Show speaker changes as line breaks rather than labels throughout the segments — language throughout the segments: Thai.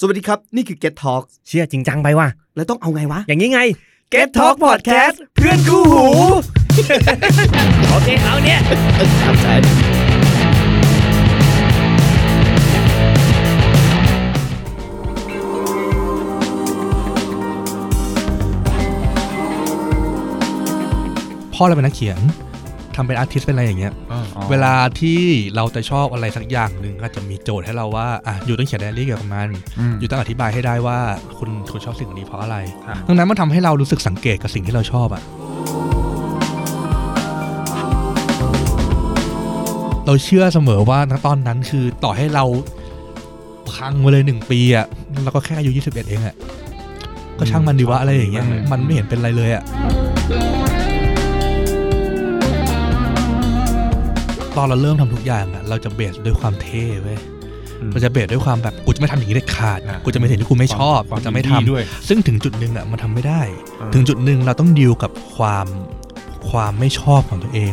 สวัสดีครับ นี่คือ Get Talk
เชื่อจริงจังไปว่ะ
แล้วต้องเอาไงวะ
อย่างนี้ไง
Get Talk Podcast เพื่อนคู่หู
โอเคเอาเนี่ย
พ่อเราเป็นนักเขียนทำเป็นอาร์ติสต์เป็นอะไรอย่างเงี้ย เวลาที่เราจะชอบอะไรสักอย่างหนึ่งก็จะมีโจทย์ให้เราว่าอ่ะอยู่ต้องเขียนไดอารี่เกี่ยวกับมัน อยู่ต้องอธิบายให้ได้ว่าคุณคุณชอบสิ่งนี้เพราะอะไร
ครับ
ดังนั้นมันทำให้เรารู้สึกสังเกตกับสิ่งที่เราชอบอะเราเชื่อเสมอว่าณตอนนั้นคือต่อให้เราพังไปเลยหนึ่งปีอะเราก็แค่อายุ21 เองอะก็ช่างมันดีวะอะไรอย่างเงี้ยมันไม่เห็นเป็นไรเลยอะ ตอนเราเริ่มทำทุกอย่างอะเราจะเบสด้วยความเท่เว้ย
อืม
เราจะเบสด้วยความแบบกูจะไม่ทำอย่างนี้เด็ดขาด
อ่ะ
กูจะไม่เห็นที่กูไม่ชอบ
ความ
กูจะไม่
ความดี
ทำ
ด้วย
ซึ่งถึงจุดหนึ่งอะมันทำไม่ได้
อ่า
ถึงจุดหนึ่งเราต้องดีลกับความความไม่ชอบของตัวเอง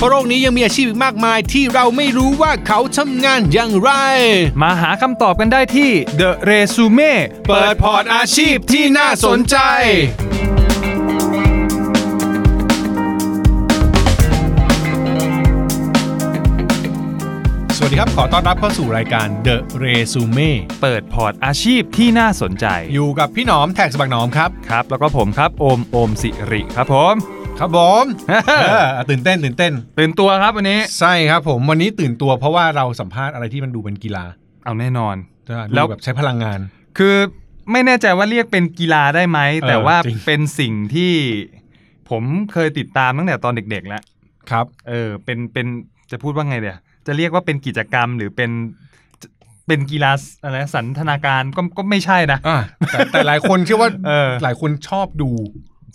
เพราะโรคนี้ยังมีอาชีพอีกมากมายที่เราไม่รู้ว่าเขาทำงานอย่างไร
มาหาคำตอบกันได้ที่ The Resume
เปิดพอร์ตอาชีพที่น่าสนใจ สวัสดีครับขอต้อนรับเข้าสู่รายการ The Resume
เปิดพอร์ตอาชีพที่น่าสนใจ
อยู่กับพี่หนอมแท็กสบักหนอมครับ
ครับ แล้วก็ผมครับโอมโอมสิริครับผม
ครับผม เออตื่นเต้นตื่นเต้น
ตื่นตัวครับวันนี้
ใช่ครับผมวันนี้ตื่นตัวเพราะว่าเราสัมภาษณ์อะไรที่มันดูเป็นกีฬา
เอาแน่นอน แล้
แล้ว วแบบใช้พลังงาน
คือไม่แน่ใจว่าเรียกเป็นกีฬาได้ไหม
เออ
แต่ว่า
จริง
เป็นสิ่งที่ผมเคยติดตามตั้งแต่ตอนเด็กๆแล้ว
ครับ
เออ เป็น เป็น จะพูดว่าไงเดี๋ยวจะเรียกว่าเป็นกิจกรรมหรือเป็น เป็นกีฬาอะไรนะสันทนาการก็ ก็ไม่ใช่นะ
อ่ะแต่แต่หลายคนเชื่อว่า
เออ
หลายคนชอบดู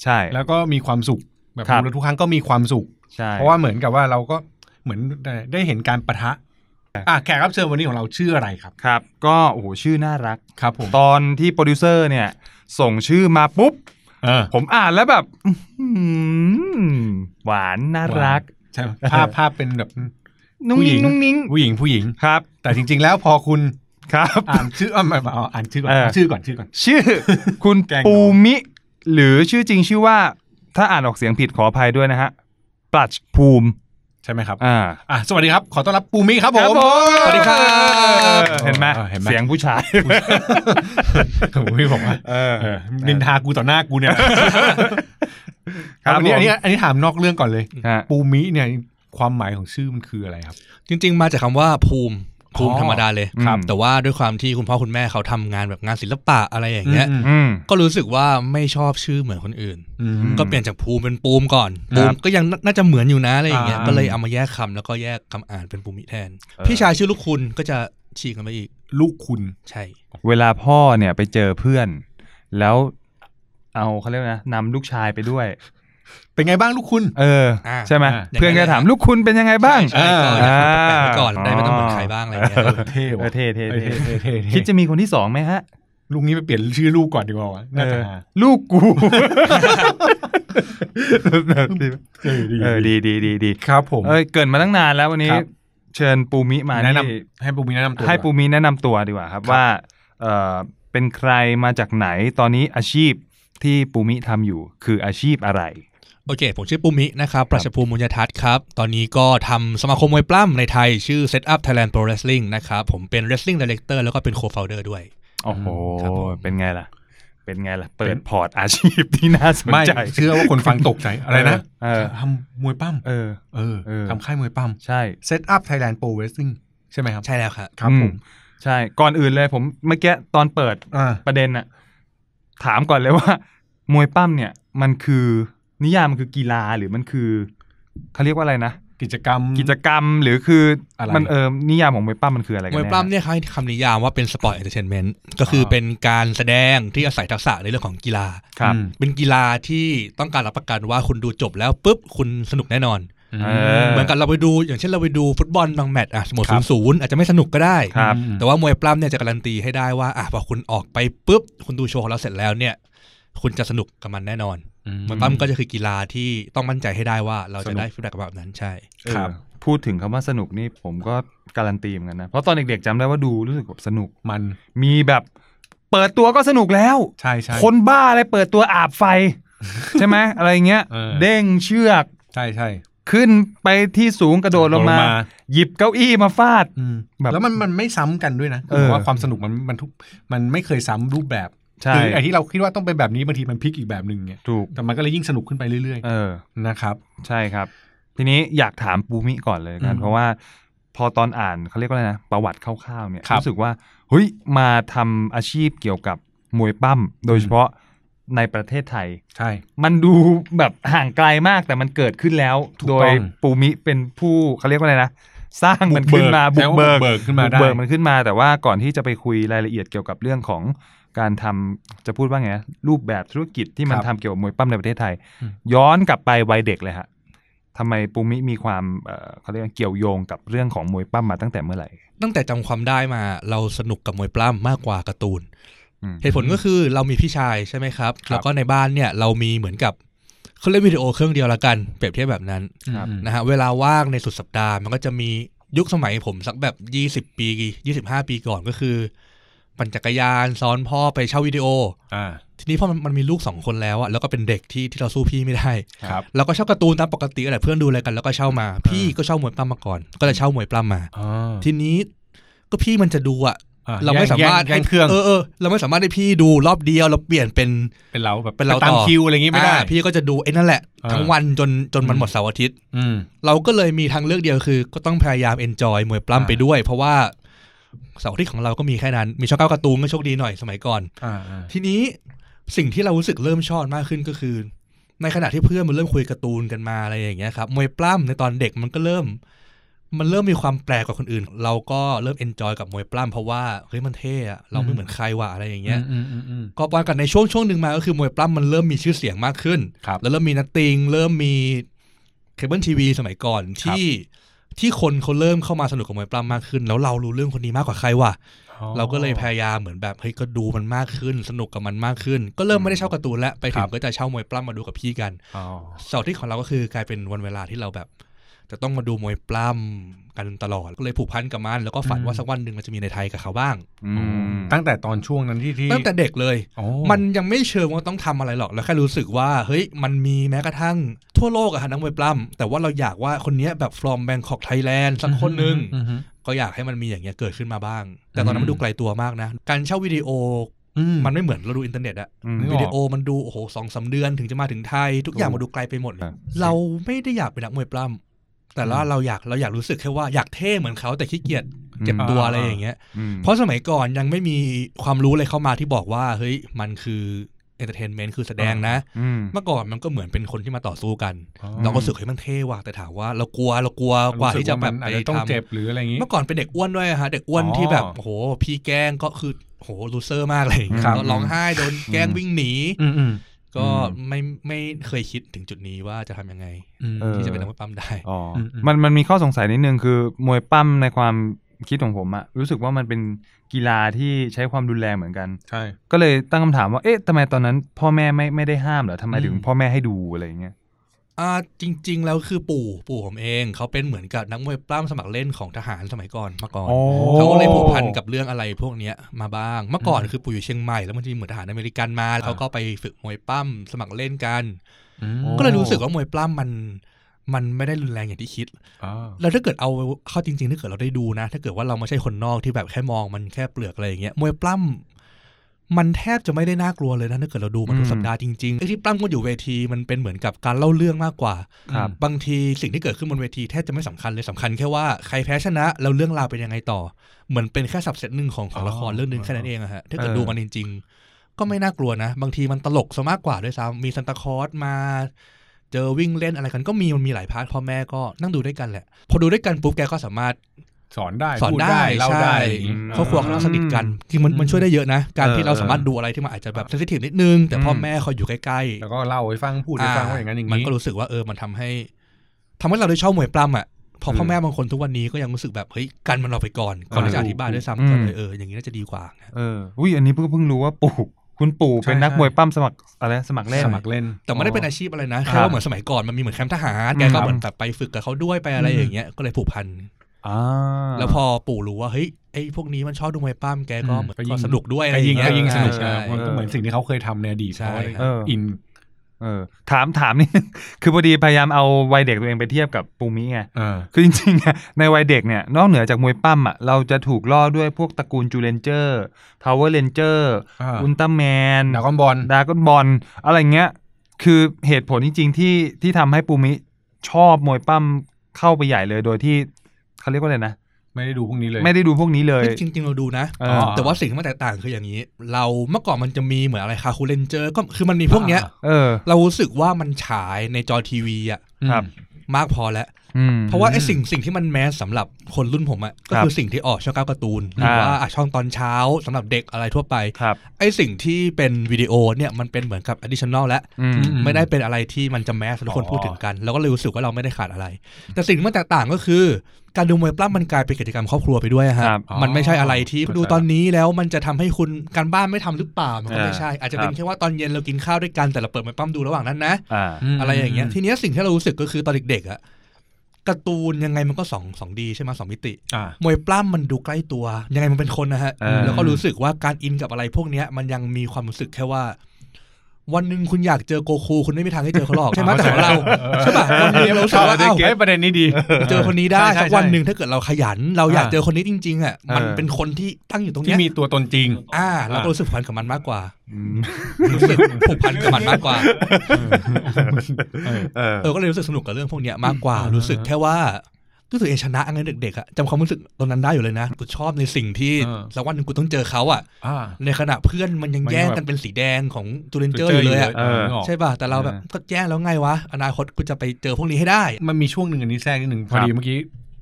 ใช่
แล้วก็มีความสุขแบบ
ครับ
ดูแล้วทุกครั้งก็มีความสุข
ใช่
เพราะว่าเหมือนกับว่าเราก็เหมือนได้ได้เห็นการประทะอ่ะแขกรับเชิญวันนี้ของเราชื่ออะไรครับ
ครับ ก็โอ้โหชื่อน่ารัก
ครับผม
ตอนที่โปรดิวเซอร์เนี่ย ส่งชื่อมาปุ๊บ
เออ
ผมอ่านแล้วแบบ อื้อหือหวานน่ารัก
ใช่ไหมภาพภาพเป็นแบบ
นุ่ง
ผู้ห
นิ้
ญิ
งนุ่งนิ้ง
ผู้หญิงผู้หญิง
ครับ
แต่จริง ๆ แล้วพอคุณ
ครับ
อ่านชื่ออ่ะไม่ไม่เอาอ่านชื่อก่อน
เออ
อ่านชื่อก่อนชื่อก่อน
ชื่อ คุณ
แกล้งน้อง
ปูมิ หรือชื่อจริงชื่อว่า ถ้าอ่านออกเสียงผิดขออภัยด้วยนะฮะปลัชภูมิ
ใช่ไหมครับ
อ่า
อ่ะสวัสดีครับ ขอต้อนรับปูมี่ครับผม
สวัสดีครับ
เออ
เห็นไหม
เออเห็นไหม
เสียงผู้ชาย
ผมพี่ผมว่า
เออ
เออนินทากูต่อหน้ากูเนี่ย
ครับ
อันนี้
ผม
อันนี้อันนี้ถามนอกเรื่องก่อนเลย
ฮะ
ปูมิเนี่ยความหมายของชื่อมันคืออะไรครับ
จริง ๆ มาจากคำว่าภูมิภูมิ
อ๋อ
ธรรมดาเลย
ครับ
แต่ว่าด้วยความที่คุณพ่อคุณแม่เขาทำงานแบบงานศิลปะอะไรอย่างเงี้ย
อืม
อืม
ก็รู้สึกว่าไม่ชอบชื่อเหมือนคนอื่น
อืม
ก็เปลี่ยนจากภูมิเป็นปูมก่อน
ค
ปู
รั
ม
บ
ก็ยังน่าน่าจะเหมือนอยู่นะอะไรอย่างเงี้ย
อ่า
ก็เลยเอามาแยกคำแล้วก็แยกคำอ่านเป็นภูมิแทน
เออ
พี่ชายชื่อลูกคุณก็จะฉีกกันไปอีก
ลูกคุณ
ใช่
เวลาพ่อเนี่ยไปเจอเพื่อน แล้วเอาเขาเรียกว่านะนำลูกชายไปด้วย
เป็นไงบ้างลูกคุณ
เออ
อ่า
ใช่ไหม
อ่า
เพื่อนก็ถามลูกคุณเป็นยังไงบ้าง
ใช่ก็อยากให้แปลกๆไว้ก่อน
อ่า
ได้ไม่ต้องเหมือนใครบ้างอะไรอย่างเงี้ย
เท่
เออ
ว่ะ
เท่เท่
เท่
เท่
เท่เท่
คิดจะมีคนที่สองไหมฮะ
ลูกนี้ไปเปลี่ยนชื่อลูกก่อนดีกว่าวะน่าจะ
เออลูกกู
เออดี
เออดีดีดีดี
ครับผม
เอ้ยเกรินมาตั้งนานแล้ววันนี้
ครับ
เชิญปูมิมา
แนะนำ
ที่
ให้ปูมิแนะนำตัว
ให้ปูมิแนะนำตัวดีกว่าครับว่า เออเป็นใครมาจากไหนตอนนี้อาชีพที่ปูมิทำอยู่คืออาชีพอะไร
โอเค ผมชื่อปุมินะครับประชภูมิมุญทัศน์ครับ ตอนนี้ก็ทำสมาคมมวยปล้ำในไทยชื่อ Set Up Thailand Pro Wrestling นะครับ ผมเป็น Wrestling Director แล้วก็เป็น Co-founder ด้วย
โอ้โห
ครับผม
เป็นไงล่ะ เป็นไงล่ะ เปิดพอร์ตอาชีพที่น่าสน
ไม่
ใจ
เชื่อว่าคนฟังตกใจ อะไรนะ
เออ
ทำมวยปั้ม
เออ
เออ
เออ
ทำค่ายมวยปั้ม
ใช่
เซตอัพไทยแลนด์โปรเวสซิ่งใช่ไหมครับ
ใช่แล้วครับ
ครับผม
อืใช่ ก่อนอื่นเลยผมเมื่อกี้ตอนเปิด
อ่า
ประเด็นน่ะ ถามก่อนเลยว่า มวยปั้มเนี่ย มันคือนิยามมันคือกีฬาหรือมันคือเขาเรียกว่าอะไรนะ
กิจกรรม
กิจกรรมหรือคืออะไร มันเออนิยามของมวยปั้มมันคืออะไรกัน
ม
แน่
วยปล้ำเนี่ยเขาให้คำนิยามว่าเป็นสปอร์ตเอนเตอร์เทนเมนต์ก็คือเป็นการแสดงที่อาศัยทักษะในเรื่องของกีฬา
ครับ
อืม
เป็นกีฬาที่ต้องการรับประกันว่าคุณดูจบแล้วปุ๊บคุณสนุกแน่นอน
เออ
เหมือนกับเราไปดูอย่างเช่นเราไปดูฟุตบอลบางแมตช์อะสมมติ
ค
ศู
รับ
นย์ศูนย์อาจจะไม่สนุกก็ได้
ครับ
แต่ว่ามวยปล้ำเนี่ยจะการันตีให้ได้ว่าอ่ะพอคุณออกไปปุ๊บ คุณดูโชว์ของเราเสร็จแล้วเนี่ย คุณจะสนุกกับมันแน่นอนมันปั้มก็จะคือกีฬาที่ต้องมั่นใจให้ได้ว่าเราจะได้ฟีดแบ็กแบบนั้นใช่
เออ
ครับ
พูดถึงคำว่าสนุกนี่ผมก็การันตีเหมือนกันนะ เพราะตอนเด็กๆจำได้ว่าดูรู้สึกแบบสนุก
มัน
มีแบบเปิดตัวก็สนุกแล้ว
ใช่ใช่
คนบ้าอะไรเปิดตัวอาบ ไฟ ใช่ไหมอะไรเงี้ย
เออ
เด้งเชือก
ใช่ใช่
ขึ้นไปที่สูงกระโดดลงมา หยิบเก้าอี้มาฟาด
อืม
แบบ
แล้วมันมันไม่ซ้ำกันด้วยนะ
เออ
ผมว่าความสนุกมันมันทุกมันไม่เคยซ้ำรูปแบบ
ใช่
คือไอ้ที่เราคิดว่าต้องเป็นแบบนี้บางทีมันพลิกอีกแบบหนึ่งเนี่ย
ถูก
แต่มันก็เลยยิ่งสนุกขึ้นไปเรื่อย
เออ
ๆนะครับ
ใช่ครับ ทีนี้อยากถามปูมิก่อนเลยกั
อื
น
ม
เพราะว่าพอตอนอ่านเขาเรียกว่าอะไรนะ ประวัติคร่าวๆเนี่ย
ครับ
รู้สึกว่าเฮ้ยมาทำอาชีพเกี่ยวกับมวยปั้ม โดยเฉพาะในประเทศไทย
ใช่
มันดูแบบห่างไกลมากแต่มันเกิดขึ้นแล้ว
ถูก
โด
ต้
ย
อง
ปูมิเป็นผู้เขาเรียกว่าอะไรนะ สร้างมันขึ้นมาบุ
ใช้
ก
ว่
เบิก
เบิกขึ้นมา
บุก
ได้
เบิกมันขึ้นมาแต่ว่าก่อนที่จะไปคุยรายละเอียดเกี่ยวกับเรื่องของการทำจะพูดว่าไงนะรูปแบบธุรกิจที่มัน
ครับ
ทำเกี่ยวกับมวยปั้มในประเทศไทย
อืม
ย้อนกลับไปวัยเด็กเลยฮะทำไมปูมิมีความเอ่อเขาเรียกว่าเกี่ยวโยงกับเรื่องของมวยปั้มมาตั้งแต่เมื่อไหร่
ตั้งแต่จำความได้มาเราสนุกกับมวยปล้ำมากกว่าการ์ตูน
อืม
เหตุผลก็คือเรามีพี่ชายใช่ไหมครับ
ครับ
แล้วก็ในบ้านเนี่ยเรามีเหมือนกับเขาเล่นวิดีโอเครื่องเดียวละกันเปรียบเทียบแบบนั้น
ครับ
อืม
นะฮะเวลาว่างในสุดสัปดาห์มันก็จะมียุคสมัยผมสักแบบ 20 ปี 25 ปีก่อนก็คือปั่นจักรยานซ้อนพ่อไปเช่าวิดีโอ
อ่า
ทีนี้พอมันมันมีลูกสองคนแล้วอะแล้วก็เป็นเด็กที่ที่เราสู้พี่ไม่ได้
ครับ
เราก็เช่าการ์ตูนตามปกติแหละเพื่อนดูอะไรกันแล้วก็เช่ามา พี่ก็เช่ามวยปล้ำมาก่อน ก็จะเช่ามวยปล้ำมา ทีนี้ก็พี่มันจะดูอะ
อ่ะ
เราไม่สามารถ
แย่งแย่งเครื่อง
เออเออเราไม่สามารถให้พี่ดูรอบเดียวเราเปลี่ยนเป็น
เป็นเราแบบ
เป็นเรา
ตาม
ต่อ
คิวอะไรอย่างงี้ไม่ได้
อ่าพี่ก็จะดูไอ้นั่นแหละ
เออ
ทั้งวันจนจนมันหมดเสาร์อาทิตย์
อืม
เราก็เลยมีทางเลือกเดียวคือ ก็ต้องพยายามเอนจอยมวยปล้ำไปด้วย เพราะว่าเสาร์อาทิตย์ของเราก็มีแค่นั้น มีช่องเก้าการ์ตูนก็โชคดีหน่อยสมัยก่อน
อ่าอ่า
ทีนี้สิ่งที่เรารู้สึกเริ่มชอบมากขึ้นก็คือ ในขณะที่เพื่อนมันเริ่มคุยการ์ตูนกันมาอะไรอย่างเงี้ยครับมวยปล้ำในตอนเด็กมันก็เริ่ม มันเริ่มมีความแปลกกว่าคนอื่น เราก็เริ่มเอนจอยกับมวยปล้ำเพราะว่าเฮ้ยมันเท่อะเราไม่เหมือนใครว่ะอะไรอย่างเงี้ย
อืมอืมอืม
ก็ว่ากันในช่วงช่วงหนึ่งมาก็คือมวยปล้ำมันเริ่มมีชื่อเสียงมากขึ้น
ครับ
แล้วเริ่มมีนัตติง เริ่มมีเคเบิลทีวีสมัยก่อนที่ที่คนเขาเริ่มเข้ามาสนุกกับมวยปล้ำมากขึ้น แล้วเรารู้เรื่องคนนี้มากกว่าใครว่ะ
อ๋อ
เราก็เลยพยายามเหมือนแบบเฮ้ยก็ดูมันมากขึ้น สนุกกับมันมากขึ้น ก็เริ่มไม่ได้เช่าการ์ตูนแล้วไปถึ
ครั
ง
บ
ก็จะเช่ามวยปล้ำมาดูกับพี่กัน
อ๋อ
เสาร์อาที่ของเราก็คือกลายเป็นวันเวลาที่เราแบบ จะต้องมาดูมวยปล้ำกันตลอดก็เลยผูกพันกับมันแล้วก็ฝันว่าสักวันหนึ่งมันจะมีในไทยกับเขาบ้าง
อื
อ
ม
ตั้งแต่ตอนช่วงนั้นที่ที่
ตั้งแต่เด็กเลย
อ๋อ
มันยังไม่เชิงว่าต้องทำอะไรหรอกเราแค่รู้สึกว่าเฮ้ยมันมีแม้กระทั่งทั่วโลกอะฮะนักมวยปล้ำแต่ว่าเราอยากว่าคนเนี้ยแบบ from Bangkok Thailand สักคนหนึ่ง
อืมอืม
ก็อยากให้มันมีอย่างเงี้ยเกิดขึ้นมาบ้าง แต่ตอนนั้นมันดูไกลตัวมากนะ การเช่าวิดีโอ
อืม
มันไม่เหมือนเราดูอินเทอร์เน็ตอะ
อืม
นึกออก
วิดีโอมันดูโอ้โหสองสามเดือนถึงจะมาถึงไทย ทุกอย่างมันดูไกลไปหมดเลย
ครับ
เราไม่ได้อยากเป็นนักมวยปล้ำแต่ว่าเราอยากเราอยากรู้สึกแค่ว่าอยากเท่เหมือนเขาแต่ขี้เกียจเจ็บตัวอะไรอย่างเงี้ย
อืม
เพราะสมัยก่อนยังไม่มีความรู้อะไรเข้ามาที่บอกว่าเฮ้ยมันคือเอนเตอร์เทนเมนต์คือแสดงนะ
อืม
เมื่อก่อนมันก็เหมือนเป็นคนที่มาต่อสู้กัน
อ๋อ
เราก็รู้สึกเฮ้ยมันเท่ว่ะแต่ถามว่าเรากลัวเรากลัวกว่าที่จะแบบ
รู้สึกว่มันอา
ไป
จจะต้อง
ทำ
เจ็บหรืออะไรอย่างงี้
เมื่อก่อนเป็นเด็กอ้วนด้วยอะฮะเด็กอ้วนที่แบบ
อ๋อ
โอ้โหพี่แกล้งก็คือโอ้โหลูเซอร์มากเลยอย่างเงี้ย
ครับ
ก็ร้องไห้โดนแกล้งวิ่งหนี
อืมอืม
ก็ไม่ไม่เคยคิดถึงจุดนี้ว่าจะทำยังไง
อืม
เออ
ที่จะเป็นนักมวยปั้มได้
อ๋ออ
มอืม
มันมันมีข้อสงสัยนิดนึงคือ มวยปั้มในความคิดของผมอะรู้สึกว่ามันเป็นกีฬาที่ใช้ความรุนแรงเหมือนกัน
ใช่
ก็เลยตั้งคำถามว่า เอ๊ะทำไมตอนนั้นพ่อแม่ไม่ไม่ได้ห้ามเหรอทำไมถึง
อืม
พ่อแม่ให้ดูอะไรอย่างเงี้ย
อ่าจริง ๆ แล้วคือปู่ปู่ผมเองเขาเป็นเหมือนกับนักมวยปล้ำสมัครเล่นของทหารสมัยก่อนมาก่อน เขาก็เลยผูกพันกับเรื่องอะไรพวกเนี้ยมาบ้าง เมื่อก่อนคือปู่อยู่เชียงใหม่แล้วมันจะมีเหมือนทหารอเมริกันมาเขาก็ไปฝึกมวยปล้ำสมัครเล่นกัน
อืม
โอ้
ก็เลยรู้สึกว่ามวยปล้ำมัน มันไม่ได้รุนแรงอย่างที่คิด
อ๋อ
แล้วถ้าเกิดเอาเข้าจริงๆถ้าเกิดเราได้ดูนะ ถ้าเกิดว่าเราไม่ใช่คนนอกที่แบบแค่มองมันแค่เปลือกอะไรอย่างเงี้ยมวยปล้ำมันแทบจะไม่ได้น่ากลัวเลยนะถ้าเกิดเราดูมันทุ
อื
ก
ม
สัปดาห์จริงๆไอ้ที่ปล้ำกันอยู่เวทีมันเป็นเหมือนกับการเล่าเรื่องมากกว่า
ครับ
บางทีสิ่งที่เกิดขึ้นบนเวทีแทบจะไม่สำคัญเลยสำคัญแค่ว่าใครแพ้ชนะ แล้วเรื่องราวเป็นยังไงต่อ เหมือนเป็นแค่สับเซตหนึ่งของของละครเรื่องหนึ่งแค่นั้นเองอะฮะถ้าเกิด
เออ
ดูมันจริง ๆ ก็ไม่น่ากลัวนะ บางทีมันตลกซะมากกว่าด้วยซ้ำมีซันตาคลอสมา เจอวิ่งเล่นอะไรกันก็มีมันมีหลายพาร์ทพ่อแม่ก็นั่งดูด้วยกันแหละ พอดูด้วยกันปุ๊บแกก็สามารถ
สอนได้
สอน
พูด
ได้
เล่าได้
ใช่
อย่างงี้
เขาครัวเราสนิทกันคือมันมันช่วยได้เยอะนะ การที่เราสามารถดูอะไรที่มันอาจจะแบบเซนซิทีฟนิดนึงแต่พ่อแม่คอยอยู่ใกล้ๆ
แล้วก็เล่าให้ฟังพูดให้ฟังว่าอย่างนั้นอย่าง
มัน
นี้
ก็รู้สึกว่าเออมันทำให้ทำให้เราได้ชอบมวยปล้ำอ่ะพอพ่อ
เออ
แม่บางคนทุกวันนี้ก็ยังรู้สึกแบบเฮ้ยกันมันเราไปก่อนก่อนที่จะอธิบายด้วย
อื
ซ้ำ
ม
ก็เลยเอออย่างนี้น่าจะดีกว่า
เอออุ้ยอันนี้เพิ่งเพิ่งรู้ว่าปู่ คุณปู่
ใช่
เป็นนัก
ใช่
มวยปั้มสมัครอะไรสมัครเล่น
สมัครเล่น
แต่ไม่ได้เป็นอาชีพอะไรนะแค่
ครั
ว่า
บ
เหมือนสมัยก่อนมันมีเหมือนแคมป์ทหาร
อืม
แกก็เหมือน
ครับ
แบบไปฝึกกับเขาด้วยไปอะไรอย่างเงี้ยก็เลยผูกพัน
อ่า
แล้วพอปู่รู้ว่าเฮ้ยไอ้พวกนี้มันชอบดูมวยปั้มแกก็
อืม
เหมือน
ก็ยิ่ง
ก็สนุกด้วยอะ
แต่
ไรอ
ยิ
ย่าง งเงี้ย
ก็ยิงสนุก
ใช่
มันก็เหมือนสิ่งที่เขาเคยทำในอดีต
ใช่
เขาอะไรเงี้ย
เออ
อิน
เออถามถามนี่ คือพอดีพยายามเอาวัยเด็กตัวเองไปเทียบกับปูมิไง
เออ
คือจริงๆอะในวัยเด็กเนี่ย นอกเหนือจากมวยปั้มอ่ะเราจะถูกล่อด้วยพวกตระกูลจูเลนเจอร์พาวเวอร์เรนเจอร์
อ่า
อุลตร้าแมน
ดรากอนบอล
ดากอนบอลอะไรเงี้ย คือเหตุผลจริงๆที่ที่ทำให้ปูมิชอบมวยปั้มเข้าไปใหญ่เลยโดยที่เขาเรียกว่าอะไรนะ
ไม่ได้ดูพวกนี้เลย
ไม่ได้ดูพวกนี้เลย
จริงจริง ๆ เราดูนะ
เออ
แต่ว่าสิ่งที่มันแตกต่างคืออย่างนี้ เราเมื่อก่อนมันจะมีเหมือนอะไรคาคูเลนเจอร์ก็คือมันมีพวกเนี้ย
อ่า
เออ
เรารู้สึกว่ามันฉายในจอทีวีอะ
ครับ
มากพอแล้ว
อืม
เพราะว่าไอ้สิ่งสิ่งที่มันแมสสำหรับคนรุ่นผมอะก็
ครับ
คือสิ่งที่ออกช่องเก้าการ์ตูนหรือ
อ่า
ว่าอ่ะช่องตอนเช้าสำหรับเด็กอะไรทั่วไป
ครับ
ไอ้สิ่งที่เป็นวิดีโอเนี่ยมันเป็นเหมือนกับ additional แล้ว
อืม
อืม
ไม่ได้เป็นอะไรที่มันจะแมสทุกคนพูดถึงกันเราก็เลยรู้สึกว่าเราไม่ได้ขาดอะไร แต่สิ่งที่มันแตกต่างก็คือ การดูมวยปล้ำมันกลายเป็นกิจกรรมครอบครัวไปด้วยอะฮะ
ครับ
มันไม่ใช่อะไรที่
เข้าใจ
ดูตอนนี้แล้วมันจะทำให้คุณการบ้านไม่ทำหรือเปล่ามันก็ไม่
อ่า
ใช่ อาจจะเป็
ค
น
รับ
แค่ว่าตอนเย็นเรากินข้าวด้วยกันแต่เราเปิดมวยปล้ำดูระหว่างนั้นนะ
อ่า
ม
อะไรอย่างเงี้ยทีเนี้ยสิ่งที่เรารู้สึกก็คือตอนเด็กๆอะการ์ตูนยังไงมันก็สองสองดีใช่ไหมยสองมิติ
อ่า
มวยปล้ำมันดูใกล้ตัว ยังไงมันเป็นคนนะฮะ
เออ
แล้วก็รู้สึกว่าการอินกับอะไรพวกเนี้ย มันยังมีความรู้สึกแค่ว่า วันหนึ่งคุณอยากเจอโกคูคุณไม่มีทางได้เจอเขาหรอก ใช่ไหมแต่ของเราใช่ป่ะวันหนึงเรารู้สึกว่า
เอ
เอ้า
เฮ้ยประเด็นนี้ดี
เจอคนนี้ได้
ใช่ใช่
สักวันหนึ่งถ้าเกิดเราขยัน เราอยาก
อ่า
เจอคนนี้จริง ๆอ่ะมัน
เออ
เป็นคนที่ตั้งอยู่ตรง
ที่
เนี้ย
มีตัวตนจริง
อ่าเราก็รู้สึกผูกพันกับมันมากกว่า
อืม
รู้สึกผูกพันกับมันมากกว่า
เออ
เออ ก็เลยรู้สึกสนุกกับเรื่องพวกเนี้ยมากกว่า รู้สึกแค่ว่ารู้สึกเองชนะไงเด็กๆอะจำความรู้สึกตอนนั้นได้อยู่เลยนะ กูชอบในสิ่งที่
เออ
สักวันหนึ่งกูต้องเจอเขาอะ
อ่า
ในขณะเพื่อนมันยัง
มันยัง
แย่ง
แบบ
กันเป็นสีแดงของจูเลนเจอร์อยู่เลยอะ
เออ
นึกก
ใช่ป่ะ แต่เราแบบ
เออ
ก็แย่แล้วไงวะ อนาคตกูจะไปเจอพวกนี้ให้ได้
มันมีช่วงหนึ่งอันนี้แทรกนิดหนึ่งพอดีเมื่อกี้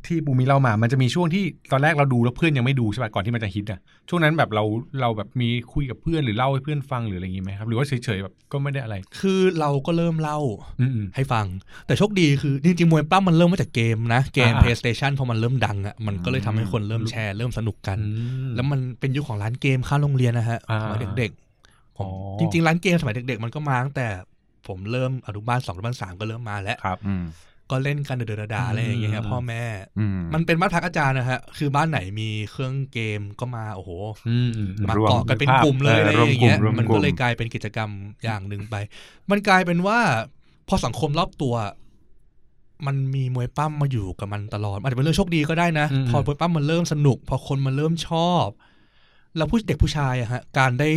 ที่ปูมีเล่ามา มันจะมีช่วงที่ตอนแรกเราดูแล้วเพื่อนยังไม่ดูใช่ป่ะก่อนที่มันจะฮิตอ่ะช่วงนั้นแบบเราเราแบบมีคุยกับเพื่อนหรือเล่าให้เพื่อนฟังหรืออะไรอย่างงี้ไหมครับ หรือว่าเฉยๆแบบก็ไม่ได้อะไร
คือเราก็เริ่มเล่า
อืม
ให้ฟัง แต่โชคดีคือจริงๆมวยปล้ำมันเริ่มมาจากเกมนะเกม
อ่า
PlayStation พอมันเริ่มดังอะมันก็เลยทำให้คนเริ่มแชร์เริ่มสนุกกัน
ๆ
แล้วมันเป็นยุคของร้านเกมข้างโรงเรียนนะฮะ
อ่า
สมัยเด็กๆผม
อ๋อ
จริง ๆ ร้านเกมสมัยเด็ก ๆ มันก็มาตั้งแต่ผมเริ่มอนุบาลสองอนุบาลสามก็เริ่มมาแล้ว
ครับ
อืม
ก็เล่นกันเดือดๆดาๆอะไรอย่างเงี้ยครับ
อืม
พ่อแม่
อืม
มันเป็นบ้านพักอาจารย์นะฮะคือบ้านไหนมีเครื่องเกมก็มาโอ้โห
อืมๆ
มาร
วม
เกาะกันเป็นกลุ่มเลยอะไร
เออรวม
อย่างเงี้ย
กลุ่มรวม
มัน
กลุ่
ก็
ม
เลยกลายเป็นกิจกรรมอย่างหนึ่งไป มันกลายเป็นว่า พอสังคมรอบตัว มันมีมวยปั้มมาอยู่กับมันตลอดอาจจะเป็นเรื่องโชคดีก็ได้นะ
อืม
พอมวยปั้มมันเริ่มสนุก พอคนมันเริ่มชอบ แล้วผู้เด็กผู้ชายอะฮะ การได้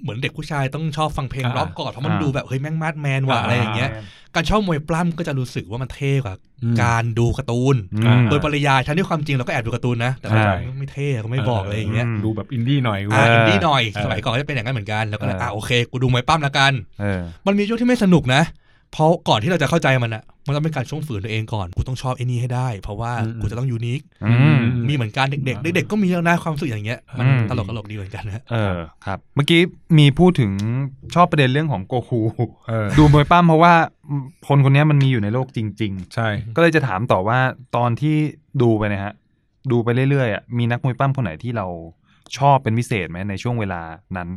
เหมือนเด็กผู้ชายต้องชอบฟังเพลง
อ่า
ร็อกก่อนเพราะมัน
อ่า
ดูแบบเฮ้ยแม่งมาดแมนว่ะอะไรอย่างเงี้ย การชอบมวยปล้ำก็จะรู้สึกว่ามันเท่กว่า
อืม
การดูการ์ตูน
อืม
โดยปริยายทั้งที่ความจริงเราก็แอบดูการ์ตูนนะแต่ว่า
ใช่
ไม่เท่อะก็ไม่บอกอะไรอย่างเงี้ย
ดูแบบอินดี้หน่อย
อ่า
เออ
อินดี้หน่อย
เออ
สมัยก่อนก็จะเป็นอย่างนั้นเหมือนกัน แล้วก็เลย
เอออ่
อ่าโอเค กูดูมวยปั้มแล้วกัน
เออ
มันมีช่วงที่ไม่สนุกนะ เพราะก่อนที่เราจะเข้าใจมันอะมันต้องเป็นการช่วงฝืนตัวเองก่อน กูต้องชอบไอ้นี่ให้ได้ เพราะว่ากูจะต้องยูนิค
อืม
มีเหมือนกันเด็กๆ เด็กๆ ก็มีแล้วนะความรู้สึกอย่างเงี้ย มัน
อืม
ตลกตลกดีเหมือนกันนะ
เออครับ เมื่อกี้มีพูดถึงชอบประเด็นเรื่องของโกคู
เออ
ดูมวยปั้มเพราะว่าคนคนเนี้ยมันมีอยู่ในโลกจริง
ใช่
ๆ ก็เลยจะถามต่อว่าตอนที่ดูไปเนะฮะ ดูไปเรื่อยๆอ่ะมีนักมวยปั้มคนไหนที่เราชอบเป็นพิเศษไหมในช่วงเวลานั้น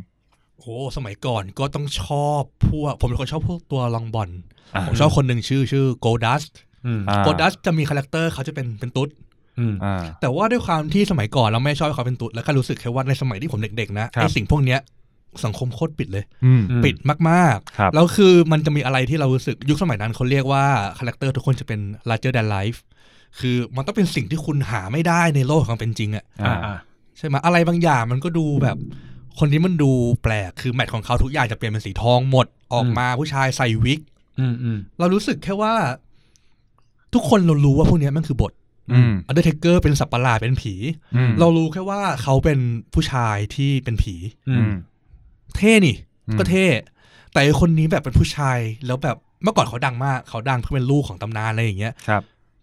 โอ้สมัยก่อนก็ต้องชอบพวก ผมเป็นคนชอบพวกตัวลองบอล
อ่า
ผมชอบคนหนึ่งชื่อชื่อโกดัส
อืม
อ่า
โกดัสจะมีคาแรคเตอร์เขาจะเป็นเป็นตุ๊ด
อืม
อ่า
แต่ว่าด้วยความที่สมัยก่อนเราไม่ชอบให้เขาเป็นตุ๊ด แล้วก็รู้สึกแค่ว่าในสมัยที่ผมเด็กๆ นะครับ ไอ้สิ่งพวกเนี้ยสังคมโคตรปิดเลย
อืม
อืม
ปิดมาก
ครับ
ๆ แล้วคือมันจะมีอะไรที่เรารู้สึกยุคสมัยนั้นเขาเรียกว่าคาแรคเตอร์ทุกคนจะเป็น larger than life คือมันต้องเป็นสิ่งที่คุณหาไม่ได้ในโลกของความเป็นจริงอะ
อ่า
อ่า
ใช่ไหมอะไรบางอย่างมันก็ดูแบบ คนนี้มันดูแปลกคือแมทของเขาทุกอย่างจะเปลี่ยนเป็นสีทองหมดออกมาผู้ชายใส่วิก
อืมอืม
เรารู้สึกแค่ว่า ทุกคนเรารู้ว่าพวกเนี้ยมันคือบท
อืม
อันเดอร์เทเกอร์เป็นสัปประหลาดเป็นผี
อืม
เรารู้แค่ว่าเขาเป็นผู้ชายที่เป็นผี
อื
อื
ม
ม
เท่นี่
อืม
ก็เท่แต่ไอ้คนนี้แบบเป็นผู้ชายแล้วแบบเมื่อก่อนเขาดังมาก เขาดังเพื่อเป็นลูกของตำนานอะไรอย่างเงี้ย
ครับ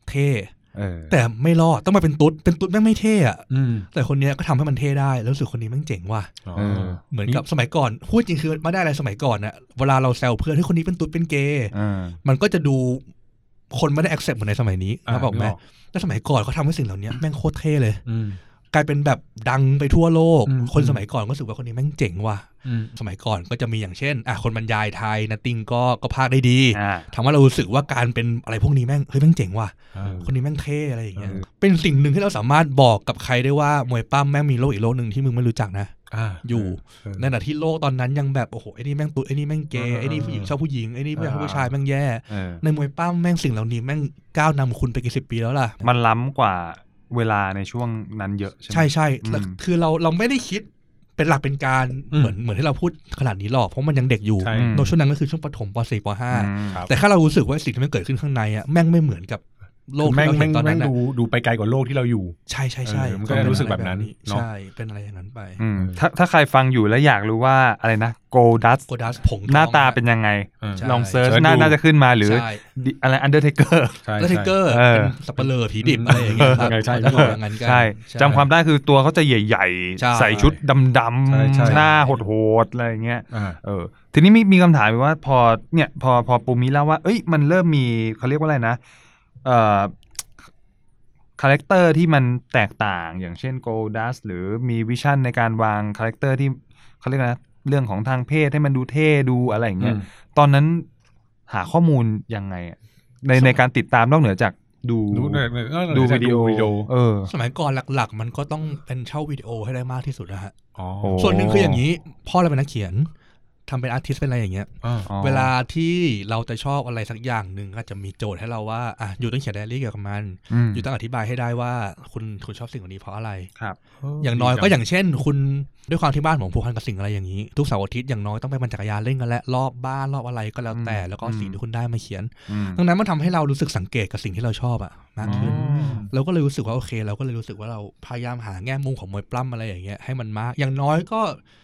เท่
เออ
แต่ไม่รอดต้องมาเป็นตุ๊ดเป็นตุ๊ดแม่งไม่เท่อะ
อืม
แต่คนเนี้ยก็ทำให้มันเท่ได้แล้วรู้สึกคนนี้แม่งเจ๋งว่ะ
อ๋อ
เออ
เหมือนกับสมัยก่อนพูดจริงคือไม่ได้อะไรสมัยก่อนนะเวลาเราแซวเพื่อนที่คนนี้เป็นตุ๊ดเป็นเกย์
อ่า
มันก็จะดูคนไม่ได้ accept เหมือนในสมัยนี้
อ่า
นะบอกไหม
นึกออก
แต่สมัยก่อนเขาทำให้สิ่งเหล่านี้แม่งโคตรเท่เลย
อืม
กลายเป็นแบบดังไปทั่วโลก
อืม
คน
อืม
สมัยก่อนก็รู้สึกว่าคนนี้แม่งเจ๋งว่ะ
อืม
สมัยก่อนก็จะมีอย่างเช่นอ่ะคนบรรยายไทยนะติงก็ก็พากย์ได้ดี
อ่า
ทำให้เรารู้สึกว่าการเป็นอะไรพวกนี้แม่งเฮ้ยแม่งเจ๋งว่ะ
เออ
คนนี้แม่งเท่อะไรอย่างเงี้ย
เออ
เป็นสิ่งหนึ่งที่เราสามารถบอกกับใครได้ว่ามวยปั้มแม่งมีโลกอีกโลกหนึ่งที่มึงไม่รู้จักนะ
อ่า
อยู่
เออ
ในขณะที่โลกตอนนั้นยังแบบโอ้โหไอ้นี่แม่งตุ๊ดไอ้นี่แม่งเกย์ไอ้นี่ผู้หญิงชอบผู้หญิงไอ้นี่ผู้ชายชอบผู้ชายแม่งแย่
เออ
ในมวยปั้มแม่งสิ่งเหล่านี้แม่งก้าวนำคุณไปกี่สิบปีแล้วล่ะ
มันล้ำกว่าเวลาในช่วงนั้นเยอะใช่ไหม
ใช่ใช่แล้ว
อืม
คือเราเราไม่ได้คิดเป็นหลักเป็นการ
อืม
เหมือนเหมือนที่เราพูดขนาดนี้หรอกเพราะมันยังเด็กอยู่
ใช่
อืม
โดยช่วงนั้นก็คือช่วงปฐมปสี่ปห้า
อืม
ครับ
แต่ถ้าเรารู้สึกว่าสิ่งที่มันเกิดขึ้นข้างในอะแม่งไม่เหมือนกับโลก
แม่
ที่
ง
เรา
แม่
เห็
ง
นตอน
แม่
นั้
ง
นอะ
ดูดูไปไกลกว่าโลกที่เราอยู่
ใช่ใช่ใช่
เออมันก็เลยรู้สึกแบบนั้นเนอะ
ใช่ เป็นอะไรอย่างนั้นไป
อืมถ้าถ้าใครฟังอยู่แล้วอยากรู้ว่าอะไรนะโกลดัส
โกดัสผงทอง
หน้าตาเป็นยังไง
เออ
ใช่
ลองเซิร์ช
เสิร์ช
น่า
ดู
น่าจะขึ้นมาหรือ
ใช่
ดิอะไรอันเดอร์เทเกอร์
ใช่
แล้วเทเก
ใช่
อร์
เออ
เป็นสับเปลือผีดิบอะไรอย่างเงี้ยครับ
ใช่ใช่
เขาจะบอกอย่างนั้นกัน
ใช่จำความได้คือตัวเขาจะใหญ่
ใช่
ๆ ใส่ชุดดำ
ใช่ใช่
ๆหน้าโหดๆอะไรอย่างเงี้ย
อ่า
เออทีนี้มีมีคำถามอีกว่าพอเนี่ยพอพอปูมิเล่าว่า เอ้ยมันเริ่มมีเขาเรียกว่าอะไรนะเอ่อคาแรคเตอร์ที่มันแตกต่างอย่างเช่นโกลดัสหรือมีวิชั่นในการวางคาแรคเตอร์ที่เขาเรียกอะไรนะเรื่องของทางเพศให้มันดูเท่ดูอะไรอย่างเงี้ย
อืม
ตอนนั้นหาข้อมูลยังไงอะในในการติดตามนอกเหนือจากดู
ดูเออ
ดูวิดีโอเออ
สมัยก่อนหลักๆ มันก็ต้องเป็นเช่าวิดีโอให้ได้มากที่สุดนะฮะ
อ๋อ
โอ้
ส่วนหนึ่งคืออย่างนี้ พ่อเราเป็นนักเขียนทำเป็นอาร์ติสเป็นอะไรอย่างเงี้ย
อ่า
อ๋อ
เวลาที่เราจะชอบอะไรสักอย่างหนึ่งก็จะมีโจทย์ให้เราว่าอ่ะอยู่ต้องเขียนไดอารี่เกี่ยวกับมัน
อืม
อยู่ต้องอธิบายให้ได้ว่าคุณคุณชอบสิ่งเหล่านี้เพราะอะไร
ครับ
อย่างน้อยก็อย่างเช่น คุณด้วยความที่บ้านผมผูกพันกับสิ่งอะไรอย่างนี้ ทุกเสาร์อาทิตย์อย่างน้อยต้องไปปั่นจักรยานเล่นกันและรอบบ้านรอบอะไรก็แล้วแต่
อืม
แล้วก็
อืม
สิ่งที่คุณได้มาเขียน
อืม
ดังนั้นมันทำให้เรารู้สึกสังเกตกับสิ่งที่เราชอบอะมากขึ้น
อ๋อ
เราก็เลยรู้สึกว่าโอเค เราก็เลยรู้สึกว่าเราพยายามหาแง่มุมของมวยปล้ำอะไรอย่างเงี้ยให้มันมากอย่างน้อยก็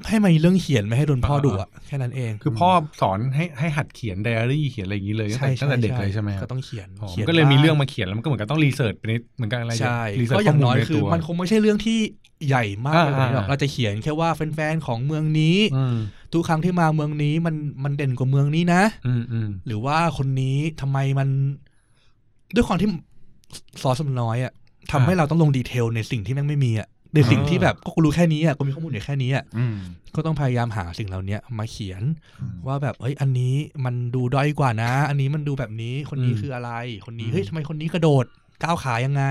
ให้มันเรื่องเขียนไม่ให้โดนพ่อดุอะแค่นั้นเอง
คือพ่อสอนให้ให้หัดเขียนไดอารี่เขียนอะไรอย่างนี้เลยตั้งแต่ตั้งแต่เด็กเลยใช่ไหมครับ
ก็ต้องเขียน
อ๋อ
ขีน
ก็เลยมี
บ้า
เรื่องมาเขียนแล้วมันก็เหมือนกับต้องรีเสิร์ชไปนิดเหมือนกันอะไร
ใช่
รีเสิร์ช
ก็อย่างน้อย
ข้มูล
คือ
ใตัว
มันคงไม่ใช่เรื่องที่ใหญ่มาก
อ่า
อะไรหรอก
อ่า
เราจะเขียนแค่ว่าแฟนๆของเมืองนี้
อืม
ทุกครั้งที่มาเมืองนี้มันมันเด่นกว่าเมืองนี้นะ
อืมอืม
หรือว่าคนนี้ทำไมมันด้วยความที่ซอสมันน้อยอะทำให้เราต้องลงดีเทลในสิ่งที่แม่งไม่มีอะในสิ่งที่แบบก็กูรู้แค่นี้อะกูมีข้อมูลอยู่แค่นี้อะ
อืม
ก็ต้องพยายามหาสิ่งเหล่านี้มาเขียน ว่าแบบเอ้ย อันนี้มันดูด้อยกว่านะ อันนี้มันดูแบบนี้คนนี้คืออะไร คนนี้เฮ้ยทำไมคนนี้กระโดดก้าวขายังไง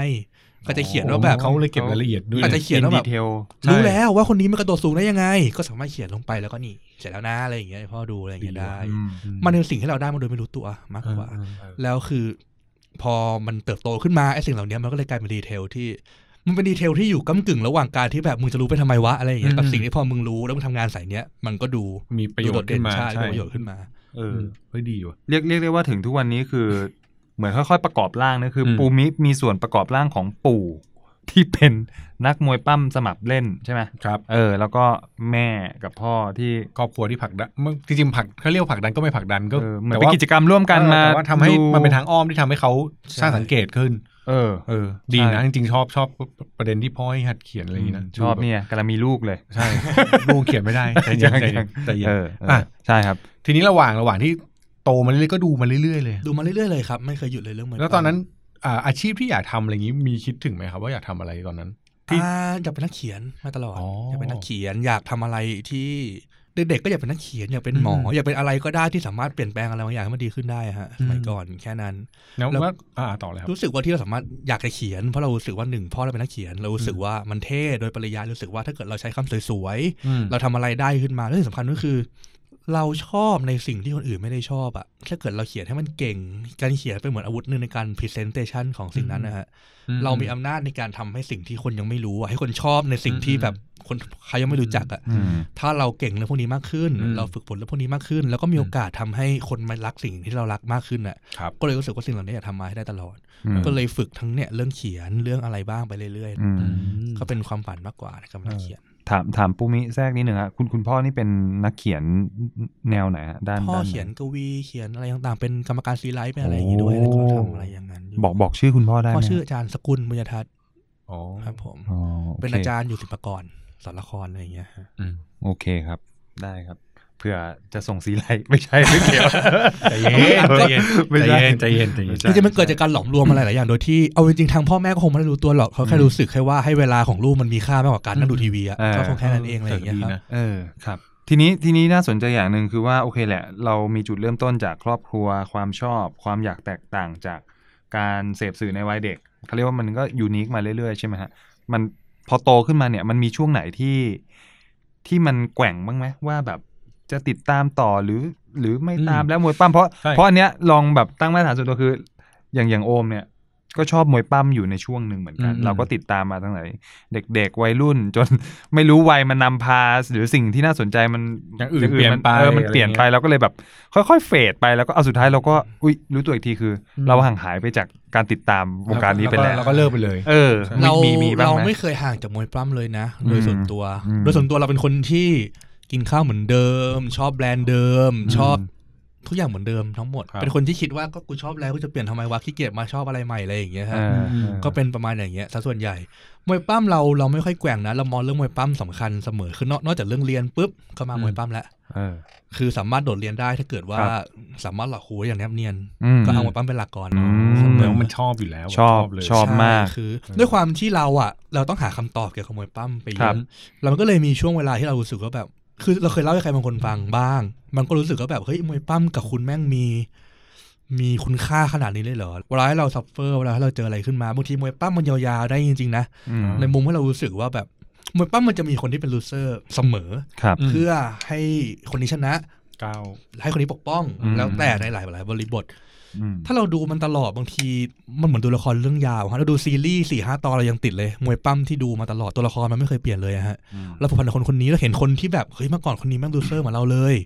ก็จะเขียนว่าแบบ
เขาเลยเก็บรายละเอียดด้วย
อาจจะเขียนว่าแบบ
in detail
รู้แล้วว่าคนนี้มันกระโดดสูงได้ยังไง ก็สามารถเขียนลงไปแล้วก็นี่เสร็จแล้วนะอะไรอย่างเงี้ยให้พ่อดูอะไรอย่างเงี้ย
ดีว่ะ
ได้
อืม
มันเป็นสิ่งที่เราได้มาโดยไม่รู้ตัวมากกว่า แล้วคือพอมันเติบโตขึ้นมาไอ้สิ่งเหล่านี้มันก็เลยกลายเป็นดีเทลที่ มันเป็นดีเทลที่อยู่ก้ากึ่งระหว่างการที่แบบมึงจะรู้ไปทำไมวะอะไรอย่างเงี้ยกับ
อืม
สิ่งที่พอมึงรู้แล้วมึงทำงานสายเนี้ยมันก็ดู
มีประโยช
ดูโดด
น์
เด่
ขึ้นมา
ใช่มีประโยชน์ขึ้นมา
เออเฮ้ยดีว่ะ
เรียกเรียกได้ว่าถึงทุกวันนี้คือ เหมือนค่อยๆประกอบร่างนะคืออ
ม
ปูมิมีส่วนประกอบร่างของปู่ ที่เป็นนักมวยปั้มสมัครเล่นใช่ไหม
ครับ
เออ แล้วก็แม่กับพ่อที่
ครอบครัวที่ผลักดันมันจริงๆผลักเขาเรียกว่าผลักดันก็ไม่ผลักดันก็
เออเหมือน
แต่
เป็น
ว่า
กิจกรรมร่วมกัน
เออ
มา
แต่ว่าทำให้
ดู
มันเป็นทางอ้อมที่ทำให้เขา
ใช่
สร้างสังเกตขึ้น
เออ
เออ ดีนะ
ใช่
จริงๆชอบชอบประเด็นที่พ่อให้หัดเขียนอะไรอย่างนี้นะ
ชอบเนี่ยกำลังมีลูกเลย
ใช่ลูกเขียนไม่ได้ใจเย็นใจเย็นใจเย็น
เออเอออะ ใช่ครับ
ทีนี้ระหว่างระหว่างที่โตมาเรื่อยๆก็ดูมาเรื่อยๆเลย
ดูมาเรื่อยๆเลยครับไม่เคยหยุดเลยเรื่องมวย
แล้วตอนนั้นอ่าอาชีพที่อยากทำอะไรอย่างนี้มีคิดถึงไหมครับว่าอยากทำอะไรตอนนั้น ที่
อ่าอยากเป็นนักเขียนมาตลอด
อ๋อ
อ
อ
ยากเป็นนักเขียนอยากทำอะไรที่เด็กๆก็อยากเป็นนักเขียนอยากเป็นหมออยากเป็นอะไรก็ได้ที่สามารถเปลี่ยนแปลงอะไรบางอย่างให้มันดีขึ้นได้ฮะสมัยก่อนแค่นั้น
แล้ว
แล้ว
ว่าอ่าต่อเลยครับ
รู้สึกว่าที่เราสามารถอยากจะเขียนเพราะเรารู้สึกว่าหนึ่งพ่อเราเป็นนักเขียนเรารู้สึกว่ามันเท่โดยปริยายรู้สึกว่าถ้าเกิดเราใช้คำสวย
อืม
ๆเราทำอะไรได้ขึ้นมาและที่สำคัญก็คือ เราชอบในสิ่งที่คนอื่นไม่ได้ชอบอะถ้าเกิดเราเขียนให้มันเก่ง การเขียนเป็นเหมือนอาวุธหนึ่งในการพรีเซนเตชันของสิ่งนั้นนะฮะเรามีอำนาจในการทำให้สิ่งที่คนยังไม่รู้อะให้คนชอบในสิ่งที่แบบคนเขายังไม่รู้จักอะ
อืม
ถ้าเราเก่งเรื่องพวกนี้มากขึ้น เราฝึกฝนเรื่องพวกนี้มากขึ้น แล้วก็มีโอกาสทำให้คนมารักสิ่งที่เรารักมากขึ้นอะ
ครับ
ก็เลยรู้สึกว่าสิ่งเหล่านี้อยากทำมาให้ได้ตลอด
อืม
ก็เลยฝึกทั้งเนี่ยเรื่องเขียนเรื่องอะไรบ้างไปเรื่อย
อืม
ๆ ก็เป็นความฝันมากกว่านะครับนักเขียน
ถามถามปูมิแทรกนิดหนึ่งฮะคุณคุณพ่อนี่เป็นนักเขียนแนวไหนฮะด้าน
พ่อ
ด้าไห
เขียนกวีเขียนอะไรต่างๆ เป็นกรรมการซีไลท์เป็นอะไรอย่างงี้ด้วยแล้วก็ทำอะไรอย่างนั้นยู่
บอกบอกชื่อคุณพ่อได้ไหม
พ่อชื่ออาจารย์สกุลบุญยทัศน์
อ๋อ
ครับผม
อ๋อโค
เป็นอาจารย์อยู่ศิลปากรสอนละครอะไรอย่างเงี้ยฮะ
โอเคครับ ได้ครับ เพื่อจะส่งสีไลท์ ไม่ใช่ไม่เกี่ยว
ใจเย็นใจเย็น
ไม่ใช่
ใจเย็นใจเย็นใจเย็น
ไใช่
คือจะมันเกิดจากการหลอมรวมอะไรหลายอย่างโดยที่เอาจริงๆทางพ่อแม่ก็คงไม่ได้รู้ตัวหรอกเขาแค่รู้สึกแค่ว่าให้เวลาของลูกมันมีค่ามากกว่าการนั่งดูทีวีอะก็คงแค่นั้นเองอะไรอย่างเงี้ยครับ
เออครับ ทีนี้ทีนี้น่าสนใจอย่างหนึ่งคือว่าโอเคแหละ เรามีจุดเริ่มต้นจากครอบครัวความชอบ ความอยากแตกต่างจากการเสพสื่อในวัยเด็กเขาเรียกว่ามันก็ยูนิคมาเรื่อยๆใช่ไหมฮะมันพอโตขึ้นมาเนี่ย มันมีช่วงไหนที่ที่มันแกว่งบ้างไหมว่าแบบจะติดตามต่อหรือหรือไม่ตาม
อืม
แล้วมวยปั้มเพราะ
ใช่
เพราะอันเนี้ยลองแบบตั้งมาตรฐานส่วนตัวคือ อย่างอย่างโอมเนี่ย ก็ชอบมวยปั้มอยู่ในช่วงหนึ่งเหมือนกัน
อืม
เราก็ติดตามมาตั้งแต่เด็กๆวัยรุ่น จน ไม่รู้วัยมันนำพา หรือสิ่งที่น่าสนใจมัน
อย่างอื่นเปลี่ยน
มั
ไป
เออมันเปลี่ยนไป
อะไรเงี้ย
เราก็เลยแบบ ค่อยๆเฟดไปแล้วก็เอาสุดท้ายเราก็อุ้ยรู้ตัวอีกทีคืออ
ม
เราห่างหายไปจากการติดตามวงการนี้ไปแล้ว
เราก็เลิกไปเลย
เออ
เรา
มีมีบ้าง
เรา
ไหม
ไม่เคยห่างจากมวยปล้ำเลยนะ
อืม
โดยส่วนตัว
อืม
โดยส่วนตัวเราเป็นคนที่กินข้าวเหมือนเดิม ชอบแบรนด์เดิม
อืม
ชอบทุกอย่างเหมือนเดิมทั้งหมด
ครับ
เป็นคนที่คิดว่าก็กูชอบแล้วกูจะเปลี่ยนทำไมวะขี้เกียจมาชอบอะไรใหม่อะไรอย่างเงี้ย
เอ
ฮะ
ออ
ม
ก็เป็นประมาณอย่างเงี้ยซะส่วนใหญ่ มวยปั้มเราเราไม่ค่อยแกว่งนะ เรามองเรื่องมวยปั้มสำคัญเสมอ คือนอกนอกจากเรื่องเรียนปุ๊บก็มา
อืม
มวยปั้มแล้ว
เออ
คือสามารถโดดเรียนได้ถ้าเกิดว่า
ครับ
สามารถหลอกครูอย่างแนบเนียน
อืม
ก็เอามวยปั้มเป็นหลักก่อน
อืม
เสม
แล้
อ
วมันชอบอยู่แล้ว
ชอบ
เลย
ชอบ มาก
ใช่คือ ด้วยความที่เราอ่ะ เราต้องหาคำตอบเกี่ยวกับมวยปั้มไปเย
ครั
อะ
บ
เราก็เลยมีช่วงเวลาที่เรารู้สึกว่าแบบ คือเราเคยเล่าให้ใครบางคนฟังบ้าง มันก็รู้สึกว่าแบบเฮ้ยมวยปั้มกับคุณแม่งมี มีคุณค่าขนาดนี้เลยเหรอเวลาให้เราซัฟเฟอร์เวลาให้เราเจออะไรขึ้นมาบางทีมวยปั้มมันยาวๆได้จริงๆนะ
อืม
ในมุมที่เรารู้สึกว่าแบบมวยปั้มมันจะมีคนที่เป็นลูเซอร์เสมอ
ครับ
อืม
เพื่อให้คนนี้ชนะ
เก้าว
ให้คนนี้ปกป้อง
อืม
แล้วแต่ในหลายหลายๆบริบท
อืม
ถ้าเราดูมันตลอดบางทีมันเหมือนดูละครเรื่องยาวฮะเราดูซีรีส์สี่ห้าตอนเรายังติดเลย มวยปั้มที่ดูมาตลอดตัวละครมันไม่เคยเปลี่ยนเลยอะฮะ
อืม
เราผูกพันกับคนคนนี้เราเห็นคนที่แบบเฮ้ยเมื่อก่อนคนนี้แม่งดูเซอร์เหมือนเราเลย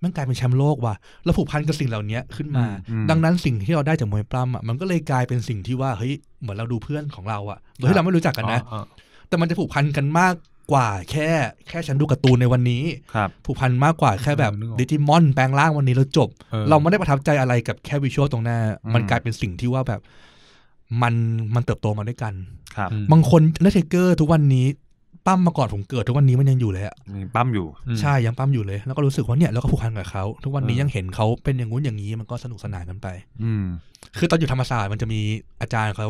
แม่งกลายเป็นแชมป์โลกว่ะเราผูกพันกับสิ่งเหล่านี้ขึ้นมา
อืม
ดังนั้นสิ่งที่เราได้จากมวยปล้ำอ่ะมันก็เลยกลายเป็นสิ่งที่ว่าเฮ้ยเหมือนเราดูเพื่อนของเราอ่ะโดยที่เราไม่รู้จักกันนะ
อ๋อ
แต่มันจะผูกพันกันมากกว่าแค่แค่ฉันดูการ์ตูนในวันนี้
ครับ
ผูกพันมากกว่าแค่แบบ
เออนึกออก
ดิจิมอนแปลงร่างวันนี้แล้วจบ
เออ
เราไม่ได้ประทับใจอะไรกับแค่วิชวลตรงหน้า
อืม
มันกลายเป็นสิ่งที่ว่าแบบ มันมันเติบโตมาด้วยกัน
ครับ
อืม
บางคนเลเทเกอร์ทุกวันนี้ปั้มมาก่อนผมเกิดทุกวันนี้มันยังอยู่เลยอะ
ปั้มอยู่
อืม
ใช่ยังปั้มอยู่เลย แล้วก็รู้สึกว่าเนี่ยเราก็ผูกพันกับเขา ทุกวันนี้
เออ
ยังเห็นเขาเป็นอย่างงู้นอย่างนี้มันก็สนุกสนานกันไป
อืม
คือตอนอยู่ธรรมศาสตร์มันจะมีอาจารย์เขา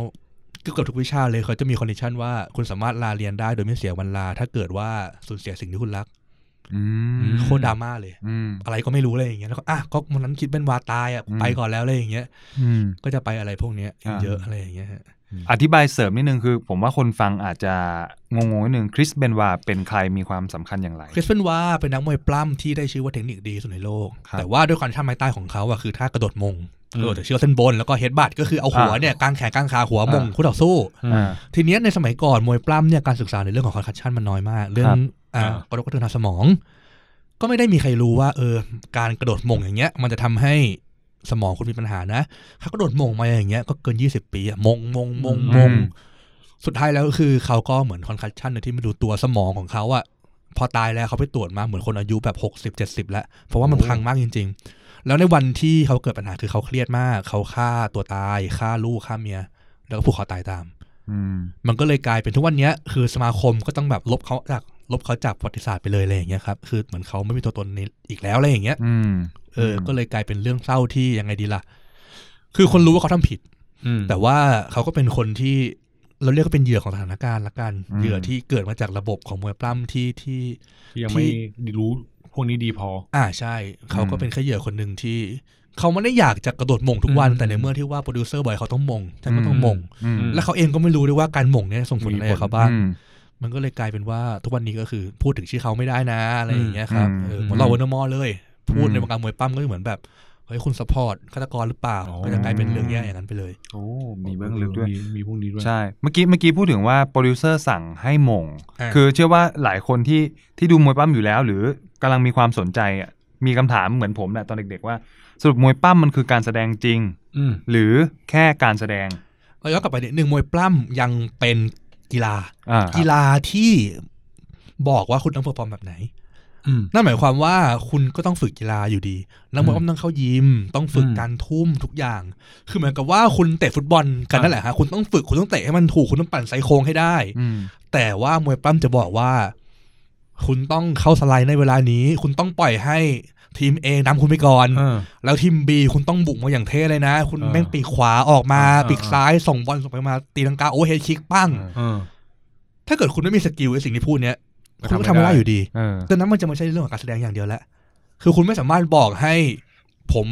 เกือบทุกวิชาเลยเขาจะมีคอนดิชันว่าคุณสามารถลาเรียนได้โดยไม่เสียวันลา ถ้าเกิดว่าสูญเสียสิ่งที่คุณรัก
อืม
โคตรดราม่าเลย
อืม
อะไรก็ไม่รู้เลยอย่างเงี้ยแล้วก็อ่ะก็วันนั้นคิดเป็นวาตายอ่ะไปก่อนแล้วอะไรอย่างเงี้ย
อืม
ก็จะไปอะไรพวกเนี้ย
อ่า
เยอะอะไรอย่างเงี้ยฮะ
อธิบายเสริมนิดนึงคือ ผมว่าคนฟังอาจจะงงๆนิดนึงคริสเบนวาเป็นใครมีความสำคัญอย่างไร
คริสเปนว่าเป็นนักมวยปล้ำที่ได้ชื่อว่าเทคนิคดีที่สุดในโลก
ครับ
แต่ว่าด้วยความท่าไม้ใต้ของเขาอะคือท่ากระโดดมงกระโดดจากเชือกเส้นบนแล้วก็เฮดบัตก็คือเอาหัวเนี่ยกางแขนกางขาหัวมงคู่ต่อสู้
อ่า
ทีเนี้ยในสมัยก่อนมวยปล้ำเนี่ยการศึกษาในเรื่องของคอนคัชชันมันน้อยมาก เรื่อ
ครั
ง
บ
อ่า
อ่า
กระดูกกระเทือนทางสมอง ก็ไม่ได้มีใครรู้ว่าเออการกระโดดหมงอย่างเงี้ย มันจะทำให้สมองคุณมีปัญหานะถ้ากระโดดหมงมาอย่างเงี้ยก็เกินยี่สิบปีอะหมงหมงหมงหมงสุดท้ายแล้วก็คือเขาก็เหมือนคอนคัชชันโดยที่ไม่ดูตัวสมองของเขาอะพอตายแล้วเขาไปตรวจมาเหมือนคนอายุแบบหกสิบเจ็ดสิบแล้ว เพราะว่ามันพังมากจริง ๆ แล้วในวันที่เขาเกิดปัญหาคือเขาเครียดมาก เขาฆ่าตัวตายฆ่าลูกฆ่าเมีย แล้วก็ผูกคอตายตาม
อืม
มันก็เลยกลายเป็นทุกวันเนี้ยคือสมาคมก็ต้องแบบลบเขาจากลบเขาจากประวัติศาสตร์ไปเลยอะไรอย่างเงี้ยครับคือเหมือนเขาไม่มีตัวตนในอีกแล้วอะไรอย่างเงี้ย
อืม
เออก็เลยกลายเป็นเรื่องเศร้าที่ยังไงดีล่ะ คือคนรู้ว่าเขาทำผิด
อืม
แต่ว่าเขาก็เป็นคนที่เราเรียกว่าเป็นเหยื่อของสถานการณ์ละกัน
อืม
เหยื่อที่เกิดมาจากระบบของมวยปล้ำที่ที่
ที่ยังไม่
ที่
รู้พวกนี้ดีพอ
อ่าใช่ เขาก็เป็นแค่เหยื่อคนหนึ่งที่ เขาไม่ได้อยากจะกระโดดหมงทุกวัน
อืม
แต่ในเมื่อที่ว่าโปรดิวเซอร์บอยเขาต้องหมงฉันก็ต้องหมง
อืม
ม
และเขาเองก็ไม่รู้ด้วยว่าการหมงเนี่ยส่งผลอะไรกับเขาบ้าง
อืม
มันก็เลยกลายเป็นว่าทุกวันนี้ก็คือพูดถึงชื่อเขาไม่ได้นะอะไรอย่างเงี้ยครับ
อืม
เออ
อืม
เหมือนเราเวนอร์มอเลย พูด
อืม
ในวงการมวยปั้มก็เหมือนแบบเฮ้ยคุณสปอร์ตฆาตกรหรือเปล่า
อ๋อ
ก็จะกลายเป็นเรื่องแย่อย่างนั้นไปเลย
โอ้มีเบื้องลึกด้วย
มีมีพวกนี้ด้วย
ใช่ เมื่อกี้เมื่อกี้พูดถึงว่าโปรดิวเซอร์สั่งให้หมง
อ่า
คือเชื่อว่าหลายคนที่ที่ดูมวยปั้มอยู่แล้ว หรือกำลังมีความสนใจอ่ะมีคำถามเหมือนผมแหละตอนเด็กๆว่า สรุปมวยปั้มมันคือการแสดงจริง
อืม
หรือแค่การแสดง
เราย้อนกลับไปนิดนึงมวยปล้ำยังเป็นกีฬา
อ่า
กีฬาที่บอกว่าคุณต้องเพอร์ฟอร์มแบบไหน
อืม
นั่นหมายความว่าคุณก็ต้องฝึกกีฬาอยู่ดีนักมวย
อืม
ก็ต้องเข้ายิม ต้องฝึก
อืม
การทุ่มทุกอย่าง คือเหมือนกับว่าคุณเตะฟุตบอลกัน
อ่ะ
นั่นแหละฮะคุณต้องฝึกคุณต้องเตะให้มันถูกคุณต้องปั่นไซโครงให้ได้
อืม
แต่ว่ามวยปล้ำจะบอกว่า คุณต้องเข้าสไลด์ในเวลานี้ คุณต้องปล่อยให้ทีม A นำคุณไปก่อน
เออ
แล้วทีม B คุณต้องบุกมาอย่างเท่เลยนะ คุณ
เออ
แม่งปีกขวาออกมา
เออเออ
ปีกซ้ายส่งบอลส่งไปมาตีลังกาโอ้เฮดคิกปั้ง
เออ
เออ
ถ้าเกิดคุณไม่มีสกิลไอ้สิ่งที่พูดเนี้ย คุณก็ทำไม่ได้อยู่ดี
เออ
ดังนั้นมันจะไม่ใช่เรื่องของการแสดงอย่างเดียวแล้วคือคุณไม่สามารถบอกให้ ผม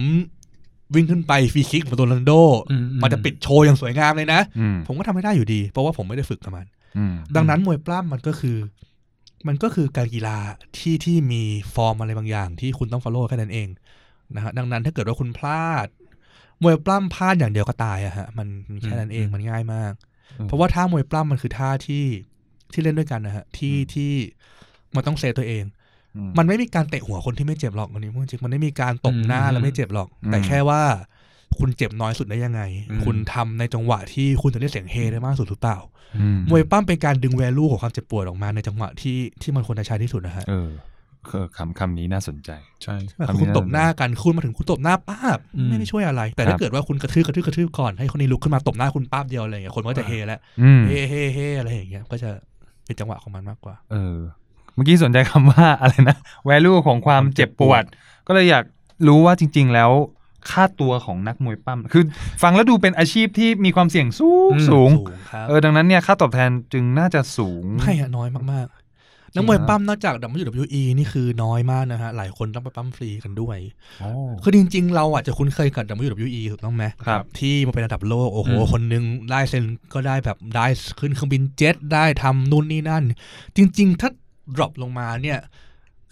วิ่งขึ้นไปฟรีคิกเหมือนโรนัลโด
อืมอืม
มันจะปิดโชว์อย่างสวยงามเลยนะ
อืม
ผมก็ทำไม่ได้อยู่ดี เพราะว่าผมไม่ได้ฝึกกับมัน
อืม
ดังนั้นมวยปล้ำมันก็คือ มันก็คือการกีฬาที่ที่มีฟอร์มอะไรบางอย่าง ที่คุณต้องฟอลโล่แค่นั้นเองนะฮะดังนั้นถ้าเกิดว่าคุณพลาด มวยปล้ำพลาดอย่างเดียวก็ตายอะฮะมันมันแค่นั้นเองมันง่ายมาก
อืม
เพราะว่าท่ามวยปล้ำมันคือท่าที่ที่เล่นด้วยกันนะฮะที่ที่มันต้องเซฟตัวเอง
อื
มันไม่มีการเตะหัวคนที่ไม่เจ็บหรอกวันนี้พูดจริงมันไม่มีการตบหน้า
อืม
แล้วไม่เจ็บหรอก
อืม
แต่แค่ว่าคุณเจ็บน้อยสุดได้ยังไง
อืม
คุณทำในจังหวะที่คุณจะได้เสียงเฮได้มากสุดหรือเปล่า
อื
มวยปั้มเป็นการดึงแวลูของความเจ็บปวดออกมาในจังหวะที่ที่มันควรจะใช้ที่สุดนะฮะ
เออเออคำคำนี้น่าสนใจ
ใช่
แบบคุณตบหน้ากันคุณมาถึงคุณตบหน้าป้าบไม่ได้ช่วยอะไร แต่
ค
ถ้า
รับ
เกิดว่าคุณกระทืบกระทืบกระทืบก่อนให้คนนี้ลุกขึ้นมาตบหน้าคุณป้าบเดียวอะไรอย่างเงี้ยคนก็จะเฮแล้ว
อืม
เฮเฮเฮอะไรอย่างเงี้ยก็จะเป็นจังหวะของมันมากกว่า
เออ เมื่อกี้สนใจคำว่าอะไรนะ value ของความเจ็บปวด ก็เลยอยากรู้ว่าจริง ๆ แล้วค่าตัวของนักมวยปั้มคือ ฟังแล้วดูเป็นอาชีพที่มีความเสี่ยงสูงสูง
สูงครับ
เออดังนั้นเนี่ยค่าตอบแทนจึงน่าจะสูง
ไม่ฮะน้อยมากๆนักมวยปั้มนอกจาก WWE นี่คือน้อยมากนะฮะหลายคนต้องไปปั้มฟรีกันด้วย
โอ้
คือจริง ๆ เราอาจจะคุ้นเคยกับ WWE ถูกต้องไหม
ครับ
ที่มันเป็นระดับโลก โอ้โห
อืม
คนหนึงได้เซ็นก็ได้แบบได้ขึ้นเครื่องบินเจ็ตได้ทำนู่นนี่นั่น จริง ๆ ถ้าดรอปลงมาเนี่ย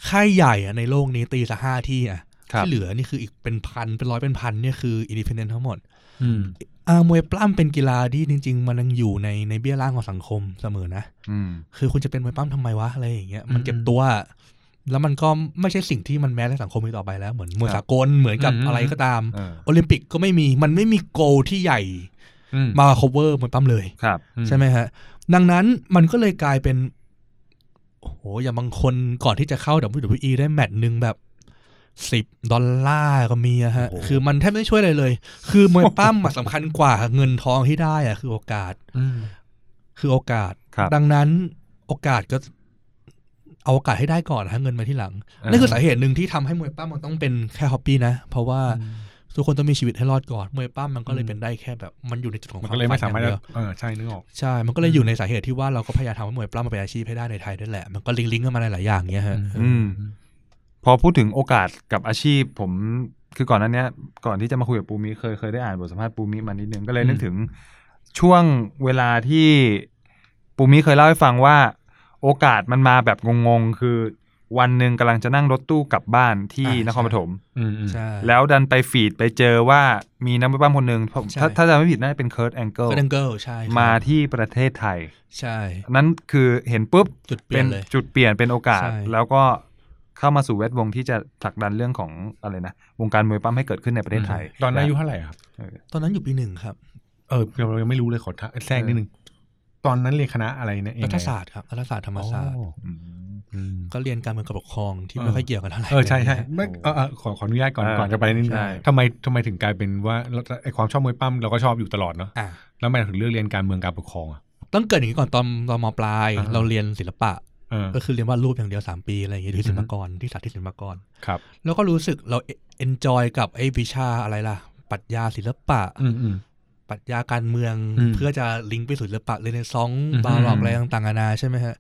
ค่ายใหญ่อะในโลกนี้ตีซะห้าที่อะ
ครับ
ที่เหลือนี่คืออีกเป็นพัน เป็นร้อยเป็นพันเนี่ยคืออินดิเพนเดนทั้งหมด
อืม
อ่ามวยปล้ำเป็นกีฬาที่จริง ๆ มันยังอยู่ในในเบี้ยล่างของสังคมเสมอนะ
อืม
คือคุณจะเป็นมวยปล้ำทำไมวะอะไรอย่างเงี้ยมันเก็บ
อืม
ตัว แล้วมันก็ไม่ใช่สิ่งที่มันแม้ในสังคมอีกต่อไปแล้วเหมือนมวย
ครับ
สากลเหมือนกับ
อืม
อะไรก็ตาม
เออ
โอลิมปิกก็ไม่มีมันไม่มีโกลที่ใหญ่
อืม
มา cover มวยปั้มเลย
ครับ
ใช่ไหมฮะ ดังนั้นมันก็เลยกลายเป็น โอ้โห อย่างบางคนก่อนที่จะเข้า WWE ได้แมตช์หนึ่งแบบสิบดอลลาร์ก็มีอะฮะ คือมันแทบไม่ช่วยอะไรเลย คือมวยปั้มอะสำคัญกว่าเงินทองที่ได้อะคือโอกาส
อืม
คือโอกาส
ครับ
ดังนั้นโอกาสก็เอาโอกาสให้ได้ก่อนฮะเงินมาที่หลัง
อ่า
นั่นคือสาเหตุหนึ่งที่ทำให้มวยปั้มมันต้องเป็นแค่ฮอปปี้นะ เพราะว่าทุกคนต้องมีชีวิตให้รอดก่อน มวยปั้มมันก็เล
อื
ย
ม
เป็นได้แค่แบบ มันอยู่ในจุดของ
มัน
ควา
ก็
ม
เลย
ฝั
ไม่
น
สามารถ
อย่งเดี
จะ
ยว
เออใช่นึกออก
ใช่ มันก็เลยอยู่ในสาเหตุที่ว่าเราก็พยายามทำให้มวยปล้ำมาเป็นอาชีพให้ได้ในไทยด้วยแหละ มันก็ลิงก์ลิงก์กันมาหลายๆอย่างเงี้ยฮะ
อืม พอพูดถึงโอกาสกับอาชีพ ผมคือก่อนหนั้นเนี้ยก่อนที่จะมาคุยกับปูมิเคยเคยได้อ่านบทสัมภาษณ์ปูมิมานิดนึงก็เลยนึกถึงช่วงเวลาที่ปูมิเคยเล่าให้ฟังว่า โอกาสมันมาแบบงงๆ คือวันหนึ่งกำลังจะนั่งรถตู้กลับบ้านที่
อ่าน น
ครปฐม
อืมอืม
ใช่
แล้วดันไปฟีดไปเจอว่ามีนักมวยปั้มคนหนึ่งผม
ใช่
ถ้าถ้าจำไม่ผิดน่าจะเป็นเคิร์ a แองเกิล
ก็ดังเกิลใช่ครับ
มาที่ประเทศไทย
ใช่
นั้นคือเห็นปุ๊บ
จุดเป
เป็
ลี่ย
น
นเลย
จุดเปลี่ยนเป็นโอกาส
ใช่
แล้วก็เข้ามาสู่แวดวงที่จะผลักดันเรื่องของอะไรนะ วงการมวยปั้มให้เกิดขึ้นในประเทศไทย
ตอนนั้นอายุเท่าไหร่ครับ
ตอนนั้นอยู่ปีหนึ่งครับ
เออเรายังไม่รู้เลยขอทักแทรกนิดนึง ตอนนั้นเรียนคณะอะไรเนี่ยเอง
รัฐศาสตร์ครับรัฐศาสตร์ธรรมศาสตร์
อืม
อืม
ก็เรียนการเมืองกับปกครองที่
เออ
ไม่ค่อยเกี่ยวกันเท่าไหร่
เออใช่ใช่
นะฮะ
ไม่เออเออขอขออนุญาตก่อน
อ่า
ก่อนจะไปนิดนึง
ใช่
ทำไมทำไมถึงกลายเป็นว่าเราไอความชอบมวยปั้มเราก็ชอบอยู่ตลอดเนาะ
อ่ะ
แล้วทำไมเราถึงเลือกเรียนการเมืองการปกครองอ่ะ
ต้องเกิดอย่างนี้ก่อนตอนตอนมปลาย
อ่าฮะ
เราเรียนศิลปะ
เออ
ก็คือเรียนวาดรูปอย่างเดียว 3 ปีอะไรอย่างเงี้ยที่ศิลปากรที่สาธิตศิลปากร
ครับ
แล้วก็รู้สึกเราเอนจอยกับไอ้วิชาอะไรล่ะปรัชญาศิลปะ
อืมอืม
ปรัชญาการเมือง
อืม
เพื่อจะลิงก์ไปสู่ศิลปะเรเนซองส์
อืม
บาร็อกอะไรต่างๆนานาใช่ไหมฮะ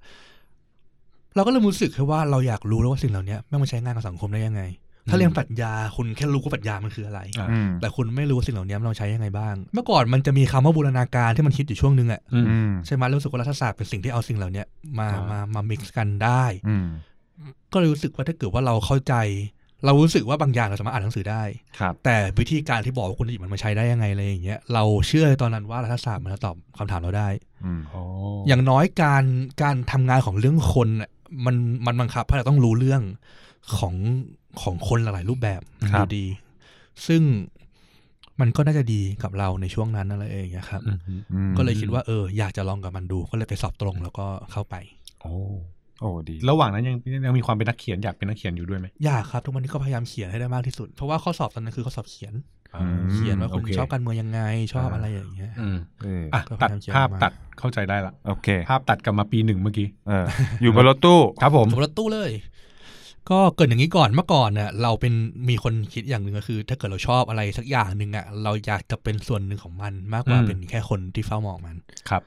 เราก็เริ่มรู้สึกแค่ว่าเราอยากรู้แล้วว่าสิ่งเหล่านี้แม่งมาใช้งานกับสังคมได้ยังไง ถ้าเรียนปรัชญาคุณแค่รู้ว่าปรัชญามันคืออะไร
อ่า
อืม
แต่คุณไม่รู้ว่าสิ่งเหล่านี้มันเราใช้ยังไงบ้าง เมื่อก่อนมันจะมีคำว่าบูรณาการที่มันคิดอยู่ช่วงหนึงอะ
อืม
อืม
ใช่ไหมรู้สึกว่ารัฐศาสตร์เป็นสิ่งที่เอาสิ่งเหล่านี้มา
อ่าม
มามา mix กันได้
อืม
ก็เลยรู้สึกว่าถ้าเกิดว่าเราเข้าใจ เรารู้สึกว่าบางอย่างเราสามารถอ่านหนังสือได้
ครับ
แต่วิธีการที่บอกว่าคุณจะหยิบมันมาใช้ได้ยังไงอะไรอย่างเงี้ยเราเชื่อในตอนนั้นว่ารัฐศาสตร์มันจะตอบคำถามเราได้
อืม
โอ้
อย่างน้อยการการทำงานของเรื่องคนน่ะมันมันบังคับให้เราต้องรู้เรื่องของของคนหลายๆรูปแบบ
ครั
อบ ยู่ดี ซึ่งมันก็น่าจะดีกับเราในช่วงนั้นอะไรอย่างเงี้ยครับ
อืมอืม
อืม
ก็เลยคิดว่าเอออยากจะลองกับมันดูก็เลยไปสอบตรงแล้วก็เข้าไป
โอ้
โอ้ดี
ระหว่างนั้นยังยังมีความเป็นนักเขียนอยากเป็นนักเขียนอยู่ด้วยไหม
ยากครับทุกวันนี้ก็พยายามเขียนให้ได้มากที่สุด เพราะว่าข้อสอบตอนนั้นคือข้อสอบเขียน
อืม
เขียนว่าคุณ
โเ
ชอบการเมืองยังไงชอบ
อ่า
อะไรอย่างเงี้ย
อืม
เออ
อ่ะ
ก็พ
ตัด
ยายามเขียน
ภาพ
ออกมา
ตัดเข้าใจได้ละ
โอเค
ภาพตัดกลับมาปีหนึ่งเมื่อกี้
เอออยู่บนรถตู้
ครับผม
ผมรถตู้เลย ก็เกิดอย่างนี้ก่อนเมื่อก่อนน่ะเราเป็นมีคนคิดอย่างหนึ่งก็คือ ถ้าเกิดเราชอบอะไรสักอย่างหนึ่งอ่ะเราอยากจะเป็นส่วนหนึ่งของมันมากกว่า
อืม
เป็นแค่คนที่เฝ้ามองมัน
ครับ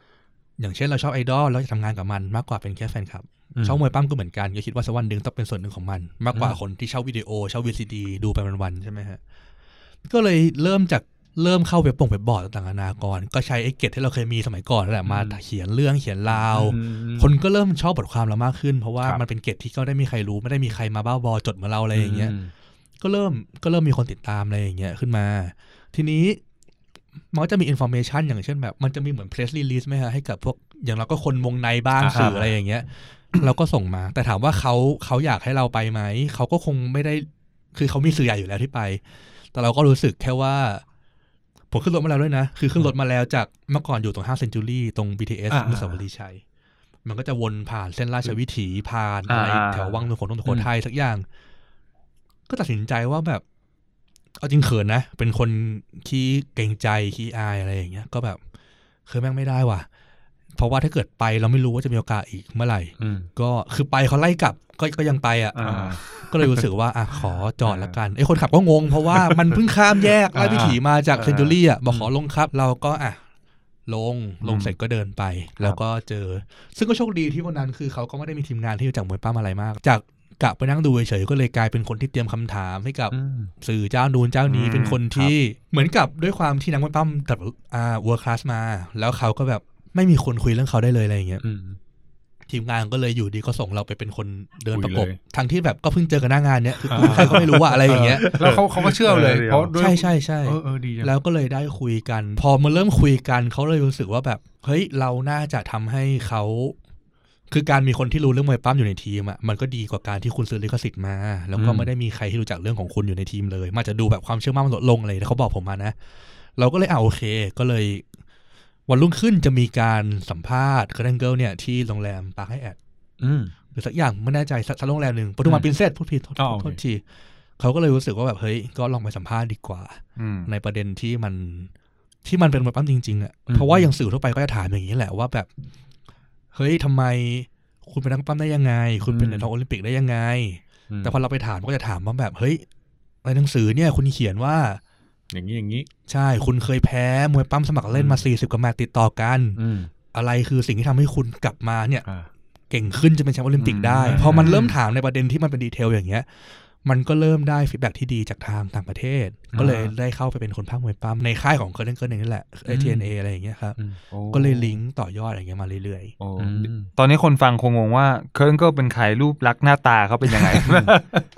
อย่างเช่นเราชอบไอดอลเราจะทำงานกับมันมากกว่าเป็นแค่แฟนคลับ เช่ามวยปั้มก็เหมือนกันก็คิดว่าสักวันหนึ่งต้องเป็นส่วนหนึ่งของมัน มากกว่าคนที่เช่าวิดีโอเช่าวีซีดีดูไปวันๆใช่ไหมฮะก็เลยเริ่มจากเริ่มเข้าเว็บปงเว็บบอร์ดต่างๆนานาก่อนก็ใช้ไอ้เกตที่เราเคยมีสมัยก่อนนั่นแหละมา
อืม
เขียนเรื่องเขียนราว
อืม
คนก็เริ่มชอบบทความเรามากขึ้น เพราะว่า
ครับ
มันเป็นเกตที่ก็ไม่ได้มีใครรู้ไม่ได้มีใครมาบ้าบอจดเหมาเราอะไรอย่างเงี้ย
ม
ก็เริ่มก็เริ่มมีคนติดตามอะไรอย่างเงี้ยขึ้นมา ทีนี้มันก็จะมีอินโฟเมชันอย่างเช่นแบบ มันจะมีเหมือนเพรสรีลีสไหมฮะให้กับพวกอย่างเราก็คนวงในบ้าง
อ่า
สื่ออะไรอย่างเงี้ย เราก็ส่งมา แต่ถามว่าเขาเขาอยากให้เราไปไหม เขาก็คงไม่ได้ คือเขามีสื่อใหญ่อยู่แล้วที่ไป แต่เราก็รู้สึกแค่ว่า ผมขึ้นรถมาแล้วด้วยนะ คือขึ้นรถมาแล้วจากเมื่อก่อนอยู่ตรงห้างเซนจูรี่ตรง BTS
อ่า
มุสาวรีย์ชัย มันก็จะวนผ่านเส้นราชวิถีผ่าน
อ่า
อะไรแถววังนนทนนทโขทัยสักอย่าง ก็ตัดสินใจว่าแบบ เอาจริงเขินนะ เป็นคนขี้เกรงใจขี้อายอะไรอย่างเงี้ย ก็แบบเคยแม่งไม่ได้ว่ะ เพราะว่าถ้าเกิดไปเราไม่รู้ว่าจะมีโอกาสอีกเมื่อไหร่
อืม
ก็คือไปเขาไล่กลับก็ก็ยังไปอ่ะ
อ่า
ก็เลยรู้สึกว่าอ่ะขอจอดละกันไอ้คนขับก็งง เพราะว่ามันเพิ่งข้ามแยกไล่พิถีมาจาก
อ่า
เซนจูรี่อ่ะบอกขอลงครับ เราก็อ่ะลงลง
อืม
เสร็จก็เดินไป แล้วก็เจอ ซึ่งก็โชคดีที่วันนั้นคือเขาก็ไม่ได้มีทีมงานที่รู้จักมวยป้ามอะไรมาก จากกะไปนั่งดูเฉยๆก็เลยกลายเป็นคนที่เตรียมคำถามให้กับ สื่อเจ้านูนเจ้านี้
อืม
เป็นคน
ครับ
ที่เหมือนกับด้วยความที่นักมวยปั้มกับอ่าวัวคลาสมา แล้วเขาก็แบบไม่มีคนคุยเรื่องเขาได้เลยอะไรอย่างเงี้ย
อืม
ทีมงานก็เลยอยู่ดีก็ส่งเราไปเป็นคนเดิน
คุย
ประกบ
เลย
ทั้งที่แบบก็เพิ่งเจอกันหน้างานเนี้ยคือกูใครก็ไม่รู้ว่าอะไรอย่างเงี้ย
แล้วเขาเขาก็เชื่อเลย
เออ
เพราะด้วย
ใช่ใช่ใช่
เออเออดีจัง
แล้วก็เลยได้คุยกัน พอมาเริ่มคุยกันเขาเลยรู้สึกว่าแบบ เฮ้ยเราน่าจะทำให้เขาคือการมีคนที่รู้เรื่องมวยปั้มอยู่ในทีมอ่ะมันก็ดีกว่าการที่คุณซื้อลิขสิทธิ์มา แล้วก็ไม่ได้มีใครที่รู้จักเรื่องของคุณอยู่ในทีมเลย มันจะดูแบบความเชื่อมั่นมันลดลงเลยแล้วเขาบอกผมมานะ เราก็เลยอ่าโอเค ก็เลย วันรุ่งขึ้นจะมีการสัมภาษณ์คาร์เดนเกิลเนี่ยที่โรงแรมปาร์คไฮแอท
อืม
หรือสักอย่างไม่แน่ใจสักสักโรงแรมหนึ่งปทุมวันปรินเซสพูดผิดโทษ
อ๋อโอเค
โทษทีเขาก็เลยรู้สึกว่าแบบเฮ้ยก็ลองไปสัมภาษณ์ดีกว่า
อืม
ในประเด็นที่มันที่มันเป็นแบบปั้มจริงๆอ่ะ
อืม
เพราะว่าอย่างสื่อทั่วไปก็จะถามอย่างนี้แหละว่าแบบ เฮ้ยทำไมคุณเป็นนักปั้มได้ยังไง คุณเป็นเหรียญทองโอลิมปิกได้ยังไง แต่พอเราไปถามก็จะถามว่าแบบเฮ้ยในหนังสือเนี่ย คุณเขียนว่า
อย่างนี้อย่างนี้
ใช่คุณเคยแพ้มวยปั้มสมัครเล่นมาสี่สิบกว่าแมตช์ติดต่อกัน
อืม
อะไรคือสิ่งที่ทำให้คุณกลับมาเนี่ย
อ่า
เก่งขึ้นจะเป็นแชมป์โอลิมปิกได้
อืม
พอมันเริ่มถามในประเด็นที่มันเป็นดีเทลอย่างเงี้ย มันก็เริ่มได้ฟีดแบ็ที่ดีจากทางต่างประเทศ
อ่า
ก็เลยได้เข้าไปเป็นคนภาคมวยปั้มในค่ายของเคิร์นเคิร์นเองนี่แหละไอทีเอ็นเออะไรอย่างเงี้ยครับ
อืม
โอ้
ก็เลยลิงก์ต่อยอดอะไรเงี้ยมาเรื่อย
โอ้
อืม
ตอนนี้คนฟังคงงงว่าเคิร์นก็เป็นใครรูปลักษณ์หน้าตาเขาเป็นยังไง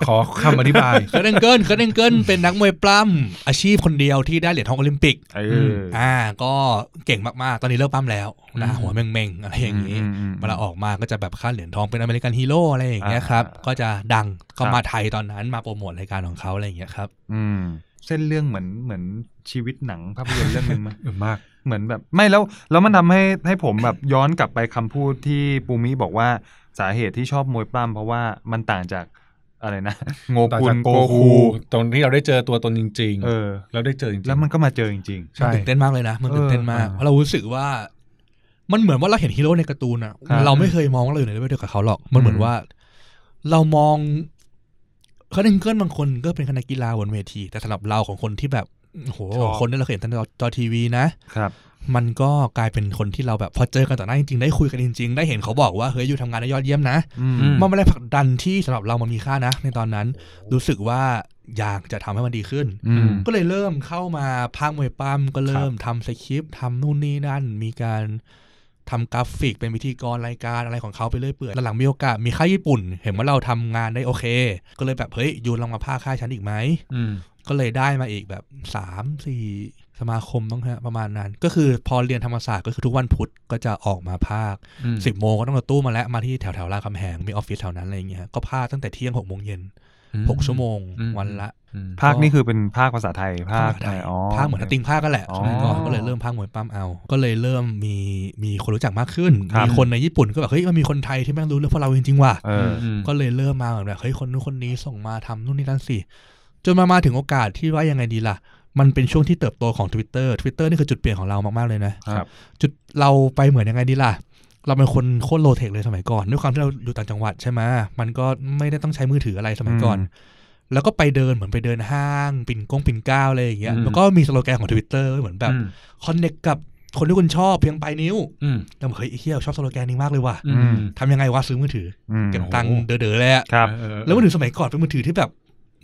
ขอคำอธิบาย
ๆเคิร์นเคิร์นเคิร์นเคิร์นเป็นนักมวยปล้ำอาชีพคนเดียวที่ได้เหรียญทองโอลิมปิก
เอออ
อ่า ก็เก่งมากๆ ตอนนี้เลิกปั้มแล้วนะ
อืม
หัวเม่งๆอะไรอย่างนี้
อืมอืมอืม
เวลาออกมาก็จะแบบค่าดเหรียญทองเป็นอเมริกันฮีโร่อะไรอย่างเงี้ยครับ
อ่า
ก็จะดังก็มาไทยตอนนั้นมาโปรโมทรายการของเขาอะไรอย่างเงี้ยครับ
อืมเส้นเรื่องเหมือนเหมือนชีวิตหนังภาพยนตร์เรื่องหนึงมั้ย
เออมาก
เหมือนแบบไม่แล้วแล้วมันทำให้ให้ผมแบบย้อนกลับไปคำพูดที่ปูมิบอกว่าสาเหตุที่ชอบมวยปล้ำเพราะว่ามันต่างจากอะไรนะ โง
ต่าง
กุ
จาน ก
โก
โก
คู
คูตรงที่เราได้เจอตัวตนจริง
เออ
ๆเราได้เจอจริงๆ
แล้วมันก็มาเจอจริง
มันตื่นเต้นมากเลยนะ มันตื่นเต้นมาก
เออ
เพราะเรารู้สึกว่า มันเหมือนว่าเราเห็นฮีโร่ในการ์ตูนอะ
ครับ
เราไม่เคยมองว่าเราอยู่ในเลเวลเดียวกับเขาหรอก มันเหมือ
อื
น
ม
ว่า เรามองเขาดึงเกินบางคนก็เป็นคณะกีฬาบนเวที แต่สำหรับเราของคนที่แบบโอ้โห
ชอบ
คนที่เราเคยเห็นทางจอทีวีนะ
ๆ ครับ
มันก็กลายเป็นคนที่เราแบบพอเจอกันต่อหน้าจริงๆได้คุยกันจริงๆ ได้เห็นเขาบอกว่าเฮ้ยอยู่ทำงานได้ยอดเยี่ยมนะ
อืม
มันไม่ได้ผลักดันที่สำหรับเรามันมีค่านะ ในตอนนั้นรู้สึกว่าอยากจะทำให้มันดีขึ้น
อืม
ก็เลยเริ่มเข้ามาพากย์มวยปั้มก็เริ่มทำสคริปต์ทำนู่นนี่นั่น มีการทำกราฟิกเป็นพิธีกรรายการอะไรของเขาไปเรื่อยเปื่อยหลังๆมีโอกาสมีค่ายญี่ปุ่น เห็นว่าเราทำงานได้โอเค ก็เลยแบบเฮ้ยยูนลองมาพากย์ค่ายฉันอีกไหม
อืม
ก็เลยได้มาอีกแบบสามสี่สมาคมบ้างฮะประมาณนั้น ก็คือพอเรียนธรรมศาสตร์ก็คือทุกวันพุธก็จะออกมาภาค
อืม
สิบโมงก็ต้องรถตู้มาแล้วมาที่แถวแถวๆรามคำแหงมีออฟฟิศแถวนั้นอะไรอย่างเงี้ยก็ภาคตั้งแต่เที่ยงหกโมงเย็นหกชั่วโมง
อืม
วันละ
อืม
ภาคนี่คือเป็นภาคภาษาไทย ภาค
ภาคไทย
อ๋อ
ภาคเหมือนติงภาคกันแหละ
อ๋อ
สมัยก่อนก็เลยเริ่มภาคมวยปั้มเอา ก็เลยเริ่มมีมีคนรู้จักมากขึ้น
ครับ
มีคนในญี่ปุ่นก็แบบเฮ้ยมันมีคนไทยที่แม่งรู้เรื่องพวกเราจริงๆว่ะ
เอออ
ก็เลยเริ่มมาแบบเฮ้ยคนนู้นคนนี้ส่งมาทำนู่นนี่นั่นสิ จนมามาถึงโอกาสที่ว่ายังไงดีล่ะ มันเป็นช่วงที่เติบโตของ Twitter Twitter นี่คือจุดเปลี่ยนของเรามาก ๆ เลยนะครับ จุดเราไปเหมือนยังไงดีล่ะ เราเป็นคนโคตรโลเทคเลยสมัยก่อนด้วยความที่เราอยู่ต่างจังหวัดใช่ไหมมันก็ไม่ได้ต้องใช้มือถืออะไรสมัยก่อน แล้วก็ไปเดินเหมือนไปเดินห้าง ปิ่นกงปิ่นก้าวอะไรอย่างเงี้ย
อืม
แล้วก็มีสโลแกนของ Twitter เหมือนแบบ คอนเน c t กับ คนที่คุณชอบเพียงปลายนิ้ว
อืม
แล้วบอกเฮ้ยไอ้เฮียชอบสโลแกนนี้มากเลยว่ะ
อืม
ทำยังไงวะซื้อมือถือ
อืม
เก็บตังค์
โอ้โห
เด๋อๆเลยอะ
ครับ
เออ
แล้วมือถือสมัยก่อนเป็นมือถือที่แบบ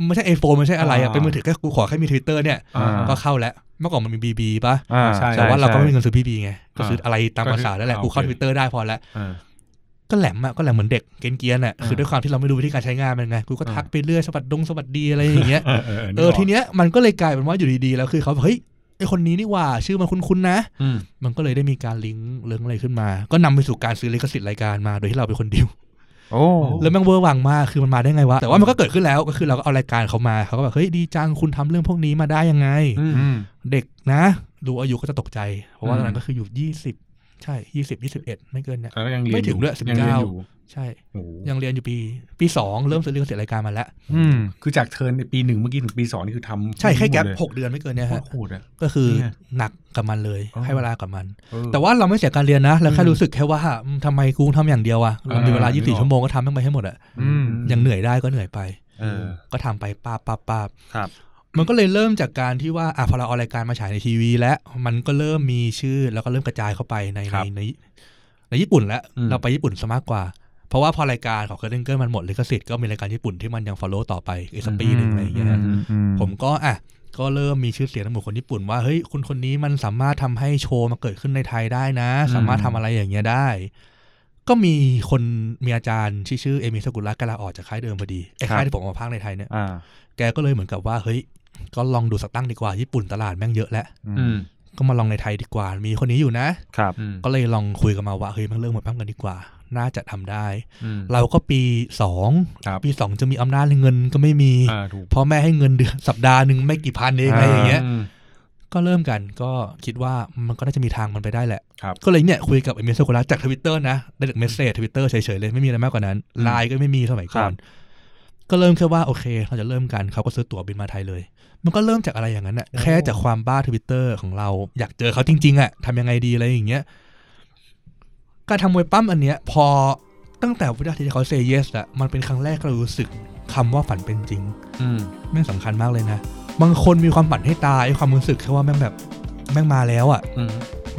ไม่ใช่ไอโฟนไม่ใช่อะไรอะ
อ่า
เป็นมือถือแค่กูขอแค่มีทวิตเตอร์เนี่ย
อ่า
ก็เข้าแล้วเมื่อก่อนมันมีบีบีป่ะ
อ่า
ใช่
แต่ว่าเราก็ไม่มีเงินซื้อบีบีไงก็ซื้ออะไรตามภาษาแล้วแหละ
ก็คือ
กูเข้าท
โอเค
วิตเตอร์ได้พอแล้ว
อ่า
ก็แหลมอะก็แหลมเหมือนเด็กเกรียนๆอะ
อ่า
คือด้วยความที่เราไม่รู้วิธีการใช้งานมันไงกูก็
อ่า
ทักไปเรื่อยสวัสดงสวัสดีอะไรอย่างเงี้ย
เออเออ
เออทีเนี้ยมันก็เลยกลายเป็นว่าอยู่ดีๆแล้วคือเขาแบบเฮ้ยไอคนนี้นี่หว่า ชื่อมันคุ้นๆนะ
อืม
มันก็เลยได้มีการลิงก์เลิงอะไรขึ้นมา ก็นำไปสู่การซื้อลิขสิทธิ์รายการมาโดยที่เราเป็นคนดิว
โอ้
แล้วแม่งเวอร์วังมากคือมันมาได้ไงวะแต่ว่ามันก็เกิดขึ้นแล้วก็คือเราก็เอารายการเขามาเขาก็แบบเฮ้ยดีจังคุณทำเรื่องพวกนี้มาได้ยังไง
อืม
อืม
เด็กนะ ดูอายุก็จะตกใจ เพราะว่า
อื
ต
ม
อนนั้นก็คืออยู่ยี่สิบใช่ยี่สิบยี่สิบเอ็ดไม่เกินเนี่ย
แล้วยังเรียน
ไม่ถึงด้วย
ยังเรียน
19
อยู่
ใช่
โอ้โห
ยังเรียนอยู่ปีปีสองเริ่มซื้อลิขสิทธิ์รายการมาแล้ว
อืม
คือจากเทิร์นในปีหนึ่งเมื่อกี้ถึงปีสองนี่คือทำ
ใช่แค่แก๊ป
หมดเลย
หกเดือนไม่เกินเนี่ย
โค
ฮะ
ตรโหดอ่ะ
ก็คือ
เนี่ย
หนักกับมันเลย
อ๋อ
ให้เวลากับมัน
เออ
แต่ว่าเราไม่เสียการเรียนนะเราแค่
อืม
รู้สึกแค่ว่าอืมทำไมกูทำอย่างเดียวอะเรามีเวลา
อ่านึกออก
24 ชั่วโมงก็ทำมันไปให้หมดอะ
อืม
อย่างเหนื่อยได้ก็เหนื่อยไป
เออ
ก็ทำไปป้าบป้าบป้าบ
ครับ
มันก็เลยเริ่มจากการที่ว่าอ่ะพอเราเอารายการมาฉายในทีวี แล้วมันก็เริ่มมีชื่อแล้วก็เริ่มกระจายเข้าไปในใน
ครับ
ในในญี่ปุ่นแล้ว
อืม
เราไปญี่ปุ่นซะมากกว่า เพราะว่าพอรายการของเคิร์ดเกิลมันหมดลิขสิทธิ์ก็มีรายการญี่ปุ่นที่มันยัง follow ต่อไปอีกสักปีหนึ่งอะไรอย่างเงี้ยฮะ
มอื
ผมก็อ่ะก็เริ่มมีชื่อเสียงในหมู่คนญี่ปุ่นว่าเฮ้ยคุณคนนี้มันสามารถทำให้โชว์มาเกิดขึ้นในไทยได้นะ
อืม
สามารถทำอะไรอย่างเงี้ยได้ ก็มีคนมีอาจารย์ที่ชื่อเอมิสกุลรักกลาออกจากค่ายเดิมพอดีไอ้ค่ายที่ผมเอามาพากย์ในไทยเนี่ย
อ่า
แกก็เลยเหมือนกับว่าเฮ้ยก็ลองดูสักตั้งดีกว่าญี่ปุ่นตลาดแม่งเยอะแล้ว
อื
อื
ม
ม
ก็มาลองในไทยดีกว่า มีคนนี้อยู่นะ
ครับ
อืม
ก็เลยลองคุยกันมาว่าเฮ้ยมันเริ่มเหมือนแป๊มกันดีกว่า น่าจะทำได้
อืม
เราก็ปีสอง
ครับ
ปีสองจะมีอำนาจเงินก็ไม่มี
อ่าถูก
พ่อแม่ให้เงินเดือนสัปดาห์หนึ่งไม่กี่พันเองอะไรอย่างเงี้ย
อืม
ก็เริ่มกันก็คิดว่ามันก็น่าจะมีทางมันไปได้แหละ
ครับ
ก็เลยเนี่ยคุยกับเอเมซโคลาจากทวิตเตอร์นะได้จากเมสเซจทวิตเตอร์เฉยๆเลยไม่มีอะไรมากกว่านั้นไลน์ก็ไม่มีสมัยก่อน ก็เริ่มแค่ว่าโอเค เราจะเริ่มกันเขาก็ซื้อตั๋วบินมาไทยเลย มันก็เริ่มจากอะไรอย่างนั้นน่ะแค่จากความบ้าทวิตเตอร์ของเราอยากเจอเขาจริงๆอะทำยังไงดีอะไรอย่างเงี้ยการทำมวยปั้มอันเนี้ยพอตั้งแต่วินาทีที่เขาเซเยสอะมันเป็นครั้งแรกที่เรารู้สึกคำว่าฝันเป็นจริง
อืม
แม่งสำคัญมากเลยนะ บางคนมีความฝันให้ตายความรู้สึกแค่ว่าแม่งแบบแม่งมาแล้วอะ่ะ
อืม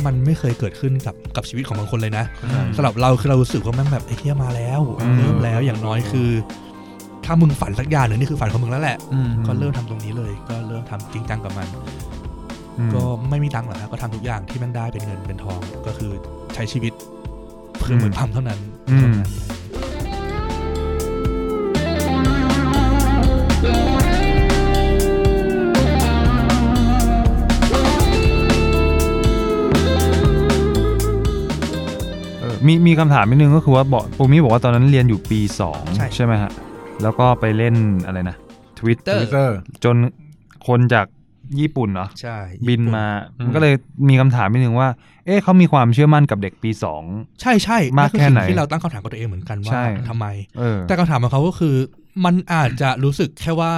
มันไม่เคยเกิดขึ้นกับกับชีวิตของบางคนเลยนะ
อืม
สำหรับเราคือเรารู้สึกว่าแม่งแบบไอ้เหี้ยมาแล้ว
อืม
เริ่มแล้วอย่างน้อยคือ ถ้ามึงฝันสักอย่างหนึ่งนี่คือฝันของมึงแล้วแหละ
อืม
ก็เริ่มทำตรงนี้เลย ก็เริ่มทำจริงจังกับมัน
อืม
ก็ไม่มีตังค์หรอกนะก็ทำทุกอย่างที่แม่งได้เป็นเงินเป็นทองก็คือใช้ชีวิตเพื่อเหมือนทำเท่านั้น
อืม
เท่านั้น
เออมีมีคำถามนิดนึงก็คือว่าบอกปูมี่บอกว่าตอนนั้นเรียนอยู่ปีสอง
ใช่
ใช่ไหมฮะ แล้วก็ไปเล่นอะไรนะทวิตเตอร์
Twitter
จนคนจากญี่ปุ่นเนาะ
ใช่
บินมา
อืม
มันก็เลยมีคำถามนิดนึงว่า เอ๊ะเขามีความเชื่อมั่นกับเด็กปีสอง
ใช่ใช่
มากแค่ไหน
อสิ่งที่เราตั้งคำถามกับตัวเองเหมือนกัน
ใช่
ว่าทำไม
เออ
แต่คำถามของเขาก็คือ มันอาจจะรู้สึกแค่ว่า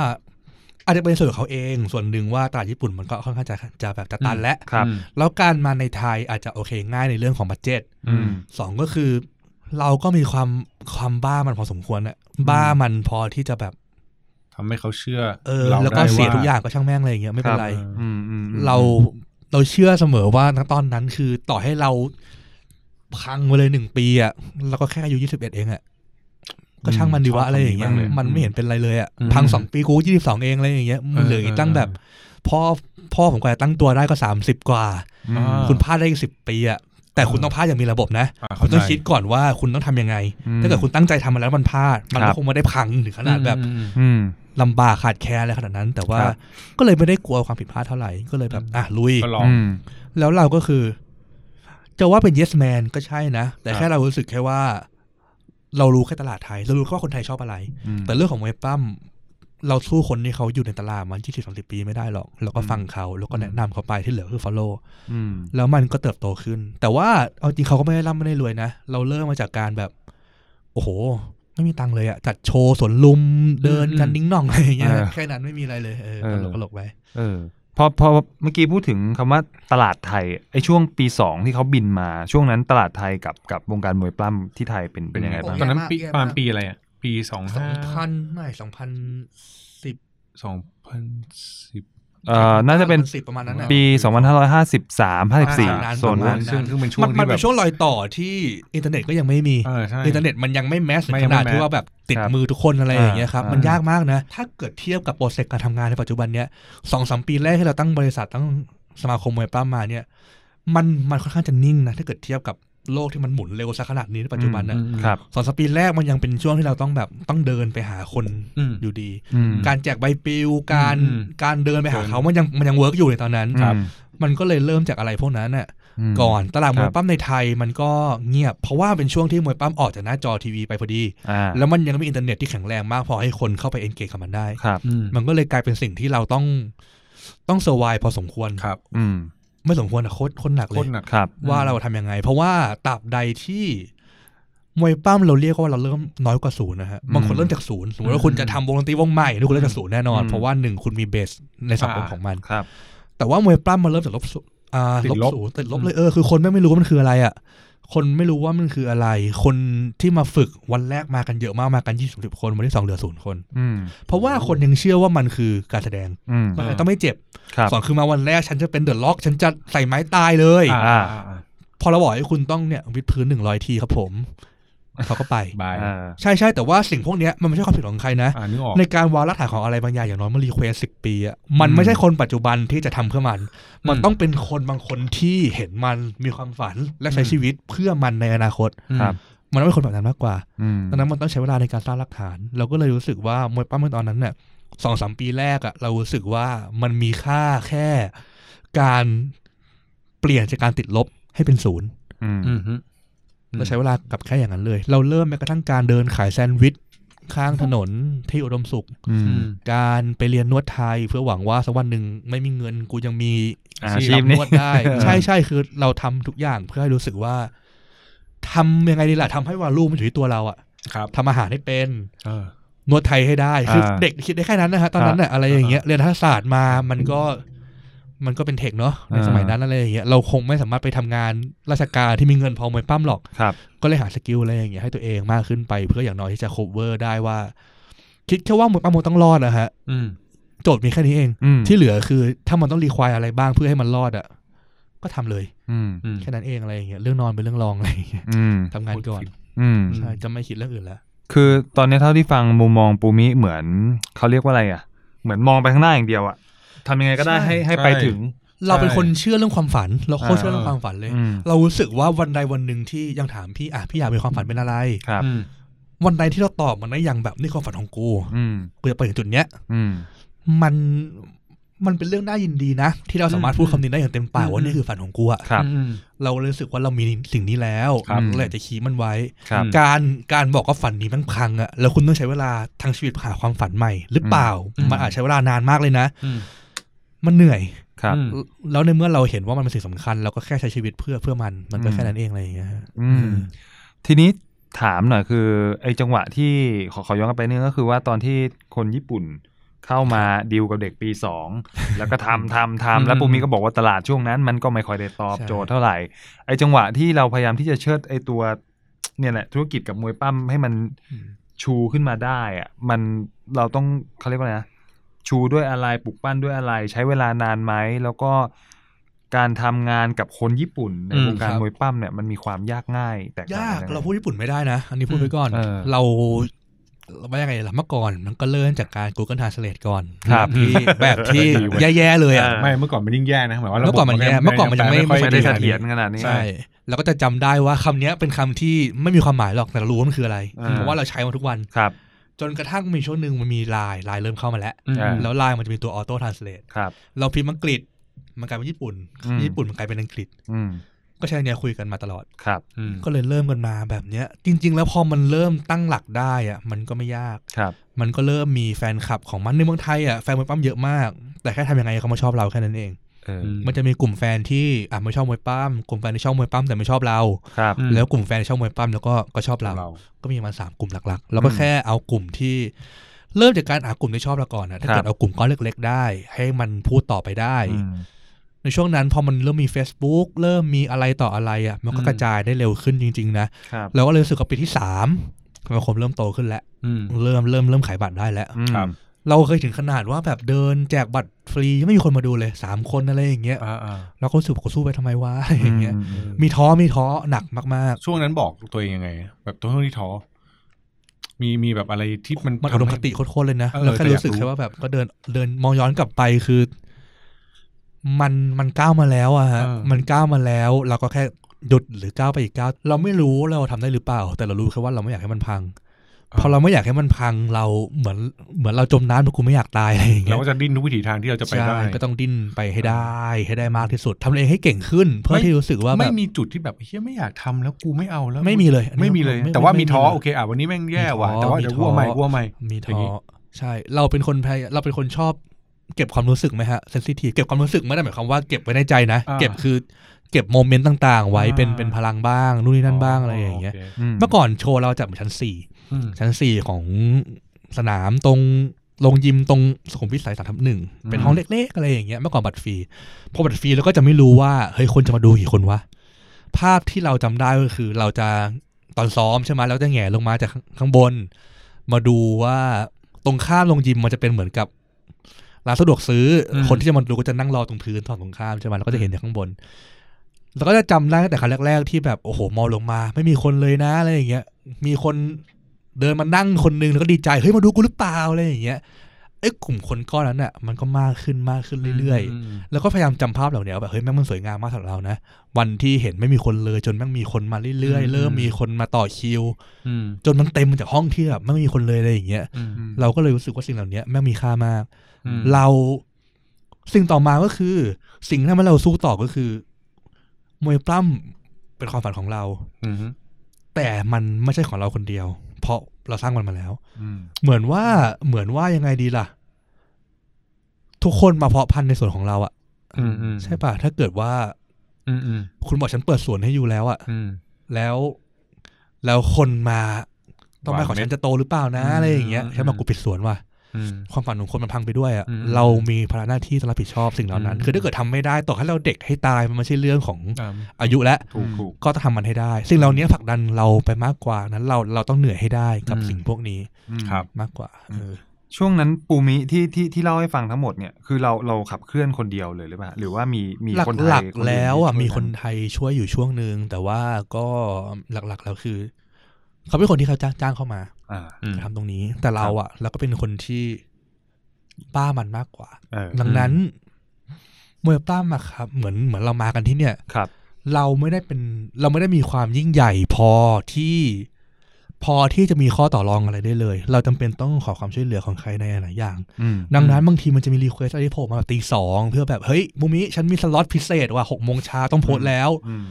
อาจจะเป็นส่วนของเขาเอง ส่วนหนึ่งว่าตลาดญี่ปุ่นมันก็ค่อนข้างจะจะแบบจะตันและ
ครับ
อืม
แล้วการมาในไทยอาจจะโอเคง่ายในเรื่องของบัตเจ็ต
อืม
สองก็คือ เราก็มีความความบ้ามันพอสมควรอะบ้ามันพอที่จะแบบ
ทำให้เขาเชื่อ
เออ
รา
แล้วก็
ได้
เสียทุก
ว่
อย่างก็ช่างแม่งอะไรอย่างเงี้ยไม่เป็นไร
ครับ
อืมอืมอืม
เราเราเชื่อเสมอว่าณตอนนั้นคือต่อให้เราพังไปเลยหนึ่งปีอะเราก็แค่อายุยี่สิบเอ็ดเองอะก็ช่างมันดีวะ
ชอบคำ
อะไรอย่างเงี้ย
นี้มากเลย
มันไม่เห็นเป็นไรเลยอะ
อืม
พังสองปีกูยี่สิบสองเองอะไรอย่างเงี้ยมันเหลืออีกตั้งแบบพ่อพ่อผมกว่าจะตั้งตัวได้ก็สามสิบกว่า
อืม
อ่า
คุณพลาดได้อีกสิบปีอะแต่คุณต้องพลาดอย่างมีระบบนะ
อ่า
คุ
เข้า
ณต้อง
ใจ
คิดก่อนว่าคุณต้องทำยังไง ถ้าเกิดคุณตั้งใจทำมาแล้วมันพลาด มันก็คงไม่ได้พังถึงขนาดแบบ
อืม
อืม
ลำบากขาดแคลนอะไรขนาดนั้น แต่ว่า
ครับ
ก็เลยไม่ได้กลัวความผิดพลาดเท่าไหร่ก็เลยแบบ
อืม
อ่ะลุย
ก็ลอง
อืม
แล้วเราก็คือ จะว่าเป็น yes man ก็ใช่นะ แต่
ครับ
แค่เรารู้สึกแค่ว่า เรารู้แค่ตลาดไทย เรารู้แค่ว่าคนไทยชอบอะไร
อืม
แต่เรื่องของเว็บปั้มเราสู้คนที่เขาอยู่ในตลาดมันที่สิบสามสิบปีไม่ได้หรอกเราก็ฟังเขาแล้วก็แนะนำเขาไปที่เหลือคือ follow
อืม
แล้วมันก็เติบโตขึ้น แต่ว่าเอาจริงเขาก็ไม่ได้ร่ำไม่ได้รวยนะ เราเริ่มมาจากการแบบ โอ้โห ไม่มีตังค์เลยอะจัดโชว์สวนลุมเดินกัน
อืม
นิ้งหน่องอะไรอย่างเงี้ย
เออ
แค่นั้นไม่มีอะไรเลยเออ
เออ
ตลกตลกไป
เออพอพอเมื่อกี้พูดถึงคำว่าตลาดไทยไอ้ช่วงปีสองที่เขาบินมาช่วงนั้นตลาดไทยกับกับวงการมวยปล้ำที่ไทยเป็นเป็นยังไงบ้าง
ตอนนั้นปีประมาณปีอะไรอ่ะ ปีสอง
สอง
พั
พั
น
นไม่สองพันสิบ
สองพันสิบ
เอ่อน่าจะเป็น
สิบประมาณนั้นน่ะ
ปี 2553
อ่า
54โซนนั้น
ประมาณ
ซึ่งซึ่งเป็นช่ว
มั
ง
น
ที่
มัน
แบ
เป็น
บ
ช่วงรอยต่อที่อินเทอร์เน็ตก็ยังไม่มี
เออใช่
อินเทอร์เน็ตมันยังไม่แมส
มัน
ข
ยังไม่
นาดที่
mass
ว่าแบบติด
ครับ
มือทุกคนอะไรอย่างเงี้ยครับ
อ่ามั
มันยากมากนะ ถ้าเกิดเทียบกับโปรเจกต์การทำงานในปัจจุบันเนี้ยสองสามปีแรกที่เราตั้งบริษัทตั้งสมาคมมวยปล้ำมาเนี่ย มันมันค่อนข้างจะนิ่งนะ ถ้าเกิดเทียบกับโลกที่มันหมุนเร็วซะขนาดนี้ในปัจจุบันนะ
อืมอืม
ครับ
สองสามปีแรกมันยังเป็นช่วงที่เราต้องแบบต้องเดินไปหาคน
อืม
อยู่ดี
อืม
การแจกใบปลิวการ
อืม
การเดินไปหาเขามันยังมันยังเวิร์กอยู่ในตอนนั้น
อืม
มันก็เลยเริ่มจากอะไรพวกนั้นน่ะ
ม
ก่อนตลาดม
ครั
วย
บ
ปั้มในไทยมันก็เงียบ เพราะว่าเป็นช่วงที่มวยปั้มออกจากหน้าจอทีวีไปพอดี
อ่า
แล้วมันยังไม่มีอินเทอร์เน็ตที่แข็งแรงมากพอให้คนเข้าไปเอนเกจกับมันได้
ครับ
อืม
มันก็เลยกลายเป็นสิ่งที่เราต้องต้องเซอร์ไวพอสมควร
ครับ
อืม
ไม่สมควรอะโคตรคนหนักเล
โค
ย
ตรหนัก
ครับ
ว่าเราทำยังไง เพราะว่าตราบใดที่มวยปั้มเราเรียกว่าเราเริ่มน้อยกว่าศูนย์นะฮะ
อืม
บางคนเริ่มจากศูนย์สมมติว่าคุณจะทำวงดนตรีวงใหม่ทุกคนเริ่มจากศูนย์แน่นอน
อืม
เพราะว่าหนึ่งคุณมีเบสในสังคมของมัน
ครับ
แต่ว่ามวยปล้ำมันเริ่มจากลบศูนย์อ่า
ติ
ล
ด
บ
ลบ
ศูนย์ติดลบเลยเออคือคนแม่งไม่รู้ว่ามันคืออะไรอ่ะ คนไม่รู้ว่ามันคืออะไร คนที่มาฝึกวันแรกมากันเยอะมากมากันยี่สิบคน วันที่สองเหลือศูนย์คน
อืม
เพราะว่าคนยังเชื่อว่ามันคือการแสดง
อืม
มันต้องไม่เจ็บ
ครับ
สองคือมาวันแรกฉันจะเป็นเดอะล็อก ฉันจะใส่ไม้ตายเลย
อ่า
อ่า
อ่าอ่า
พอเราบอกให้คุณต้องเนี่ยวิดพื้นหนึ่งร้อยทีครับผมเขาก็ไป
บาย
เออ
ใช่ใช่แต่ว่าสิ่งพวกเนี้ยมันไม่ใช่ความผิดของใครนะ
อ่านึกออก
ในการวางรากฐานของอะไรบางอย่างอย่างน้อยมันรีเควสสิบปีอะมันไม่ใช่คนปัจจุบันที่จะทำเพื่อมัน มัน
อืม
ต้องเป็นคนบางคนที่เห็นมันมีความฝันและใช้ชีวิตเพื่อมันในอนาคต
อืม
ครับ
มันต้องเป็นคนแบบนั้นมากกว่า
อืม
ดังนั้นมันต้องใช้เวลาในการสร้างรากฐาน เราก็เลยรู้สึกว่ามวยปั้มเมื่อตอนนั้นเนี่ยสองสามปีแรกอะเรารู้สึกว่ามันมีค่าแค่การเปลี่ยนจากการติดลบให้เป็นศูนย์
อืม
อืมฮึ อืม
เราใช้เวลากับแค่อย่างนั้นเลย เราเริ่มแม้กระทั่งการเดินขายแซนด์วิชข้างถนนที่อุดมสุข
อื
อื
ม
ม
การไปเรียนนวดไทยเพื่อหวังว่าสักวันหนึ่งไม่มีเงินกูยังมี
อาชีพนี้
นวดได้ ใช่ใช่คือเราทำทุกอย่างเพื่อให้รู้สึกว่าทำยังไงดีล่ะทำให้วาลูมันอยู่ที่ตัวเราอะ
ครับ
ทำอาหารให้เป็น
เออน
วดไทยให้ได้ คืออา เด็กคิดได้แค่นั้นนะฮะตอนนั้นน่ะอะไรอย่างเงี้ยเรียนทัศศาสตร์มามันก็มันก็เป็นเทคเนาะใน
อ่า
สมัยนั้นอะไรอย่างเงี้ยเราคงไม่สามารถไปทำงานราชการที่มีเงินพอมวยปั้มหรอก
ครับ
ก็เลยหาสกิลอะไรอย่างเงี้ยให้ตัวเองมากขึ้นไป เพื่ออย่างน้อยที่จะ cover ได้ว่า คิดแค่ว่ามวยปั้มมันต้องรอดนะฮะ
อืม
โจทย์มีแค่นี้เอง
อืม
ที่เหลือคือถ้ามันต้องรีควายอะไรบ้างเพื่อให้มันรอดอ่ะ ก็ทำเลย
อืม
อืม
แค่นั้นเองอะไรอย่างเงี้ยเรื่องนอนเป็นเรื่องรองอะไรอย่างเงี้ย
อืม
ทำงานก่อน
อืม
ม
ใช่จะไม่คิดเรื่องอื่นละ
คือตอนนี้เท่าที่ฟังมุมมองปูมิเหมือนเขาเรียกว่าอะไรอ่ะ เหมือนมองไปข้างหน้าอย่างเดียวอ่ะทำยังไงก็ได้ให้ให้ไป
ใช่
ถึง
เราเป็นคนเชื่อเรื่องความฝัน เราโคตรเชื่อเรื่องความฝันเลย
อืม
เรารู้สึกว่าวันใดวันหนึ่งที่ยังถามพี่อ่ะพี่อยากมีความฝันเป็นอะไร
ครับ
อืม
วันใดที่เราตอบมันได้ยังแบบนี่ความฝันของกู
อืม
กูจะไปถึงจุดเนี้ย
อืม
มันมันเป็นเรื่องน่ายินดีนะ ที่เราสามารถพูดคำนี้ได้อย่างเต็มปากว่านี่คือฝันของกูอะ
ครับ
อืม
เราเลยรู้สึกว่าเรามีสิ่งนี้แล้ว
ครับ
เราอยากจะคีบมันไว้
ครับ
การการบอกว่าฝันนี้มันพังอะแล้วคุณต้องใช้เวลาทางชีวิตหาความฝันใหม่ หรือเปล่า
อืม
มันอาจใช้เวลานานมากเลยนะ
อืม
มันเหนื่อย
ครับ
อืม
แล้วในเมื่อเราเห็นว่ามันเป็นสิ่งสำคัญเราก็แค่ใช้ชีวิตเพื่อเพื่อมันมันก็แค่นั้นเองอะไรอย่างเงี้ยฮะ
อืม ทีนี้ถามหน่อยคือ ไอ้จังหวะที่ขอขอย้อนกลับไปนึงก็คือว่าตอนที่คนญี่ปุ่นเข้ามาดีลกับเด็กปีสองแล้วก็ทำทำทำแล้ว
อืม
ปูมีก็บอกว่าตลาดช่วงนั้น มันก็ไม่ค่อยได้ตอบ
ใช่
โจทย์เท่าไหร่ ไอ้จังหวะที่เราพยายามที่จะเชิดไอ้ตัว เนี่ยแหละ ธุรกิจกับมวยปั้มให้มันชูขึ้นมาได้อะมันเราต้องเขาเรียกว่าไงนะชูด้วยอะไรปลุกปั้นด้วยอะไร ใช้เวลานานไหมแล้วก็การทำงานกับคนญี่ปุ่นใน
อืม
วงการ
ครับ
มวยปั้มเนี่ยมันมีความยากง่ายแตกต่าง
ยา
น
ก
งไง
เราพูดญี่ปุ่นไม่ได้นะ อันนี้พูดไว้ก่อน
เออ
เราเราว่ายังไงล่ะเมื่อก่อนมันก็เริ่มจากการ Google Translate ก่อน
ครับ
ที่แบบที่
ดีเว้ย
แย่ๆเลยอ่ะ
เออ
ไม่เมื่อก่อนมันยิ่งแย่นะหมายว่าระบบ
เมื่อก่อนมันแย่เมื่อก่อนมันยังไม่
ค่อย
ไม่
ดี
ได้เส
ขนาด
ถี
นี้
ยรขนาดนี้
ใช่เราก็จะจำได้ว่าคำเนี้ยเป็นคำที่ไม่มีความหมายหรอกแต่เรารู้ว่ามันคืออะไร
อ่า
เพราะว่าเราใช้มันทุกวัน
ครับ
จนกระทั่งมีช่วงหนึ่งมันมีไลน์ไลน์เริ่มเข้ามาแล้ว
อืม
แล้วไลน์มันจะมีตัว Auto Translate
ครับ
เราพิมพ์อังกฤษมันกลายเป็นญี่ปุ่น
อืม
ญี่ปุ่นมันกลายเป็นอังกฤษ
อืม
ก็ใช้อันเนี้ยคุยกันมาตลอด
ครับ
ก็เลยเริ่มกันมาแบบเนี้ย จริง ๆ แล้วพอมันเริ่มตั้งหลักได้อ่ะมันก็ไม่ยาก
ครับ
มันก็เริ่มมีแฟนคลับของมันในเมืองไทยอ่ะแฟนมวยปั้มเยอะมาก แต่แค่ทำยังไงให้เขามาชอบเราแค่นั้นเอง
เออ
ม
มันจะมีกลุ่มแฟนที่อ่ะไม่ชอบมวยปั้มกลุ่มแฟนที่ชอบมวยปั้มแต่ไม่ชอบเรา
ครับ
อืม
แล้วกลุ่มแฟนที่ชอบมวยปั้มแล้วก็ก็ชอบเรา
เรา
ก็มีประมาณสามกลุ่มหลักๆ แล้วก็แค่เอากลุ่มที่เริ่มจากการหากลุ่มที่ชอบเราก่อนนะถ้า
ครับ
เกิดเอากลุ่มก้อนเล็ก ๆ ได้ ให้มันพูดต่อไปได้
อืม
ในช่วงนั้นพอมันเริ่มมี Facebook เริ่มมีอะไรต่ออะไรอ่ะมันก็
อืม
กระจายได้เร็วขึ้นจริงๆนะครับเราก็เลยรู้สึกว่าปีที่สามสมาคมเริ่มโตขึ้นแล้ว
อืม
เริ่มเริ่มเริ่มขายบัตรได้แล้ว
อืม
ครับ
เราเคยถึงขนาดว่าแบบเดินแจกบัตรฟรีไม่มีคนมาดูเลยสามคนอะไรอย่างเงี้ย
อ่าอ่า
เราก็รู้สึกเขาสู้ไปทำไมวะอะไรอย่างเงี้ย
อืม
มีท้อมีท้อหนักมาก
ช่วงนั้นบอกตัวเองยังไง แบบตัวที่ท้อมีมีแบบอะไรที่มัน
ๆ มันอุดมค
ทำให้
ติโคตรๆเลยนะ
เออ
แล้วแค่
แต่อยาก
รู้สึก
รู้
แค่ว่าแบบก็เดินเดินมองย้อนกลับไปคือ มันมันก้าวมาแล้วอะฮะ
เออ
มันก้าวมาแล้ว เราก็แค่หยุดหรือก้าวไปอีกก้าวเราไม่รู้เราทำได้หรือเปล่า แต่เรารู้แค่ว่าเราไม่อยากให้มันพังพอเราไม่อยากให้มันพังเราเหมือนเหมือนเราจมน้ำทุกกูไม่อยากตายอะไรอย่าง
เรา
เงี้ย
ก็จะดิ้นทุกวิถีทางที่เราจะไป
ใช่
ได้
ก็ต้องดิ้นไปให้ได้ ให้ได้มากที่สุดทำตัวเองให้เก่งขึ้น เพื่อ
ไม่
ที่รู้สึกว่าแบ
ไม่
บ
มีจุดที่แบบเฮียไม่อยากทำแล้วกูไม่เอาแล้ว
ไม่มีเลยอันนี้
ไม่มีเลย
ไม่
แต่ว่ามีท้อ
ไม่มีเลย
โอเคอ่ะวันนี้แม่งแย่
มีท้อ
ว่ะแต่ว่าเดี๋ยว
มีท้
วั
อ
วใหม่วัวใหม่
มี
อย่า
ท้
ง
อ
นี้
ใช่ เราเป็นคนพยายเราเป็นคนชอบเก็บความรู้สึกไหมฮะเซนซิทีฟเก็บความรู้สึกไม่ได้หมายความว่าเก็บไว้ในใจนะ
อ่า
เก็บคือเก็บโมเมนต์ต่างๆ ไว้เป็น
อ่า
เป็นพลังบ้างนู่นนี่นั่นบ้างอะไรอย่างเงี้ย
โค
เมื่อก่อนโชว์เราจัดอยู่ชั้นสี่
อืม
ชั้นสี่ของสนามตรงลงยิมตรงสุขุมวิทสายสามทับหนึ่งเป็นห้องเล็กๆอะไรอย่างเงี้ยเมื่อก่อนบัตรฟรีพอบัตรฟรีเราก็จะไม่รู้ว่าเฮ้ยคนจะมาดูกี่คนวะภาพที่เราจำได้ก็คือเราจะตอนซ้อมใช่ไหมเราจะแหง่ลงมาจากข้างบน มาดูว่าตรงข้ามโรงยิมมันจะเป็นเหมือนกับร้านสะดวกซื้ออ
ม
คนที่จะมาดูก็จะนั่งรอตรงพื้นฝั่งตรงข้ามใช่ไหมแล้วก็จะเห็นจากข้างบน แล้วก็จะจำได้ตั้งแต่ครั้งแรกๆที่แบบโอ้โหมองลงมา ไม่มีคนเลยนะอะไรอย่างเงี้ย มีคนเดินมานั่งคนนึงแล้วก็ดีใจเฮ้ยมาดูกูหรือเปล่าอะไรอย่างเงี้ยไอ้กลุ่มคนก้อนนั้นอ่ะ มันก็มากขึ้นมากขึ้นเรื่อยๆ
ม
แล้วก็พยายามจำภาพเหล่านี้ว่าแบบเฮ้ยแม่งมันสวยงามมากสำหรับเรานะ วันที่เห็นไม่มีคนเลยจนแม่งมีคนมาเรื่อย
อืม
ๆ เริ่มมีคนมาต่อคิว
อืม
จนมันเต็มจากห้องที่แบบไม่มีคนเลยอะไรอย่างเงี้ย
อืม
เราก็เลยรู้สึกว่าสิ่งเหล่านี้แม่งมีค่ามาก
อืม
เราสิ่งต่อมาก็คือ สิ่งที่ทำให้เราสู้ต่อก็คือ มวยปล้ำเป็นความฝันของเรา
อืม
แต่มันไม่ใช่ของเราคนเดียว เพราะเราสร้างมันมาแล้ว
อืม
เหมือนว่าเหมือนว่ายังไงดีล่ะ ทุกคนมาเพาะพันธุ์ในส่วนของเราอะ
อืมอืม
ใช่ป่ะถ้าเกิดว่า
อืมอืม
คุณบอกฉันเปิดสวนให้อยู่แล้วอะ
อืม
แล้ว แล้วคนมาต้องไป
หวาน
ของฉัน
เม็ด
จะโตหรือเปล่านะ
อืม
อะไรอย่างเงี้ย
อืม
ใช่ป่ะกูปิดสวนว่ะ
อืม
ความฝันของคนมันพังไปด้วยอะ
อืม
เรามีภาระหน้าที่ต้องรับผิดชอบสิ่งเหล่านั้น
อืม
คือถ้าเกิดทำไม่ได้ต่อให้เราเด็กให้ตายมันไม่ใช่เรื่องของ
อ่า
อายุแล้ว
ถูกถูก
ก็ต้องทำมันให้ได้ สิ่งเหล่านี้ผลักดันเราไปมากกว่านั้นเราเราต้องเหนื่อยให้ได้กับ
อืม
สิ่งพวกนี้
อืม
ครับ
มากกว่าเออ
ช่วงนั้นปูมิที่ที่ที่เล่าให้ฟังทั้งหมดเนี่ยคือเราเราขับเคลื่อนคนเดียวเลยหรือเปล่าหรือว่ามีมี
หลัก
คนไทย
หลัก
คนอื่น
แล้วอ่ะ
ที่ช่วย
มีคนไทยช่วยอยู่ช่วงหนึ่งแต่ว่าก็หลักๆแล้วคือ เขาเป็นคนที่เขาจ้างจ้างเข้ามา
อ่า
อืม
ทำตรงนี้ แต่เราอ่ะเราก็เป็นคนที่ป้ามันมากกว่า
เออ
ดังนั้นมวยปล้ามาครับ เหมือนเหมือนเรามากันที่เนี่ย
ครับ
เราไม่ได้เป็นเราไม่ได้มีความยิ่งใหญ่พอที่พอที่จะมีข้อต่อรองอะไรได้เลย เราจำเป็นต้องขอความช่วยเหลือของใครในหลายๆอย่าง
อืม
ดังนั้นบางทีมันจะมีรีเควสอะไรที่โผล่มาแบบตีสองเพื่อแบบ เฮ้ยมูมิฉันมีสล็อตพิเศษว่ะหกโมงเช้าต้องโพสต์แล้ว
อืม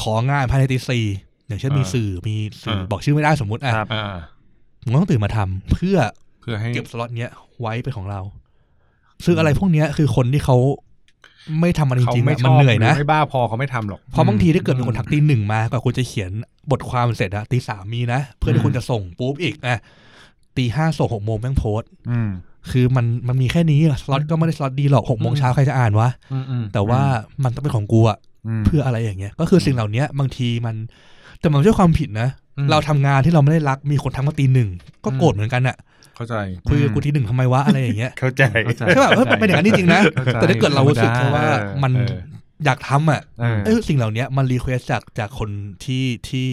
ของานภายในตีสี่อย่างเช่นมีสื่อมีสื่อ
เออ
บอกชื่อไม่ได้สมมติอ่ะ
ครับ
อ่า
ผมต้องตื่นมาทำเพื่อ
เพื่อให้
เก็บสล็อตเนี้ยไว้เป็นของเรา ซึ่งอะไรพวกเนี้ยคือคนที่เขาไม่ทำมันจ
เขา
ริงๆ
ไม่
อะ
ช
มัน
อบ
เหนื่อยนะ
รือไม่บ้าพอเขาไม่ทำหรอก
เพราะบางทีถ้าเกิดมีคนทักตีหนึ่งมากว่าคุณจะเขียนบทความเสร็จอะตีสามมีนะ เพื่อที่คุณจะส่งปุ๊บอีกอะตีห้าส่งหกโมงแม่งโพสต์
อืม
คือมันมันมีแค่นี้อะสล็อตก็ไม่ได้สล็อตดีหรอกหกโมง
อืม
เช้าใครจะอ่านวะ
อืมอืม
แต่ว่ามันต้องเป็นของกูอะ
ม
เพื่ออะไรอย่างเงี้ย ก็คือสิ่งเหล่านี้บางทีมันแต่มันไม่ใช่ความผิดนะ เราทำงานที่เราไม่ได้รักมีคนทักมาตีหนึ่งก็โกรธเหมือนกันอะ
เข้าใจ
คุยกับกูทีหนึ่งทำไมวะอะไรอย่างเงี้ย
เข้าใจเข้าใจ
ใช่ป่ะเฮ้ยมันเป็นอย่างนั้นจริงๆนะ
เข้าใจ
แต่ถ้าเกิดเรารู้สึกแค่ว่า
เออ
มัน
เออ
อยากทำอ่ะ
เออ
เอ้ยสิ่งเหล่าเนี้ยมันรีเควสจากจากคนที่ที่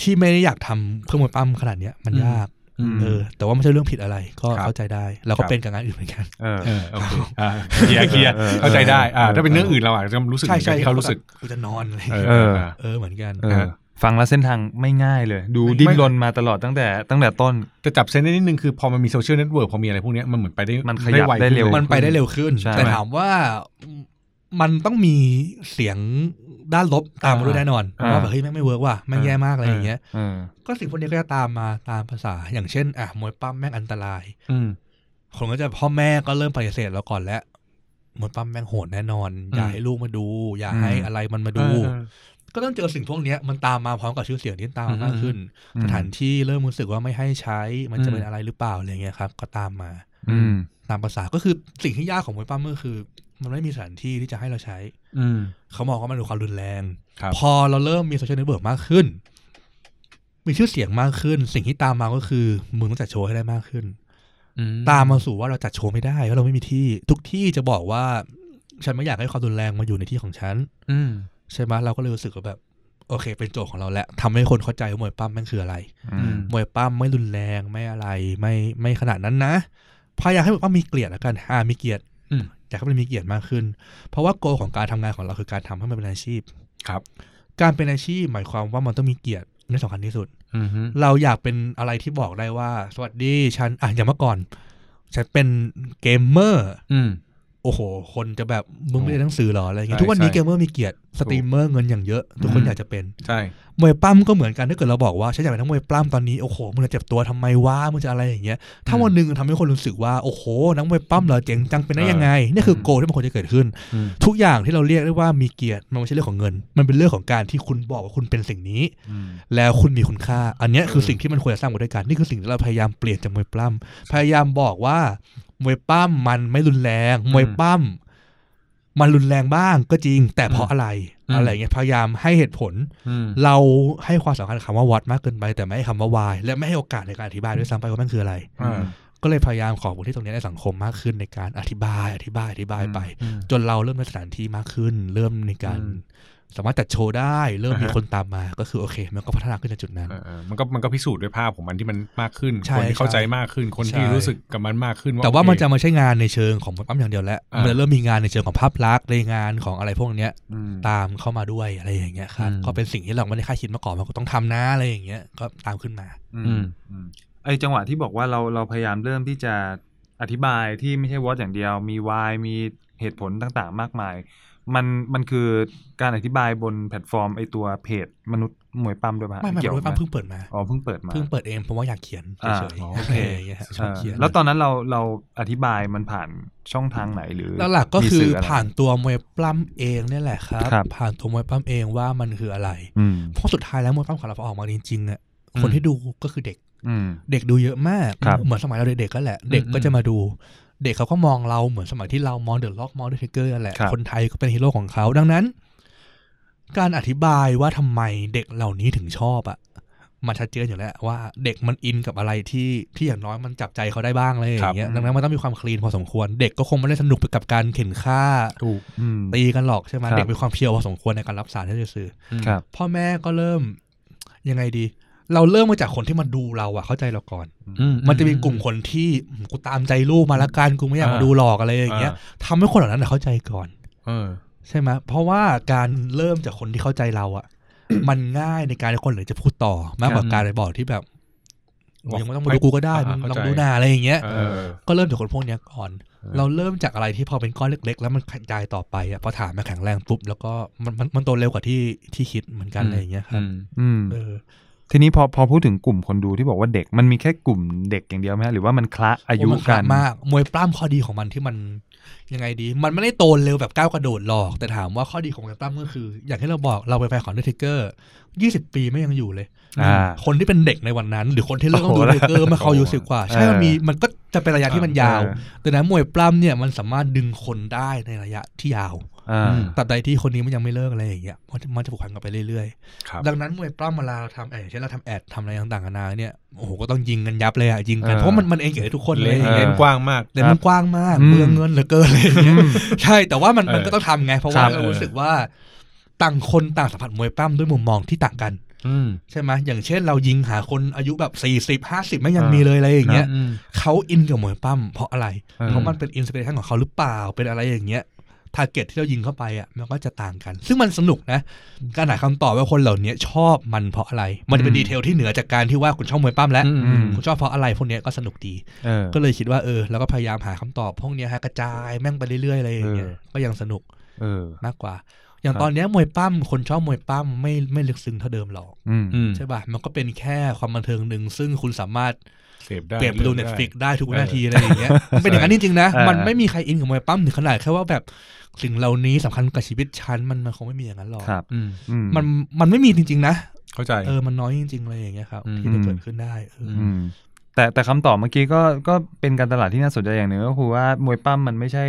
ที่ไม่ได้อยากทำเครื่องมือปั้มขนาดเนี้ยมันยาก
อืม
เออ แต่ว่าไม่ใช่เรื่องผิดอะไร ก็
ครับ
เข้าใจได้ เราก็
ครับ
เป็นกับงานอื่นเหมือนกัน
เออ
เออโอเคอ่าเคลียร์เคลียร์
เออ
เข้าใจได้อ่า
เออ
ถ้าเป็นเรื่องอื่นเราอาจจะรู้สึก
ใช่
เหมือน
ใช่
ที่เขารู้สึก
กูจะนอนอะไร
เอ
เอ
อ
อ
เออเหมือนกัน
เออ ฟังแล้วเส้นทางไม่ง่ายเลย ดูดิ้นรนมาตลอดตั้งแต่ตั้งแต่ต้น
จะจับเซนได้นิดนึงคือพอมันมีโซเชียลเน็ตเวิร์กพอมีอะไรพวกเนี้ยมันเหมือนไปได้
มันขยับ
ว
ได้เร็ว
ขึ้น
มันไปได้เร็วขึ้น
ใช่
แต่ถามว่ามันต้องมีเสียงด้านลบตามมาด้วยแน่นอน
อ่า
ว่าแบบเฮ้ยแม่งไม่เวิร์กว่ะแม่งแย่มากอะไรอย่างเงี้ย
เออ
ก็สิ่งพวกนี้ก็จะตามมาตามภาษา อย่างเช่นอ่ะมวยปั้มแม่งอันตราย
อืม
คนก็จะพ่อแม่ก็เริ่มปฏิเสธเราก่อนแล้วมวยปั้มแม่งโหดแน่นอน อย่า
อืม
ให้ลูกมาดู อย่า
อืม
ให้อะไรมันมาดู
เออ
ก็ต้องเจอสิ่งพวกเนี้ยมันตามมาพร้อมกับชื่อเสียงที่ตามมา
อืม
มากขึ้น
อืม
สถานที่เริ่มรู้สึกว่าไม่ให้ใช้มันจะ
อืม
เป็นอะไรหรือเปล่าอะไรเงี้ยครับ ก็ตามมา
อืม
ตามภาษาก็คือสิ่งที่ยากของมวยปั้มก็คือ มันไม่มีสถานที่ที่จะให้เราใช้
อืม
เขามองว่ามันเป็นความรุนแรง
ครับ
พอเราเริ่มมีโซเชียลเน็ตเวิร์กมากขึ้น มีชื่อเสียงมากขึ้น สิ่งที่ตามมาก็คือ มึงต้องจัดโชว์ให้ได้มากขึ้น
อื
ตามมาสู่ว่าเราจัดโชว์ไม่ได้เพราะเราไม่มีที่ ทุกที่จะบอกว่า ฉันไม่อยากให้ความรุนแรงมาอยู่ในที่ของฉัน
อืม
ใช่ไหมเราก็เลยรู้สึกว่าแบบ โอเค เป็นโจทย์ของเราแหละทำให้คนเข้าใจว่ามวยปั้มแม่งคืออะไร
อืม
มวยปั้มไม่รุนแรงไม่อะไรไม่ไม่ขนาดนั้นนะพยายามให้มวยปั้มมีเกียรติละกันอ่ามีเกียรติ
อืม
อยากให้มันมีเกียรติมากขึ้น เพราะว่าโกของการทำงานของเราคือการทำให้มันเป็นอาชีพ
ครับ
การเป็นอาชีพหมายความว่ามันต้องมีเกียรตินี่สำคัญที่สุด
อืมฮึ
เราอยากเป็นอะไรที่บอกได้ว่า สวัสดีฉันอ่ะอย่างเมื่อก่อน ฉันเป็นเกมเมอร์
อืม
โอ้โห คนจะแบบมึงไม่ได้เรียนหนังสือเหรออะไรเงี้
ใช่
ยทุกวันนี้
ใช่
เกมเมอร์มีเกียรติสตรีมเมอร์เงินอย่างเยอะ ทุกค
อื
น
ม
อยากจะเป็น
ใช่
มวยปั้มก็เหมือนกันถ้าเกิดเราบอกว่าฉันอยากเป็นนักมวยปั้มตอนนี้โอ้โหมึงจะเจ็บตัวทำไมวะมึงจะอะไรอย่างเงี้ยถ้า
อืม
วันหนึ่งทำให้คนรู้สึกว่าโอ้โหนักมวยปั้มเหรอเจ๋งจังเป็นได้
เออ
ยังไงนี่คือโกลที่มันควรจะเกิดขึ้น
อืม
ทุกอย่างที่เราเรียกได้ว่ามีเกียรติมันไม่ใช่เรื่องของเงิน มันเป็นเรื่องของการที่คุณบอกว่าคุณเป็นสิ่งนี้
อืม
แล้วคุณมีคุณค่า อันเนี้ยคือสิ่งที่มันควรจะสร้างมาด้วยกัน นี่คือสิ่งที่เราพยายามเปลี่ยนจากมวยปล้ำพยายามบอกว่ามวยปล้ำมันไม่รุนแรง มวยปล้ำมันรุนแรงบ้างก็จริง แต่เพราะอะไร
อืม
อะไรเงี้ยพยายามให้เหตุผล
อืม
เราให้ความสำคัญกับคำว่าวัดมากเกินไป แต่ไม่ให้คำว่าวายและไม่ให้โอกาสในการอธิบายด้วยซ้ำไปว่ามันคืออะไร
อ่า
ก็เลยพยายามขอบทที่ตรงเนี้ยในสังคมมากขึ้นในการอธิบายอธิบายอธิบายไป
อืม
จนเราเริ่มมีสถานที่มากขึ้น เริ่มในการ
อืม
สามารถจัดโชว์ได้ เริ่มมี
อ่าฮะ
คนตามมาก็คือโอเค มันก็พัฒนาขึ้นจากจุดนั้น
เออเออมันก็มันก็พิสูจน์ด้วยภาพของมันที่มันมากขึ้น
ใช่
คนที่เข้าใจ
ใช่
มากขึ้น คนที่
ใช่
รู้สึกกับมันมากขึ้น
แต่ว่า
โอเค
มันจะไม่ใช่งานในเชิงของมวยปั้มอย่างเดียวแล้ว
อ่ามั
มันจะเริ่มมีงานในเชิงของภาพลักษณ์ในงานของอะไรพวกเนี้ย
อืม
ตามเข้ามาด้วยอะไรอย่างเงี้ยครับ
อืม
ก็เป็นสิ่งที่เราไม่ได้คาดคิดมาก่อนมันก็ต้องทำนะอะไรอย่างเงี้ยก็ตามขึ้นมา
อืม
อืมไอจังหวะที่บอกว่าเราเราพยายามเริ่มที่จะอธิบายที่ไม่ใช่วอตอย่างเดียว มีวายมีเหตุผลต่างๆ มากมาย มันมันคือการอธิบายบนแพลตฟอร์มไอตัวเพจมนุษย์มวยปั้มด้วยปะ
ไม่ไม่
เกี่ยว
มวย
ห
ปั้มเพิ่งเปิดมา
อ๋อเพิ่งเปิดมา
เพิ่งเปิดเองเพราะว่าอยากเขียนเฉย
อ่า
ๆ
โอ
โอเค
เค
อย่างเงี้ยฮะชอบเขียน
แล้วตอนนั้นเราเราอธิบายมันผ่านช่องทางไหนหรือ
แล้วหลักก็
มี
คือ
สื่ะไร
ผ่านตัวมวยปล้ำเองเนี่ยแหละครับ
ครับ
ผ่านตัวมวยปล้ำเองว่ามันคืออะไร
อืม
เพราะสุดท้ายแล้วมวยปล้ำของเราพอออกมาจริงๆอ่ะ
อืม
คนที่ดูก็คือเด็ก
อืม
เด็กดูเยอะมาก
ครับ
เหมือนสมัยเราเด็กๆก็แหละ เด็กก็จะมาดู เด็กเขาก็มองเราเหมือนสมัยที่เรามองเดอะล็อกมองเดอะเทเกอร์แหละ
ครับ
คนไทยก็เป็นฮีโร่ของเขา ดังนั้น การอธิบายว่าทำไมเด็กเหล่านี้ถึงชอบอ่ะ มันชัดเจนอยู่แล้วว่าเด็กมันอินกับอะไรที่ที่อย่างน้อยมันจับใจเขาได้บ้างเลยอย่างเงี้ย ดังนั้นมันต้องมีความคลีนพอสมควร เด็กก็คงไม่ได้สนุกไปกับการเข็นฆ่า
ถูก
อืม
ตีกันหรอกใช่ไหม
ครับ
เด็กมีความเพียวพอสมควรในการรับสารที่จะสื่อ
ครับ
พ่อแม่ก็เริ่มยังไงดี เราเริ่มมาจากคนที่มาดูเราอะเข้าใจเราก่อน มันจะมีกลุ่มคนที่อืมกูตามใจลูกมาละกันกูไม่อยาก
อ่าม
มาดูหลอกอะไรอย่างเงี้ย
อ่
ทำให้คนเหล่านั้นนะเข้าใจก่อน
เออ
ใช่ไหมเพราะว่าการเริ่มจากคนที่เข้าใจเราอะ มันง่ายในการที่คนเหล่านี้จะพูดต่อมากกว่า
ครับ
การไปบอกที่แบบ
บอก
ยังไม่ต้องมาดูกูก็ได้
อ่ามึ
มึงลอง
เข้าใจ
ดูหน้าอะไรอย่างเงี้ย
เออ
ก็เริ่มจากคนพวกเนี้ยก่อน
ออ
เราเริ่มจากอะไรที่พอเป็นก้อนเล็ก ๆ แล้วมันขยายต่อไปอะพอฐานมันแข็งแรงปุ๊บแล้วก็มันมันมันโตเร็วกว่าที่ที่คิดเหมือนกันอะไรอย่างเงี้ยครับ
อืม
อืม
เออ
ทีนี้พอพอพูดถึงกลุ่มคนดูที่บอกว่าเด็กมันมีแค่กลุ่มเด็กอย่างเดียวไหมฮะหรือว่ามันคละอายุ
โมันข
กั
ลั
น
มาก มวยปล้ำข้อดีของมันที่มันยังไงดี มันไม่ได้โตเร็วแบบก้าวกระโดดหรอก แต่ถามว่าข้อดีของมวยปล้ำก็คือ อย่างที่เราบอกเราไปแฟนของเดอะทิกเกอร์ยี่สิบปีไม่ยังอยู่เลย
อ่า
คนที่เป็นเด็กในวันนั้น หรือคนที่เริ่มต้
โอ้
อง
โห
ดูเทเกอร์เมื่อเขาอายุสิบกว่า ใช่
เออ
มันมีมันก็จะเป็นระยะที่มันยาว แต่นะมวยปล้ำเนี่ยมันสามารถดึงคนได้ในระยะที่ยาว
อ่า
อืม
ตราบใดที่คนนี้มันยังไม่เลิกอะไรอย่างเงี้ยมันจะมันจะผูกพันกันไปเรื่อยๆ
ครับ
ดังนั้นมวยปล้ำเวลาเราทำแอดเช่นเราทำแอดทำอะไรต่างๆนานาเนี่ยโอ้โหก็ต้องยิงกันยับเลยอ่ะยิงกัน
เออ
เพราะมันมันเองเกิดให้ทุกคนเล
เล่
ย
น
อย่าง
เล่
เงี้ย
นกว้างมาก
แต่มันกว้างมาก
อืม
เมืองเงินเหลือเกินเลยอย่าง
อื
เงี้ย
ม
ใช่แต่ว่ามันมัน
เออ
ก็ต้องทำไงเพราะว่าเรารู้สึกว่าต่างคนต่างสัมผัสมวยปล้ำด้วยมุมมองที่ต่างกันใช่ไหมอย่างเช่นเรายิงหาคนอายุแบบสี่สิบห้าสิบไม่ยัง
เออ
มีเลยอะไรอย่างเงี้ย
อืม
เขาอินกับมวยปล้ำเพราะอะไร
เออ
เพราะมันเป็นอินสปิเรชันของเขาหรือเปล่า เป็นอะไรอย่างเงี้ย ทาร์เก็ตที่เรายิงเข้าไปอ่ะ มันก็จะต่างกัน ซึ่งมันสนุกนะ การหาคำตอบว่าคนเหล่านี้ชอบมันเพราะอะไร มันจะเป็น
อืม
ดีเทลที่เหนือจากการที่ว่าคุณชอบมวยปั้มแล้ว
อืม
อืม
คุณชอบเพราะอะไรพวกเนี้ยก็สนุกดี
เออ
ก็เลยคิดว่าเออ แล้วก็พยายามหาคำตอบพวกเนี้ยฮะกระจายแม่งไปเรื่อยๆอะไรอย่างเงี้ย
เออ
ก็ยังสนุก
เออ
มากกว่า อย่าง
ครับ
ตอนเนี้ยมวยปั้ม คนชอบมวยปั้มไม่ไม่ลึกซึ้งเท่าเดิมหรอก
อืม
อืม
ใช่ป่ะ มันก็เป็นแค่ความบันเทิงหนึ่งซึ่งคุณสามารถ
เสพได้
เปลี่ยนไปดู
ลื
เน็
อ
ต
ได้
ฟิกได้ทุกวิ
เออ
นาทีอะไรอย่างเงี้ย มันเป็นอย่างนั้นจริงๆนะ
เออ
มันไม่มีใครอินกับมวยปั้มถึงขนาดแค่ว่าแบบสิ่งเหล่านี้สำคัญกับชีวิตฉันมันมันคงไม่มีอย่างนั้นหรอก
ครับ
อืม
อืม
มันมันไม่มีจริง ๆ นะ
เข้าใจ
เออมันน้อยจริงๆอะไรอย่างเงี้ยครับ
อืม
ที่จะเกิดขึ้นได้เอออ
อืมแต่แต่คำตอบเมื่อกี้ก็ก็เป็นการตลาดที่น่าสนใจอย่างหนึ่งก็คือว่ามวยปั้มมันไม่ใช่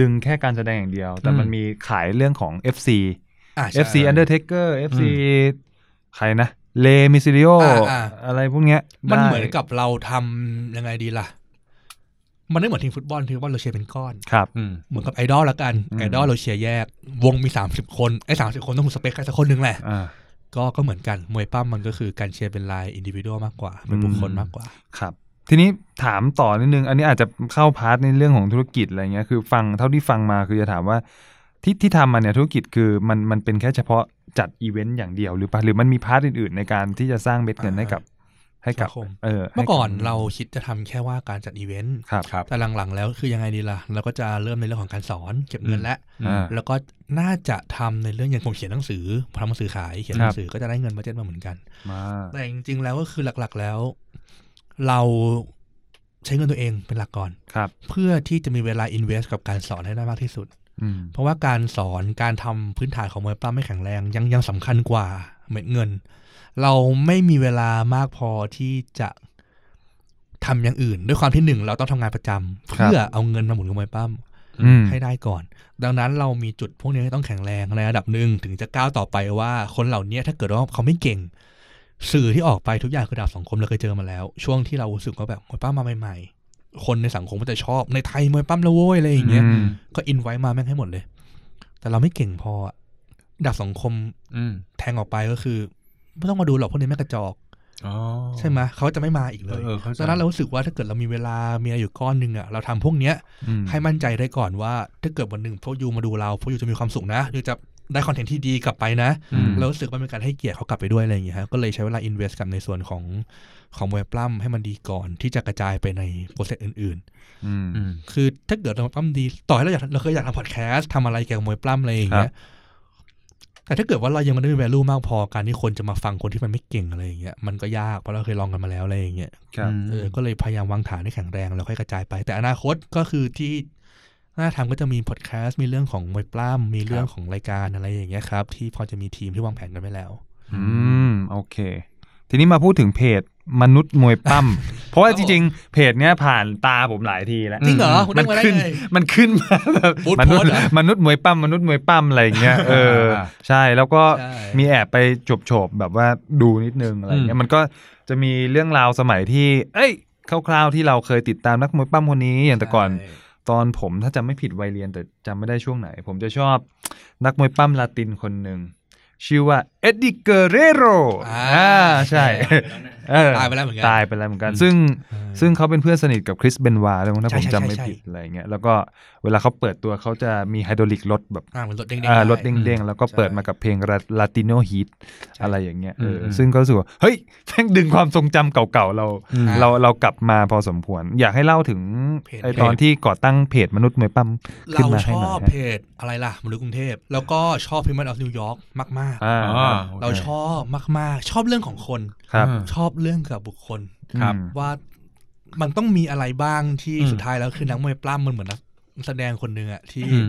ดึงแค่การแสดงอย่างเดียว แต่มันมีขายเรื่องของ FC
อ่ะใช่
FC Undertaker FC ใครนะเลมิซิ r ิโอ
อ่าอ่า
อะไรพวกเนี้ย
มัน
ได้
เหมือนกับเราทำยังไงดีล่ะ มันไม่เหมือนทีมฟุตบอลทีมฟุตบอลเราเชียร์เป็นก้อน
ครับ
อืม
เหมือนกับไอดอลละกัน
อืม
ไอดอลเราเชียร์แยก วงมี 30 คนไอ้สาคนต้องถูกสเปคใครสักคนหนึ่งแหละ
อ่า
ก็ก็เหมือนกัน มวยปั้มมันก็คือการเชียร์เป็นลายอินดิวิวดมากกว่า เป็น
อืม
บุคคลมากกว่า
ครับ ทีนี้ถามต่อนิดนึง อันนี้อาจจะเข้าพาร์ทในเรื่องของธุรกิจอะไรเงี้ยคือฟังเท่าที่ฟังมาคือจะถามว่าที่ที่ทำมาเนี่ยธุรกิจคือมันมันเป็นแค่เฉพาะจัดอีเวนต์อย่างเดียวหรือเปล่าหรือมันมีพาร์ทอื่นๆ ในการที่จะสร้างเม็ดเงินให้กับ ให้กับ
สังคม
เออให้บ
เมื่อก่อนเราคิดจะทำแค่ว่าการจัดอีเวนต์
ครับ
ครับ
แต่หลังๆแล้วคือยังไงดีล่ะ เราก็จะเริ่มในเรื่องของการสอนเก็บเงินและ
อ่า
แล้วก็น่าจะทำในเรื่องอย่างผมเขียนหนังสือผมทำหนังสือขายเขียนหนังสือก็จะได้เงินบัดเจ็ตมาเหมือนกัน
มา
แต่จริงๆแล้วก็คือหลักๆแล้ว เราใช้เงินตัวเองเป็นหลักก่อน
ครับ
เพื่อที่จะมีเวลา invest กับการสอนให้ได้มากที่สุด
อืม
เพราะว่าการสอนการทำพื้นฐานของมวยปล้ำไม่แข็งแรงยังยังสำคัญกว่าเม็ดเงิน เราไม่มีเวลามากพอที่จะทำอย่างอื่น ด้วยความที่หนึ่งเราต้องทำงานประจำเพื่อเอาเงินมาหมุนกับมวยปล้ำ
อืม
ให้ได้ก่อน ดังนั้นเรามีจุดพวกนี้ให้ต้องแข็งแรงในระดับหนึ่งถึงจะก้าวต่อไปว่าคนเหล่านี้ถ้าเกิดว่าเขาไม่เก่ง สื่อที่ออกไปทุกอย่างคือดาบสองคมเราเคยเจอมาแล้ว ช่วงที่เรารู้สึกว่าแบบมวยปั้มมาใหม่ๆ คนในสังคมก็จะชอบในไทยมวยปั้มแล้วโว้ยอะไรอย่างเงี้ย
อืม
ก็อินไว้มาแม่งให้หมดเลย แต่เราไม่เก่งพออะดาบสองคม
อืม
แทงออกไปก็คือไม่ต้องมาดูหรอกพวกนี้แม่งกระจอก
อ๋อ
ใช่ไหมยเขาจะไม่มาอีกเลย
เออเออเข้าใจ
ดังนั้นเรารู้สึกว่าถ้าเกิดเรามีเวลามีอะไรอยู่ก้อนหนึ่งอะเราทำพวกเนี้ย
อืม
ให้มั่นใจได้ก่อนว่าถ้าเกิดวันหนึ่งพวกยูมาดูเราพวกยูจะมีความสุขนะยูจะได้คอนเทนต์ที่ดีกลับไปนะ
อืม
แล้วรู้สึกว่าเป็นการให้เกียรติเขากลับไปด้วยอะไรอย่างเงี้ยฮะก็เลยใช้เวลาอินเวสกับในส่วนของของมวยปล้ำให้มันดีก่อนที่จะกระจายไปในโปรเซสอื่น
อืม
อืม
ๆ คือถ้าเกิดเราปล้ำดีต่อให้เราอยากเราเคยอยากทำพอดแคสต์ทำอะไรเกี่ยวกับมวยปล้ำอะไรอย่างเงี้ยแต่ถ้าเกิดว่าเรายังไม่ได้มี value มากพอการที่คนจะมาฟังคนที่มันไม่เก่งอะไรอย่างเงี้ยมันก็ยากเพราะเราเคยลองกันมาแล้วอะไรอย่างเงี้ย
ครับ
เออก็เลยพยายามวางฐานให้แข็งแรงแล้วค่อยกระจายไป แต่อนาคตก็คือที่น่าทำก็จะมีพอดแคสต์มีเรื่องของมวยปล้ำมีเรื่องของรายการอะไรอย่างเงี้ยครับ ที่พอจะมีทีมที่วางแผนกันไว้แล้ว
อืม โอเค ทีนี้มาพูดถึงเพจมนุษย์มวยปั้ม เพราะว่าจริงๆ เพจเนี้ยผ่านตาผมหลายทีแล้ว
จริงเหรอคุณ
มั
ได้
น
มาได้
ขึ้น
ไง
มันขึ้นมาแบบ
บูธ
มนุษ
โพสต์
ย์
เหรอ
มนุษย์มวยปั้มมนุษย์มวยปั้มอะไรอย่างเงี้ยเออ
อ่า
ใช่แล้วก็
ใช่
มีแอบไปจบโฉบแบบว่าดูนิดนึงอะไรอย่างเงี้ยมันก็จะมีเรื่องราวสมัยที่ เอ้ยคร่าวๆที่เราเคยติดตามนักมวยปั้มคนนี้อย่างแต่ก่อน ตอนผมถ้าจำไม่ผิดวัยเรียนแต่จำไม่ได้ช่วงไหน ผมจะชอบนักมวยปั้มลาตินคนหนึ่ง ชื่อว่าเอ็ดดี้เกเรโร
อ่า
อ่าใช่เออ
ตายไปแล้วเหมือนกัน
ตายไปแล้วเหมือนกัน ซึ่งซึ่งเขาเป็นเพื่อนสนิทกับคริสเบนวาด้วยมั้งถ้า
ใช่
ผม
ใช่
จำไม่
ใช่
ผิดอะไรเงี้ยแล้วก็เวลาเขาเปิดตัวเขาจะมีไฮดรอลิกรถแบบ
อ่ามันรถเด้งๆ
อ่า
ได้
รถเด้งๆ แล้วก็เปิดมากับเพลงลาติโนฮีท
ใช่
อะไรอย่างเงี้ยเอออ
ม
ซึ่งก็รู้สึกว่าเฮ้ยแม่งดึงความทรงจำเก่าๆเรา
อืม
เราเรากลับมาพอสมควร อยากให้เล่าถึง
เพจ
ไอตอนที่ก่อตั้งเพจมนุษย์มวยปั้มขึ้
เรา
นมา
ช
ให้ห
อ
น่อบ ย
เพ
ฮะ
จอะไรล่ะมนุษย์กรุงเทพ แล้วก็ชอบพิมพ์ออฟนิวยอร์กมาก
อ่า
อ่า
ๆ เราชอบมากๆ ชอบเรื่องของคน
ครับ
อ่า
ชอบเรื่องกับบุคคล
ครับ
อืม
ว่ามันต้องมีอะไรบ้างที่
อืม
สุดท้ายแล้วคือนักมวยปล้ำมันเหมือนนักแสดงคนหนึ่งอะที่
อืม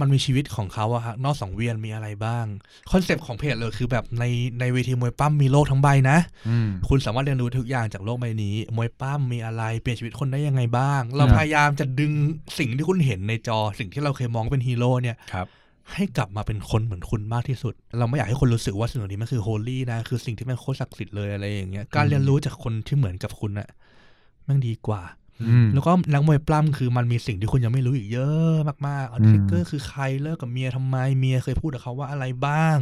มันมีชีวิตของเขาอะฮะนอกสังเวียนมีอะไรบ้างคอนเซปต์ของเพจเลยคือแบบในในเวทีมวยปล้ำมีโลกทั้งใบนะ
อืม
คุณสามารถเรียนรู้ทุกอย่างจากโลกใบนี้ มวยปล้ำมีอะไรเปลี่ยนชีวิตคนได้ยังไงบ้าง เรา
ครับ
พยายามจะดึงสิ่งที่คุณเห็นในจอ สิ่งที่เราเคยมองว่าเป็นฮีโร่เนี่ย
ครับ
ให้กลับมาเป็นคนเหมือนคุณมากที่สุด เราไม่อยากให้คนรู้สึกว่าสิ่งเหล่านี้มันคือโฮลี่นะ คือสิ่งที่มันโคตรศักดิ์สิทธิ์เลยอะไรอย่างเงี้ย การเรียนรู้จากคนที่เหมือนกับคุณน่ะแมันดีกว่า
อืม
แล้วก็นักมวยปล้ำคือมันมีสิ่งที่คุณยังไม่รู้อีกเยอะมากๆเอา
อืม
ทริกเกอร์คือใครเลิกกับเมียทำไมเมียเคยพูดกับเขาว่าอะไรบ้าง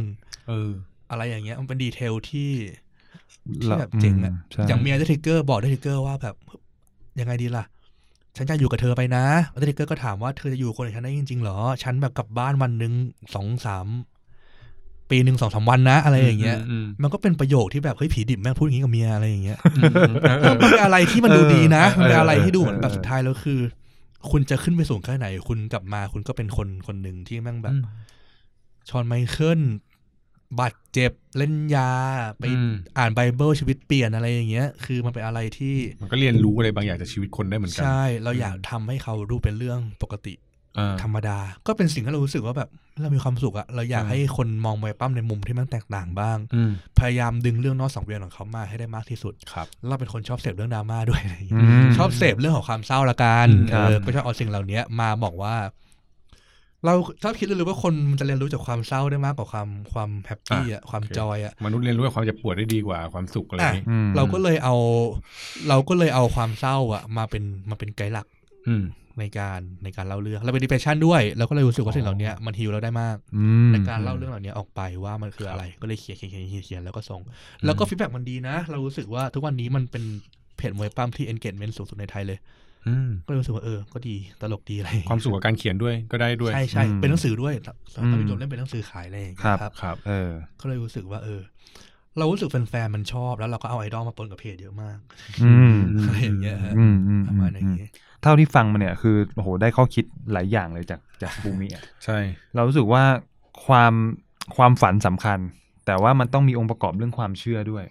เออ
อะไรอย่างเงี้ยมันเป็นดีเทลที่ที่
เรา
แบบเจ๋งอะ
มใช่
อย่างเมียได้ทริกเกอร์บอกได้ทริกเกอร์ว่าแบบยังไงดีล่ะ ฉันจะอยู่กับเธอไปนะแล้วทริกเกอร์ก็ถามว่าเธอจะอยู่กับคนอย่างฉันได้จริงๆเหรอ ฉันแบบกลับบ้านวันหนึ่งสองสามปีหนึ่งสองสามวันนะ อะไรอย่างเงี้ย
อืม
มันก็เป็นประโยคที่แบบเฮ้ยผีดิบแม่งพูดอย่างงี้กับเมียอะไรอย่างเงี้ย
เออเออ
มันเป็นอะไรที่มันดูดีนะ
เออเออ
มันเป็นอะไรที่ดูเหมือนแบบสุดท้ายแล้วคือ คุณจะขึ้นไปสูงแค่ไหน คุณกลับมาคุณก็เป็นคนคนหนึ่งที่แม่งแบบ ชอนไมเคิลบาดเจ็บเล่นยา ไป
อืม
อ่านไบเบิลชีวิตเปลี่ยนอะไรอย่างเงี้ย คือมันเป็นอะไรที่
มันก็เรียนรู้อะไรบางอย่างจากชีวิตคนได้เหมือนกั
ใช่เราอยากทำให้เขาดูเป็นเรื่องปกติ
เออ
ธรรมดา ก็เป็นสิ่งที่เรารู้สึกว่าแบบเรามีความสุขอะเราอยาก
อืม
ให้คนมองมวยปั้มในมุมที่มันแตกต่างบ้าง
อืม
พยายามดึงเรื่องนอกสังเวียนของเขามาให้ได้มากที่สุด
ครับ
เราเป็นคนชอบเสพเรื่องดราม่าด้วยอะไรอย่างเงี้ย
อืม
ชอบเสพเรื่องของความเศร้าละกัน
อืมครับ
เออก็ชอบเอาสิ่งเหล่านี้มาบอกว่า เราชอบคิดเลยว่าคนมันจะเรียนรู้จากความเศร้าได้มากกว่าความความแฮปปี้อะความจอยอะ
มนุษย์เรียนรู้กับความเจ็บปวดได้ดีกว่าความสุขอะไรอย่างงี้
อืม
เราก็เลยเอา เราก็เลยเอาความเศร้าอะมาเป็นมาเป็นไกด์หลัก
อืม
ในการในการเล่าเรื่องเราเป็นดิเพชันด้วยเราก็เลยรู้สึกว่าสิ่งเหล่าเนี้ยมันฮิวเราได้มาก
อืม
ในการเล่าเรื่องเหล่านี้ออกไปว่ามันคืออะไรก็เลยเขียนเขียนเขียนเขียนเขียนแล้วก็ส่ง แล้วก็ฟีดแบ็กมันดีนะ เรารู้สึกว่าทุกวันนี้มันเป็นเพจมวยปั้มที่ engagement สูงสุดในไทยเลย
อืม
ก็เลยรู้สึกว่าเออ ก็ดีตลกดีอะไร
ความสุขกับการเขียนด้วยก็ได้ด้วย
ใช่ใช่เป็นหนังสือด้วยตอนพี่โจเล่นเป็นหนังสือขายอะไรอย่างเงี้ยครับ
ครับ
เออ
ก็เลยรู้สึกว่าเออ เรารู้สึกแฟนๆมันชอบแล้วเราก็เอาไอดอลมาปนกับเพจเยอะมาก
อืม
อะไรอย่างเงี้ยฮะ
อืมอืม
ประมาณอย่างเงี้ย
เท่าที่ฟังมาเนี่ยคือโอ้โหได้ข้อคิดหลายอย่างเลยจากจากบูมิอะ
ใช่
เรารู้สึกว่าความความฝันสำคัญ แต่ว่ามันต้องมีองค์ประกอบเรื่องความเชื่อด้วย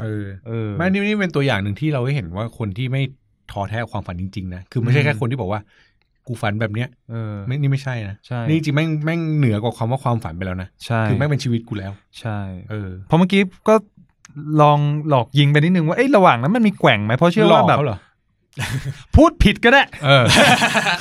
เออ
เออ
ไม่นี่นี่เป็นตัวอย่างหนึ่งที่เราได้เห็นว่าคนที่ไม่ท้อแท้กับความฝันจริงๆนะคือไม่ใช่แค่คนที่บอกว่า กูฝันแบบเนี้ย
เออ
ไม่นี่ไม่ใช่นะ
ใช่
นี่จริงแม่งแม่งเหนือกว่าคำว่าความฝันไปแล้วนะ
ใช่
คือแม่งเป็นชีวิตกูแล้ว
ใช่
เออ
เพราะเมื่อกี้ก็ลองหลอกยิงไปนิดนึงว่าเอ้ยระหว่างนั้นมันมีแกว่งไหมเพราะเชื่อว่าแบบ
หลกขหรอ
พูดผิดก็ได้
เออ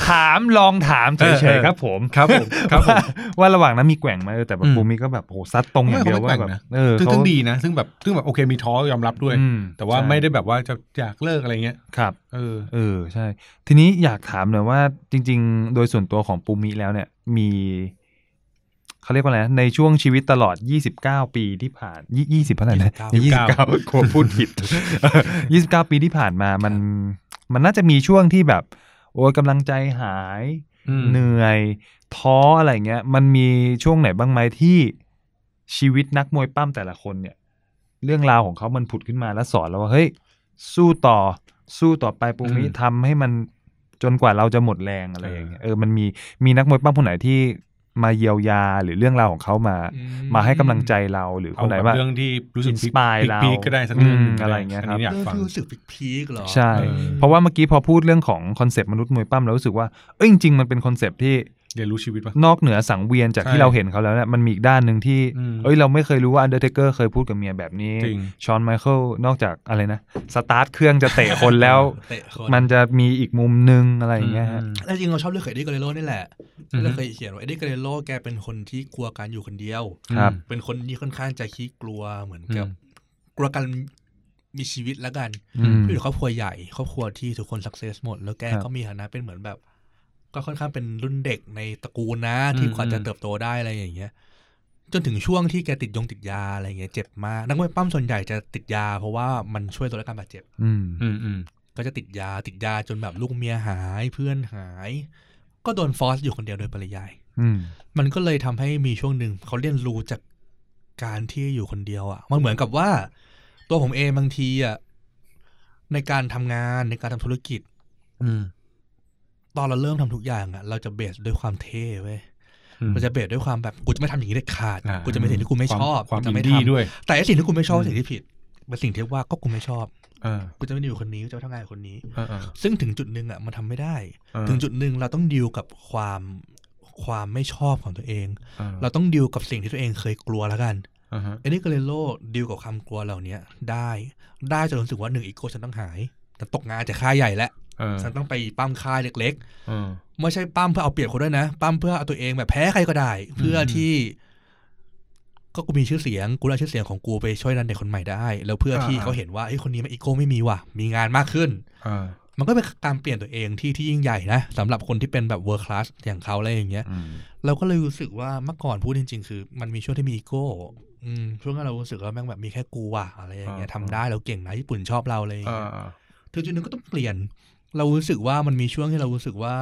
ถามลองถามเฉ
เออเอย อ
ๆครับผม
ครับผม ครับผม
ว่า ว่าระหว่างนั้นมีแกว่งไหมเออแต่แบบ
อืม
บูมิก็แบบโหซัดตรงอย่างเดียว
ไม่
ว่า
เขา
แบบ
ไม่แกว่งนะ
เออ
ซึ่ง
เขา
ซึ่งดีนะ ซึ่งแบบซึ่งแบบโอเคมีท้อยอมรับด้วย
อืม
แต่ว่า
ใช่
ไม่ได้แบบว่าจะอยากเลิกอะไรเงี้ย
ครับ
เออ
เออใช่ ทีนี้อยากถามหน่อยว่าจริง ๆ โดยส่วนตัวของปูมิแล้วเนี่ย มีเขาเรียกว่าอะไรนะในช่วงชีวิตตลอด 29 ปีที่ผ่านยี่สิบเท่าไหร่นะยี่สิบเก้า
29
ผมพูดผิด ยี่สิบเก้าปีที่ผ่านมามัน มันน่าจะมีช่วงที่แบบ โอ้ยกำลังใจหาย
อืม
เหนื่อย ท้ออะไรเงี้ย มันมีช่วงไหนบ้างไหมที่ชีวิตนักมวยปั้มแต่ละคนเนี่ย เรื่องราวของเขามันผุดขึ้นมาแล้วสอนเราว่าเฮ้ย สู้ต่อ สู้ต่อไปปุงนี้ทำให้มันจนกว่าเราจะหมดแรงอะไรอย่างเงี้ยเออมันมีมีนักมวยปั้มคนไหนที่มาเยียวยาหรือเรื่องราวของเขามา
อื
มาให้กำลังใจเราหรือค
เอา
นไหน
แบบ
ว่า
เรื่องที่รู้สึก
inspire เรา
พีคๆก็ได้สักเรื่องหนึ่
อืมอะไรเงี้ยครับ
นนี้อยาก
เรื่อง
ฟัง
ที่รู้สึกพีคๆเหรอ
ใช่
เออ
เพราะว่าเมื่อกี้พอพูดเรื่องของคอนเซปต์มนุษย์มวยปั้มเรารู้สึกว่าเอ้ยจริงๆมันเป็นคอนเซปต์ที่
เรียนรู้ชีวิตปะ
นอกเหนือสังเวียนจาก
ใช่
ที่เราเห็นเขาแล้วเนี่ยมันมีอีกด้านหนึ่งที่
อืม
เอ้ยเราไม่เคยรู้ว่าอันเดอร์เทเกอร์เคยพูดกับเมียแบบนี้
จริง
ชอนไมเคิลนอกจากอะไรนะ สตาร์ทเครื่องจะเตะคน แล้ว
เตะคน
มันจะมีอีกมุมหนึงอะไรอย่างเงี้ยฮะ
ม
แล้วจริงเราชอบเรื่องของเอ็ดดี้กาเรโลนี่แหละ
อือฮึ
เราเคยเขียนว่าเอ็ดดี้กาเรโลแกเป็นคนที่กลัวการอยู่คนเดียว
ครับ
เป็นคนที่ค่อนข้างจะขี้กลัวเหมือนกับ
อืม
กลัวการมีชีวิตแล้วกัน
อืม
อยู่ในครอบครัวใหญ่ครอบครัวที่ทุกคนสักเซสหมด แล้วแก
ครับ
ก็มีฐานะเป็นเหมือนแบบ ก็ค่อนข้างเป็นรุ่นเด็กในตระกูลนะที่
อืม
กว่าจะเติบโตได้อะไรอย่างเงี้ย จนถึงช่วงที่แกติดยงติดยาอะไรอย่างเงี้ยเจ็บมากนักมวยปั้มส่วนใหญ่จะติดยา เพราะว่ามันช่วยลดอาการบาดเจ็บ
อืม
อืมอืม
ก็จะติดยาติดยาจนแบบลูกเมียหายเพื่อนหาย ก็โดนฟอสอยู่คนเดียวโดยปริยาย
อืม
มันก็เลยทำให้มีช่วงหนึ่งเขาเรียนรู้จากการที่อยู่คนเดียวอะ่ะ มันเหมือนกับว่า ตัวผมเองบางทีอะ่ะในการทำงานในการทำธุรกิจ
อืม
ตอนเราเริ่มทำทุกอย่างอะ่ะ เราจะเบสด้วยความเท่เว้ยเราจะเบสด้วยความแบบกูจะไม่ทำอย่างนี้เด็ดขาด
อ่ากู
กูจะไม่สิ่งที่กูไม่ชอบ
ความ
กู
อิ
จะ
น
ไม่
ดี้
ทำ
ด้วย
แต่ไอ้สิ่งที่กูไม่ชอบ
อืม
สิ่งที่ผิดเป็นสิ่งที่ว่าก็กูไม่ชอบ
เออ
กูจะไม่ได้อยู่คนนี้กูจะไม่ทำงานกับคนนี้
เออเออ
ซึ่งถึงจุดหนึ่งอ่ะมันทำไม่ได้
เออ
ถึงจุดหนึ่งเราต้องดิวกับความความไม่ชอบของตัวเอง
เออ
เราต้องดิวกับสิ่งที่ตัวเองเคยกลัวแล้วกัน
อ่าฮะ
เอ็นนี่เกเรโลดิวกับความกลัวเหล่าเนี้ยได้ ได้จนรู้สึกว่าหนึ่งอีโก้ฉันต้องหายฉันตกงานจากค่ายใหญ่แล้ว
เออ
ฉันต้องไปปั้มค่ายเล็ก
เออ
ๆ ไม่ใช่ปั้มเพื่อเอาเปรียบคนด้วยนะ ปั้มเพื่อเอาตัวเองแบบแพ้ใครก็ได้ เพื่ออ
ม
ที่ ก็กูมีชื่อเสียง กูได้ชื่อเสียงของกูไปช่วยดันเด็กคนใหม่ได้ แล้วเพื่อที่เขาเห็นว่าไอ้ยคนนี้มันอีโก้ไม่มีว่ะ มีงานมากขึ้น
เออ
มันก็เป็นการเปลี่ยนตัวเองที่ที่ยิ่งใหญ่นะสำหรับคนที่เป็นแบบ world class อย่างเขาอะไรอย่างเงี้ย
อืม
เราก็เลยรู้สึกว่าเมื่อก่อนพูดจริง ๆ คือ มันมีช่วงที่มีอีโก้อืมช่วงนั้นเรารู้สึกว่าแม่งแบบมีแค่กูว่ะอะไรอย่างเงี้ย
อ่า
ทำได้เราเก่งนะญี่ปุ่นชอบเราอะไรอย่าง
เอ
เงี้
อย
ถึงจุดหนึงก็ต้องเปลี่ยน เรารู้สึกว่ามันมีช่วงที่เรารู้สึกว่า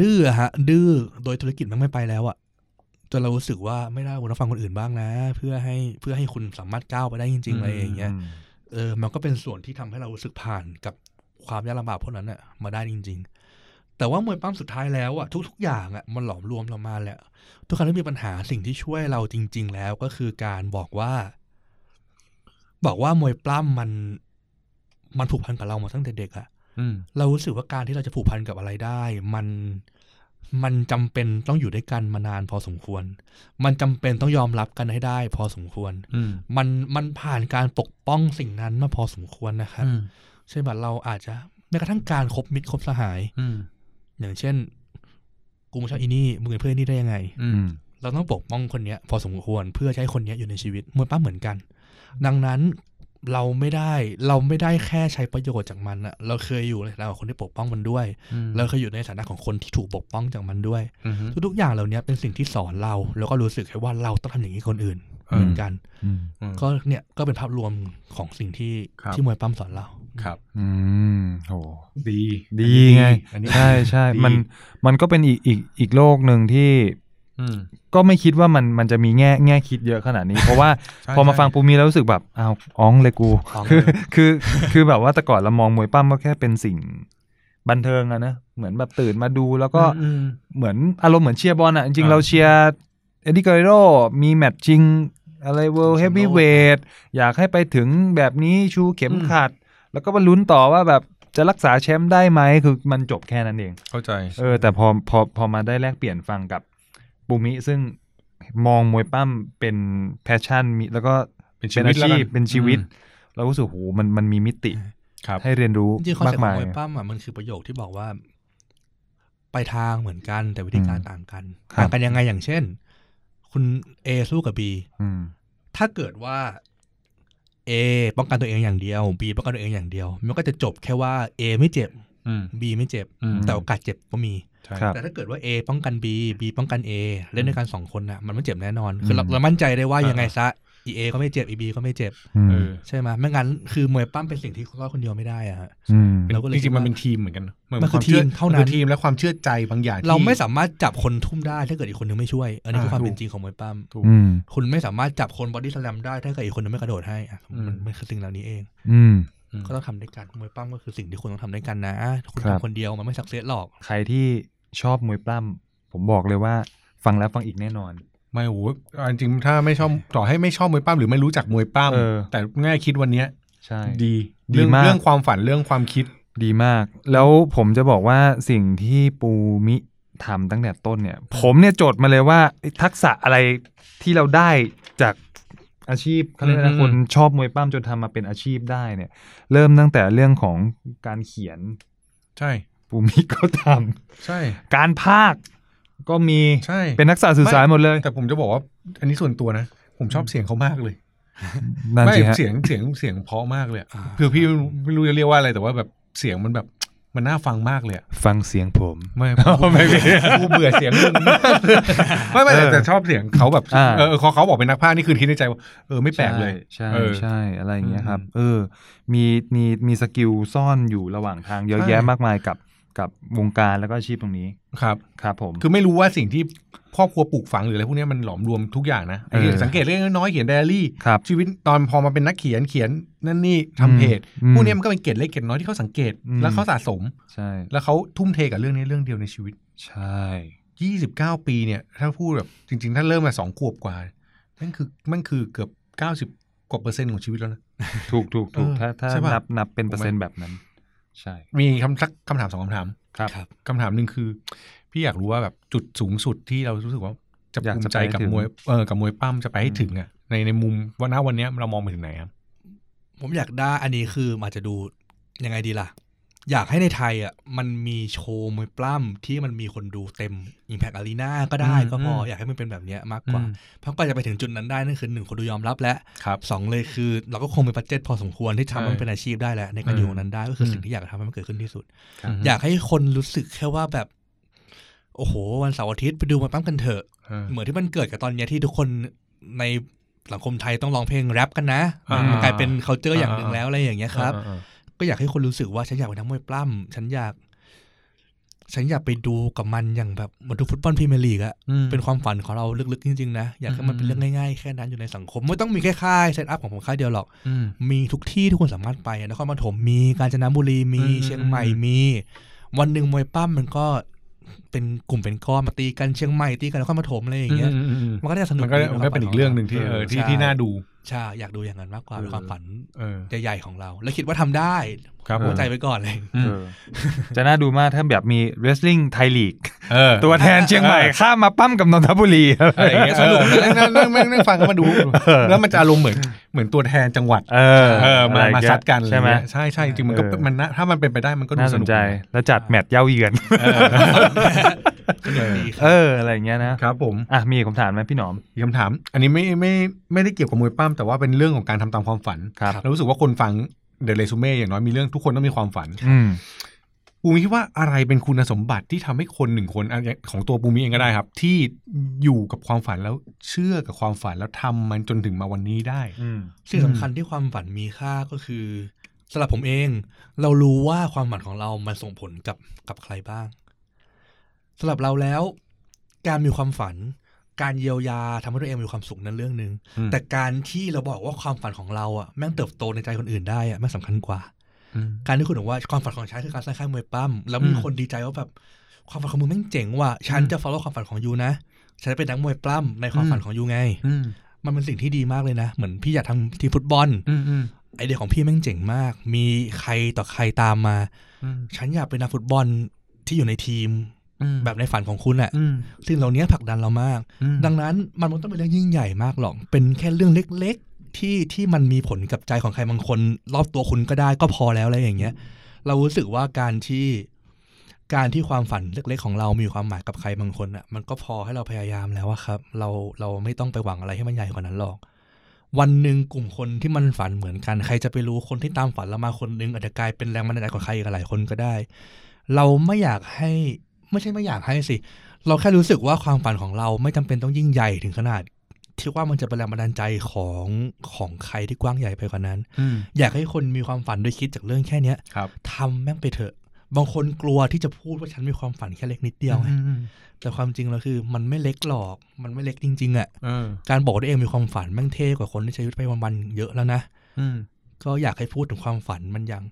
ดื้อฮะ ดื้อโดยธุรกิจมันไม่ไปแล้วอะจนเรารู้สึกว่าไม่ได้คุณต้องฟังคนอื่นบ้างนะ เพื่อให้เพื่อให้คุณสามารถก้าวไปได้จริงๆอะไรอย่างเงี้ย เออ มันก็เป็นส่วนที่ทำให้เรารู้สึกผ่านกับความยากลำบากพวกนั้นน่ะมาได้จริง ๆ แต่ว่ามวยปั้มสุดท้ายแล้วอะทุก ๆ อย่างอะมันหลอมรวมเรามาแหละทุกครั้งที่มีปัญหาสิ่งที่ช่วยเราจริง ๆ แล้วก็คือการบอกว่า บอกว่ามวยปล้ำมัน มันผูกพันกับเรามาตั้งแต่เด็กอะ
อืม
เรารู้สึกว่าการที่เราจะผูกพันกับอะไรได้ มันมันจำเป็นต้องอยู่ด้วยกันมานานพอสมควร มันจำเป็นต้องยอมรับกันให้ได้ พอสมควร
อืม
มันมันผ่านการปกป้องสิ่งนั้นมาพอสมควรนะครับเช่นแบบเราอาจจะแม้กระทั่งการคบมิตรคบสหาย
อืม
อย่างเช่น กูไม่ชอบอีนี่มึงเป็นเพื่อนนี่ได้ยังไง
อื
อื
ม
ม
เราต้องปกป้องคนเนี้ย พอสมควรเพื่อจะใช้คนเนี้ยอยู่ในชีวิตมวยป้าเหมือนกัน ดังนั้น เราไม่ได้เราไม่ได้แค่ใช้ประโยชน์จากมันอะเราเคยอยู่ในฐานะของคนที่ปกป้องมันด้วย เราเคยอยู่ในฐานะของคนที่ถูกปกป้องจากมันด้วย
อือฮึ
ทุกๆอย่างเหล่านี้เป็นสิ่งที่สอนเรา แล้วก็รู้สึกแค่ว่าเราต้องทำอย่างนี้คนอื่น
อืม
เหมือนกัน
อืม
อืม
ก็เนี่ยก็เป็นภาพรวมของสิ่งที่
ครับ
ที่มวยปั้มสอนเรา
ครับ
อืมโห
ดี
ดีไง
อันนี้
ใช่ใช่
ดี
มันมันก็เป็นอีกอีกอีกโลกหนึ่งที่
อืม
ก็ไม่คิดว่ามันมันจะมีแง่แง่คิดเยอะขนาดนี้ เพราะว่า
ใช่
พอมา
ใช่
ฟังปูมีแล้วรู้สึกแบบอ้าวอ๋องเลยกู
อ๋อง
คือ
เลย
คือคือแบบว่าแต่ก่อนเรามองมวยปั้มก็แค่เป็นสิ่งบันเทิงอะนะเหมือนแบบตื่นมาดูแล้วก็
อืม
เหมือนอารมณ์เหมือนเชียร์บอลอะจริง
อ่า
ๆเราเชียร์เอ็ดดี้กอริโรมีแมตช์จริง อะไรเวิลด์เฮฟวี่เวทอยากให้ไปถึงแบบนี้ชูเข็ม
อืม
ขัด แล้วก็มาลุ้นต่อว่าแบบจะรักษาแชมป์ได้ไหมคือมันจบแค่นั้นเอง
เข้าใจ
เออแต่พอพอพอมาได้แลกเปลี่ยนฟังกับปูมิซึ่งมองมวยปั้มเป็นแพชชั่นมีแล้วก็
เป็นชี
เป็น
วิ
อา
ตแล้ว
ชีพ
กัน
เป็นชีวิต
อืม
เรารู้สึกโหมันมันมีมิติ
ครับ
ให้เรียนรู้
จริงๆคอน
มา
เซ็
กมาย
ปต์ของมวยปั้มอะมันคือประโยคที่บอกว่า ไปทางเหมือนกันแต่วิธีการ
อืม
ต่างกัน
ครับ
ต่างกันยังไงอย่างเช่น คุณ A สู้กับ B
อืม
ถ้าเกิดว่า A ป้องกันตัวเองอย่างเดียว B ป้องกันตัวเองอย่างเดียว มันก็จะจบแค่ว่า A ไม่เจ็บ
อืม
B ไม่เจ็บ
อืม
แต่โอกาสเจ็บก็มี
ใช่
ครับ
แต่ถ้าเกิดว่า A ป้องกัน B B ป้องกัน A เล่นด้วยกันสองคนน่ะมันไม่เจ็บแน่นอน คือเรา
อืม
เรามั่นใจได้ว่า
อ่ายั
ยังไงซะ E A ก็ไม่เจ็บ E B ก็ไม่เจ็บ
อืม
เออ
ใช่ไหมไม่งั้นคือมวยปั้มเป็นสิ่งที่เขาคนเดียวไม่ได้อะฮะ
อืม
เราก็เลย
จริงๆมัน
คิดว่า
เป็นทีมเหมือนกันห
มันคือ
ว
ที
ชื่
มเท่านั้น
คือทีมและความเชื่อใจบางอย่างที่
เราไม่สามารถจับคนทุ่มได้ถ้าเกิดอีกคนนึงไม่ช่วย อันนี้คือ
อ่า
ความเป็
ถู
น
ก
จริงของมวยปั้ม
ถูก
อืม
คุณไม่สามารถจับคนบอดี้สแลมได้ถ้าเกิดอีกคนนึงไม่กระโดดให้อ่ะ
อืม
มันมันคือสิ่งเหล่านี้เอง
อืม
อืม
ก็ต้องทำด้วยกันมวยปั้มก็คือสิ่งที่คุณต้องทำด้วยกันนะ คุณ
ครับ
ทำคนเดียวมันไม่สักเซสหรอก
ใครที่ชอบมวยปล้ำผมบอกเลยว่า ฟังแล้วฟังอีกแน่นอน
ไม่โอ้โหเอาจริงๆถ้าไม่ชอบต่อให้ไม่ชอบมวยปั้มหรือไม่รู้จักมวยปั้ม
เออ
แต่แง่คิดวันเนี้ย
ใช่
ดี
ดี
เรื่อง
มาก
เรื่องความฝันเรื่องความคิด
ดีมาก แล้วผมจะบอกว่าสิ่งที่ปูมิทำตั้งแต่ต้นเนี่ย ผมเนี่ยจดมาเลยว่าทักษะอะไรที่เราได้จากอาชีพเขาเรียกอะไร
อื
นะ
ม
คนชอบมวยปั้มจนทำมาเป็นอาชีพได้เนี่ย เริ่มตั้งแต่เรื่องของการเขียน
ใช่
ปูมิก็ทำ
ใช่
การภาคก็มี
ใช่
เป็นนักษาสื่อสารหมดเลย
แต่ผมจะบอกว่า อันนี้ส่วนตัวนะ ผมชอบเสียงเขามากเลย
นั่น
ไม่
สิฮะ
เสียงเสียงเสียงเพราะมากเลยอะ
อ่า
คือพี่ไม่รู้จะเรียกว่าอะไรแต่ว่าแบบเสียงมันแบบมันน่าฟังมากเลยอะ
ฟังเสียงผม
ไม่ไม่กูเบื่อเสียงมึงมากเลยไม่ไม่แต่แต่ชอบเสียงเขาแบบ
อ่า
เออเออเขาเขาบอกเป็นนักพากย์นี่คือคิดในใจว่าเออไม่แปลกเลย
ใช่
เออ
ใช่ใช่อะไรอย่างเงี้ยครับ เออ มีมีมีสกิลซ่อนอยู่ระหว่างทางเยอะ
ใช่
แยะมากมายกับกับวงการแล้วก็อาชีพตรงนี้
ครับ
ครับผม
คือไม่รู้ว่าสิ่งที่ครอบครัวปลูกฝังหรืออะไรพวกเนี้ยมันหลอมรวมทุกอย่างนะไอ้ที่
เออ
สังเกตเล็กๆน้อยๆเขียนไดอารี่
ครับ
ชีวิตตอนพอมาเป็นนักเขียนเขียนนั่นนี่ทำ
อืม
เพจ
อืม
พวกเนี้ยมันก็เป็นเกตเล็กเกตน้อยที่เขาสังเกต
อืม
แล้วเขาสะสม
ใช่
แล้วเขาทุ่มเทกับเรื่องนี้เรื่องเดียวในชีวิต
ใช่
29 ปีเนี่ย ถ้าพูดแบบจริง ๆ ถ้าเริ่มมาสองขวบกว่านั่นคือมันคือเกือบ 90 กว่าเปอร์เซ็นต์ของชีวิตแล้วนะ
ถูกถูกถูก
เออ
ถ้าถ้า
ใช่ปะ
นับนับเป็นเป
ถูกไหม
อร์เซ็นต์แบบนั้น ใช่
มีคำสักคำถามสองคำถาม
ครับ
ครับ
คำถามหนึ่งคือ พี่อยากรู้ว่าแบบจุดสูงสุดที่เรารู้สึกว่าจะ
อยาก
ภู
จะ
มิ
ไป
ใจ
ให้
กับ
ถึง
มวยเออกับมวยปั้มจะไปให้ถึงอ่ะในในมุมวันน้าวันเนี้ยเรามองไปถึงไหนครับ
ผมอยากได้อันนี้คืออาจจะดูยังไงดีล่ะ อยากให้ในไทยอ่ะมันมีโชว์มวยปล้ำที่มันมีคนดูเต็ม Impact Arena ก็ได้
อืม
ก็พออ
ม
อยากให้มันเป็นแบบเนี้ยมากกว่า
อืม
เพราะก็จะไปถึงจุดนั้นได้นั่นคือหนึ่งคนดูยอมรับและ
ครับ
สองเลยคือ เราก็คงมีบัตเจ็ตพอสมควรที่ทำให้มันเป็นอาชีพได้แหละในการ
เออ
อ
อ
ยู่ตรงนั้นได้ก็คืออ
ม
สิ่งที่อยากทำให้มันเกิดขึ้นที่สุด อยากให้คนรู้สึกแค่ว่าแบบ โอ้โห วันเสาร์อาทิตย์ไปดูมวยปล้ำกันเถอะ เหมือนที่มันเกิดกับตอนเนี้ยที่ทุกคนในสังคมไทยต้องร้องเพลงแรปกันนะ
อ่ามั
นกลายเป็น c u l t u r e อย่างหนึ่งแล้วอะไรอย่างเงี้ยครับ
อ่าอ่า
ก็อยากให้คนรู้สึกว่าฉันอยากเป็นนักมวยปล้ำฉันอยาก ฉันอยากไปดูกับมันอย่างแบบเหมันดูฟุตบอลพรีเมียร์ลีกอะ
อืม
เป็นความฝันของเราลึกๆจริงๆนะอยากให้มันเป็นเรื่องง่ายๆแค่นั้นอยู่ในสังคม ไม่ต้องมีแค่ค่ายเซตอัพของผมค่ายเดียวหรอก
อืม
มีทุกที่ทุกคนสามารถไปอะนครปฐมมีกาญจนบุรีมี
อืม
เชียงใหม่มี วันหนึ่งมวยปั้มมันก็เป็นกลุ่มเป็นก้อนมาตีกันเชียงใหม่ตีกันนครปฐมอะไรอย่างเงี้ย
อืมอืมอืม
มันก็ได้สนุก
มันก็
ดี
มันก็เป็นอีกเรื่องหนึ่งที่เออที่ที่น่าดู
ใช่อยากดูอย่างนั้นมากกว่าเป็นความฝัน
เออ
ใหญ่ๆของเรา แล้วคิดว่าทำได้
ครับผ
หั
ม
วใจไว้ก่อนเลย
อืม
เออจะน่าดูมากถ้าแบบมี wrestling ไทยลีก
เออ
ตัวแทนเชียงใหม่ข้ามมาปั้มกับนนทบุรี
อะไรอย่างเงี้ยสนุกนะนั่งนั่งนั่งนั่งฟังก็มาดู
เออ
แล้วมันจะอารมณ์เหมือนเหมือนตัวแทนจังหวัด
เออ
เออมา
อะไรอย่ง
มา
เงี้ย
ซัดกัน
ใช่ไหม
อะไรเงี้ยใช่ใช่จริงมันก็
เออ
มันน่าถ้ามันเป็นไปได้มันก็ดู
น่าส
ส
น
นุก
ใจแล้วจัดแมตช์เย้าเยือน
เป็นอย่างดีครับ
เอออะไรอย่างเงี้ยนะครับ
ผม
อ่ะมีคำถามไหมพี่หนอม
อีกคำถาม อันนี้ไม่ไม่ไม่ได้เกี่ยวกับมวยปั้มแต่ว่าเป็นเรื่องของการทำตามความฝัน
ครับ
เรารู้สึกว่าคนฟังเดลเรซูเม่อย่างน้อยมีเรื่องทุกคนต้องมีความฝัน
อืม
ปูมิคิดว่าอะไรเป็นคุณสมบัติที่ทำให้คนหนึ่งคนอ่ะอย่างของตัวปูมิเองก็ได้ครับ ที่อยู่กับความฝันแล้วเชื่อกับความฝันแล้วทำมันจนถึงมาวันนี้ได้
อืม
สิ่งสำคัญที่ความฝันมีค่าก็คือสำหรับผมเอง เรารู้ว่าความฝันของเรามันส่งผลกับกับใครบ้างสำหรับเราแล้ว การมีความฝัน การเยียวยาทำให้ตัวเองมีความสุขนั้นเรื่องหนึ่ง
อืม
แต่การที่เราบอกว่าความฝันของเราอ่ะแม่งเติบโตในใจคนอื่นได้อ่ะแม่งสำคัญกว่า
อืม
การที่คุณบอกว่าความฝันของฉันคือการสร้างค่ายมวยปั้มแล้วมี
อืม
คนดีใจว่าแบบความฝันของมึงแม่งเจ๋งว่ะฉัน
อืม
จะ follow ความฝันของยูนะฉันจะเป็นนักมวยปล้ำในความ
อืม
ฝันของยูไง
อืม
มันเป็นสิ่งที่ดีมากเลยนะ เหมือนพี่อยากทำทีมฟุตบอล
อืมอืม
ไอเดียของพี่แม่งเจ๋งมาก มีใครต่อใครตามมา
อืม
ฉันอยากเป็นนักฟุตบอลที่อยู่ในทีม
อืม
แบบในฝันของคุณอะ
อืม
สิ่งเหล่านี้ผลักดันเรามาก
อืม
ดังนั้นมันไม่ต้องเป็นเรื่องยิ่งใหญ่มากหรอก เป็นแค่เรื่องเล็กๆ ที่ที่มันมีผลกับใจของใครบางคน รอบตัวคุณก็ได้ก็พอแล้วอะไรอย่างเงี้ย เรารู้สึกว่าการที่การที่ความฝันเล็กๆ ของเรามีความหมายกับใครบางคนอ่ะมันก็พอให้เราพยายามแล้วอะครับ เราเราไม่ต้องไปหวังอะไรให้มันใหญ่กว่านั้นหรอก วันหนึ่งกลุ่มคนที่มันฝันเหมือนกันใครจะไปรู้คนที่ตามฝันเรามาคนหนึงอาจจะกลายเป็นแรงบันดาลใจของใครอีกหลายคนก็ได้ เราไม่อยากให้ไม่ใช่ไม่อยากให้สิ เราแค่รู้สึกว่าความฝันของเราไม่จำเป็นต้องยิ่งใหญ่ถึงขนาด ที่ว่ามันจะเป็นแรงบันดาลใจของของใครที่กว้างใหญ่ไปกว่านั้น
อืม
อยากให้คนมีความฝันโดยคิดจากเรื่องแค่เนี้ย
ครับ
ทำแม่งไปเถอะ บางคนกลัวที่จะพูดว่าฉันมีความฝันแค่เล็กนิดเดียวไง
อืมอืม
แต่ความจริงแล้วคือมันไม่เล็กหรอก มันไม่เล็กจริงๆอะ่ะ
เออ
การบอกว่าตัวเองมีความฝันแม่งเท่กว่าคนที่ใช้ชีวิตไปวันๆเยอะแล้วนะ
อืม
ก็อยากให้พูดถึงความฝันมันอย่าง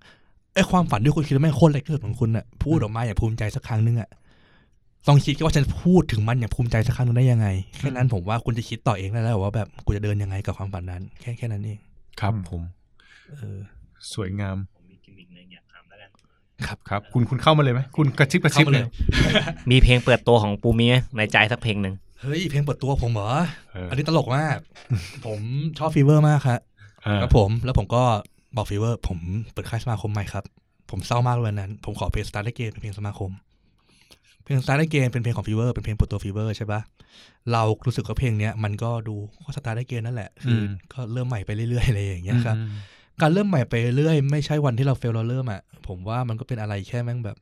ไอ้ความฝันที่คุณคิดว่าแม่งโคตรเล็กที่สุดของคุณอะ่ะ พูดออกมาอย่างภูมิใจสักครั้งนึงอะ่ะ ลองคิดว่าฉันพูดถึงมันอย่างภูมิใจสักครั้งนึงได้ยังไง แค่นั้นผมว่าคุณจะคิดต่อเองได้แล้วว่าแบบกูจะเดินยังไงกับความฝันนั้น แค่แค่นั้นเอง
ครับ
อืม
ผม
เออ
สวยงาม
มีกิมมิกหนึ่งอยากถามแล้วกัน
ครับครับ คุณคุณเข้ามาเลยไหมคุณกระชิบกระชิบ
เข้ามา
เล
เลย ย
มีเพลงเปิดตัวของปูมีไหมในใจสักเพลงหนึ่ง
เฮ้ยเพลงเปิดตัวผมเหรอ
เออ
อันนี้ตลกมาก ผมชอบฟีเวอร์มากครับ
เออ
ครับผมแล้วผมก็บอกฟีเวอร์ ผมเปิดค่ายสมาคมใหม่ครับ ผมเศร้ามากเลยวันนั้น ผมขอเพลงสตาร์ทเกมเป็นเพลงสมาคม เพลงสตาร์ทเกมเป็นเพลงของฟีเวอร์เป็นเพลงเปิดตัวฟีเวอร์ใช่ปะเรารู้สึกว่าเพลงเนี้ยมันก็ดูก็สตาร์ทเกมนั่นแหละคืออ
ม
ก็เริ่มใหม่ไปเรื่อยๆอะไรอย่างเงี้ยครับ
อืม
การเริ่มใหม่ไปเรื่อยไม่ใช่วันที่เราเฟลเราเริ่มอ่ะผมว่ามันก็เป็นอะไรแค่แม่งแบบ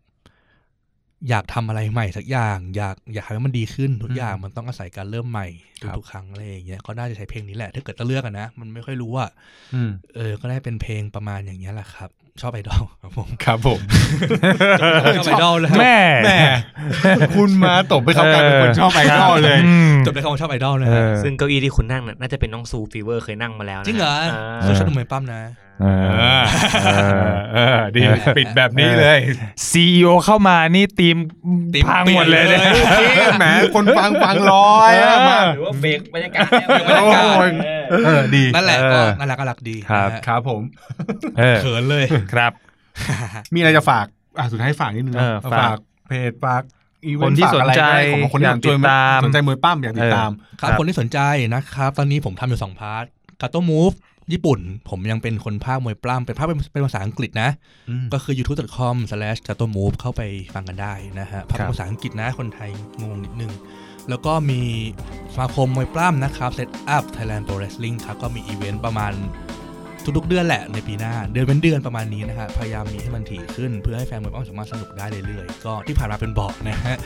อยากทำอะไรใหม่สักอย่าง อยากอยากให้มันดีขึ้นทุก
อืม
อย่างมันต้องอาศัยการเริ่มใหม่
ครับ
ทุกๆครั้งอะไรอย่างเงี้ยก็น่าจะใช้เพลงนี้แหละถ้าเกิดจะเลือกอะนะมันไม่ค่อยรู้ว่า
อืม
เออ ก็ได้เป็นเพลงประมาณอย่างเงี้ยแหละครับ ชอบไอดอลครับผม
ครับผม
ชอบไอดอลแล้ว
แม่
แหมคุณมาตบไปเขากลายเป็นคนชอบไอดอลเลย
อืม
จบในคำว่าชอบไอดอลนะ
เอ
ฮะ
อ
ซึ่งเก้าอี้ที่คุณนั่งน่ะน่าจะเป็นน้องซูฟีเวอร์เคยนั่งมาแล้วนะ
จริงเหรอ
เอ
ส่ว
อ
นฉันดูมวยปั้มนะ
เออ
เออ
เออ
เออดีปิดแบบนี้เลย
CEO เข้ามานี่ทีม
ทีม
พังหมดเลยเนี่ย
เปลี่ยนเลย
แหมคนฟังฟังลอยอะมา
หรือว่าเบรกบรรยากาศแล้ว
เบรกบรรยากาศ
โอ้ยเออดี
นั่นแหละก็
เออ
น่ารักน่ารักดี
ครับ
นะฮะ
ครับผม
เออ
เขินเลย
ครับ
มีอะไรจะฝากอ่ะสุดท้ายฝากนิดนึงนะ
เออฝาก
ฝากเพจฝากอีเว
คน น
ต์
ที่
ฝากอะไร
สนใจ
ได้ของคนที่ส
อยาก
นใจ
ติดตาม
สนใจมวยปั้มอยากติดตาม
ครับ
ครับ
คนที่สนใจนะครับ ตอนนี้ผมทำอยู่สองพาร์ทกาโตมูฟญี่ปุ่น ผมยังเป็นคนภาคมวยปล้ำเป็นภาคเป็นภาษาอังกฤษนะ ก็คือ youtube.com slash g a t o m o v e เข้าไปฟังกันได้นะฮะภาคเป็นภาษาอังกฤษนะ คนไทยงงนิดนึง แล้วก็มีสมาคมมวยปล้ำนะครับ Set Up Thailand Pro Wrestling ครับ ก็มีอีเวนต์ประมาณทุกๆเดือนแหละในปีหน้า เดือนเป็นเดือนประมาณนี้นะฮะพยายามมีให้มันถี่ขึ้น เพื่อให้แฟนมวยปล้ำสามารถสนุกได้เรื่อยๆก็ที่ผ่านมาเป็นเบาะนะฮะ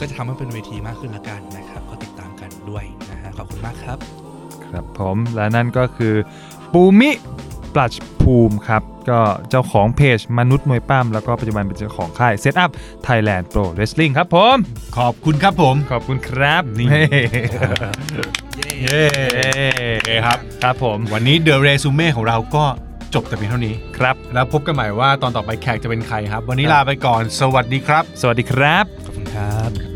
ก็จะทำให้เป็นเวทีมากขึ้นละกันนะครับ ก็ติดตามกันด้วยนะฮะขอบคุณมากครับ
ครับผมและนั่นก็คือปูมิปลัชภูมิครับ ก็เจ้าของเพจมนุษย์มวยป้ามแล้วก็ปัจจุบันเป็นเจ้าของค่าย Set Up Thailand Pro Wrestling ครับผม
ขอบคุณครับผม
ขอบคุณครับนี่
เย้ครับ
ครับผม
วันนี้เดอะเรซูเม่ของเราก็จบแต่เพียงเท่านี้
ครับ
แล้วพบกันใหม่ว่าตอนต่อไปแขกจะเป็นใครครับ วันนี้ลาไปก่อน สวัสดีครับ
สวัสดีครับ
ขอบคุณครับ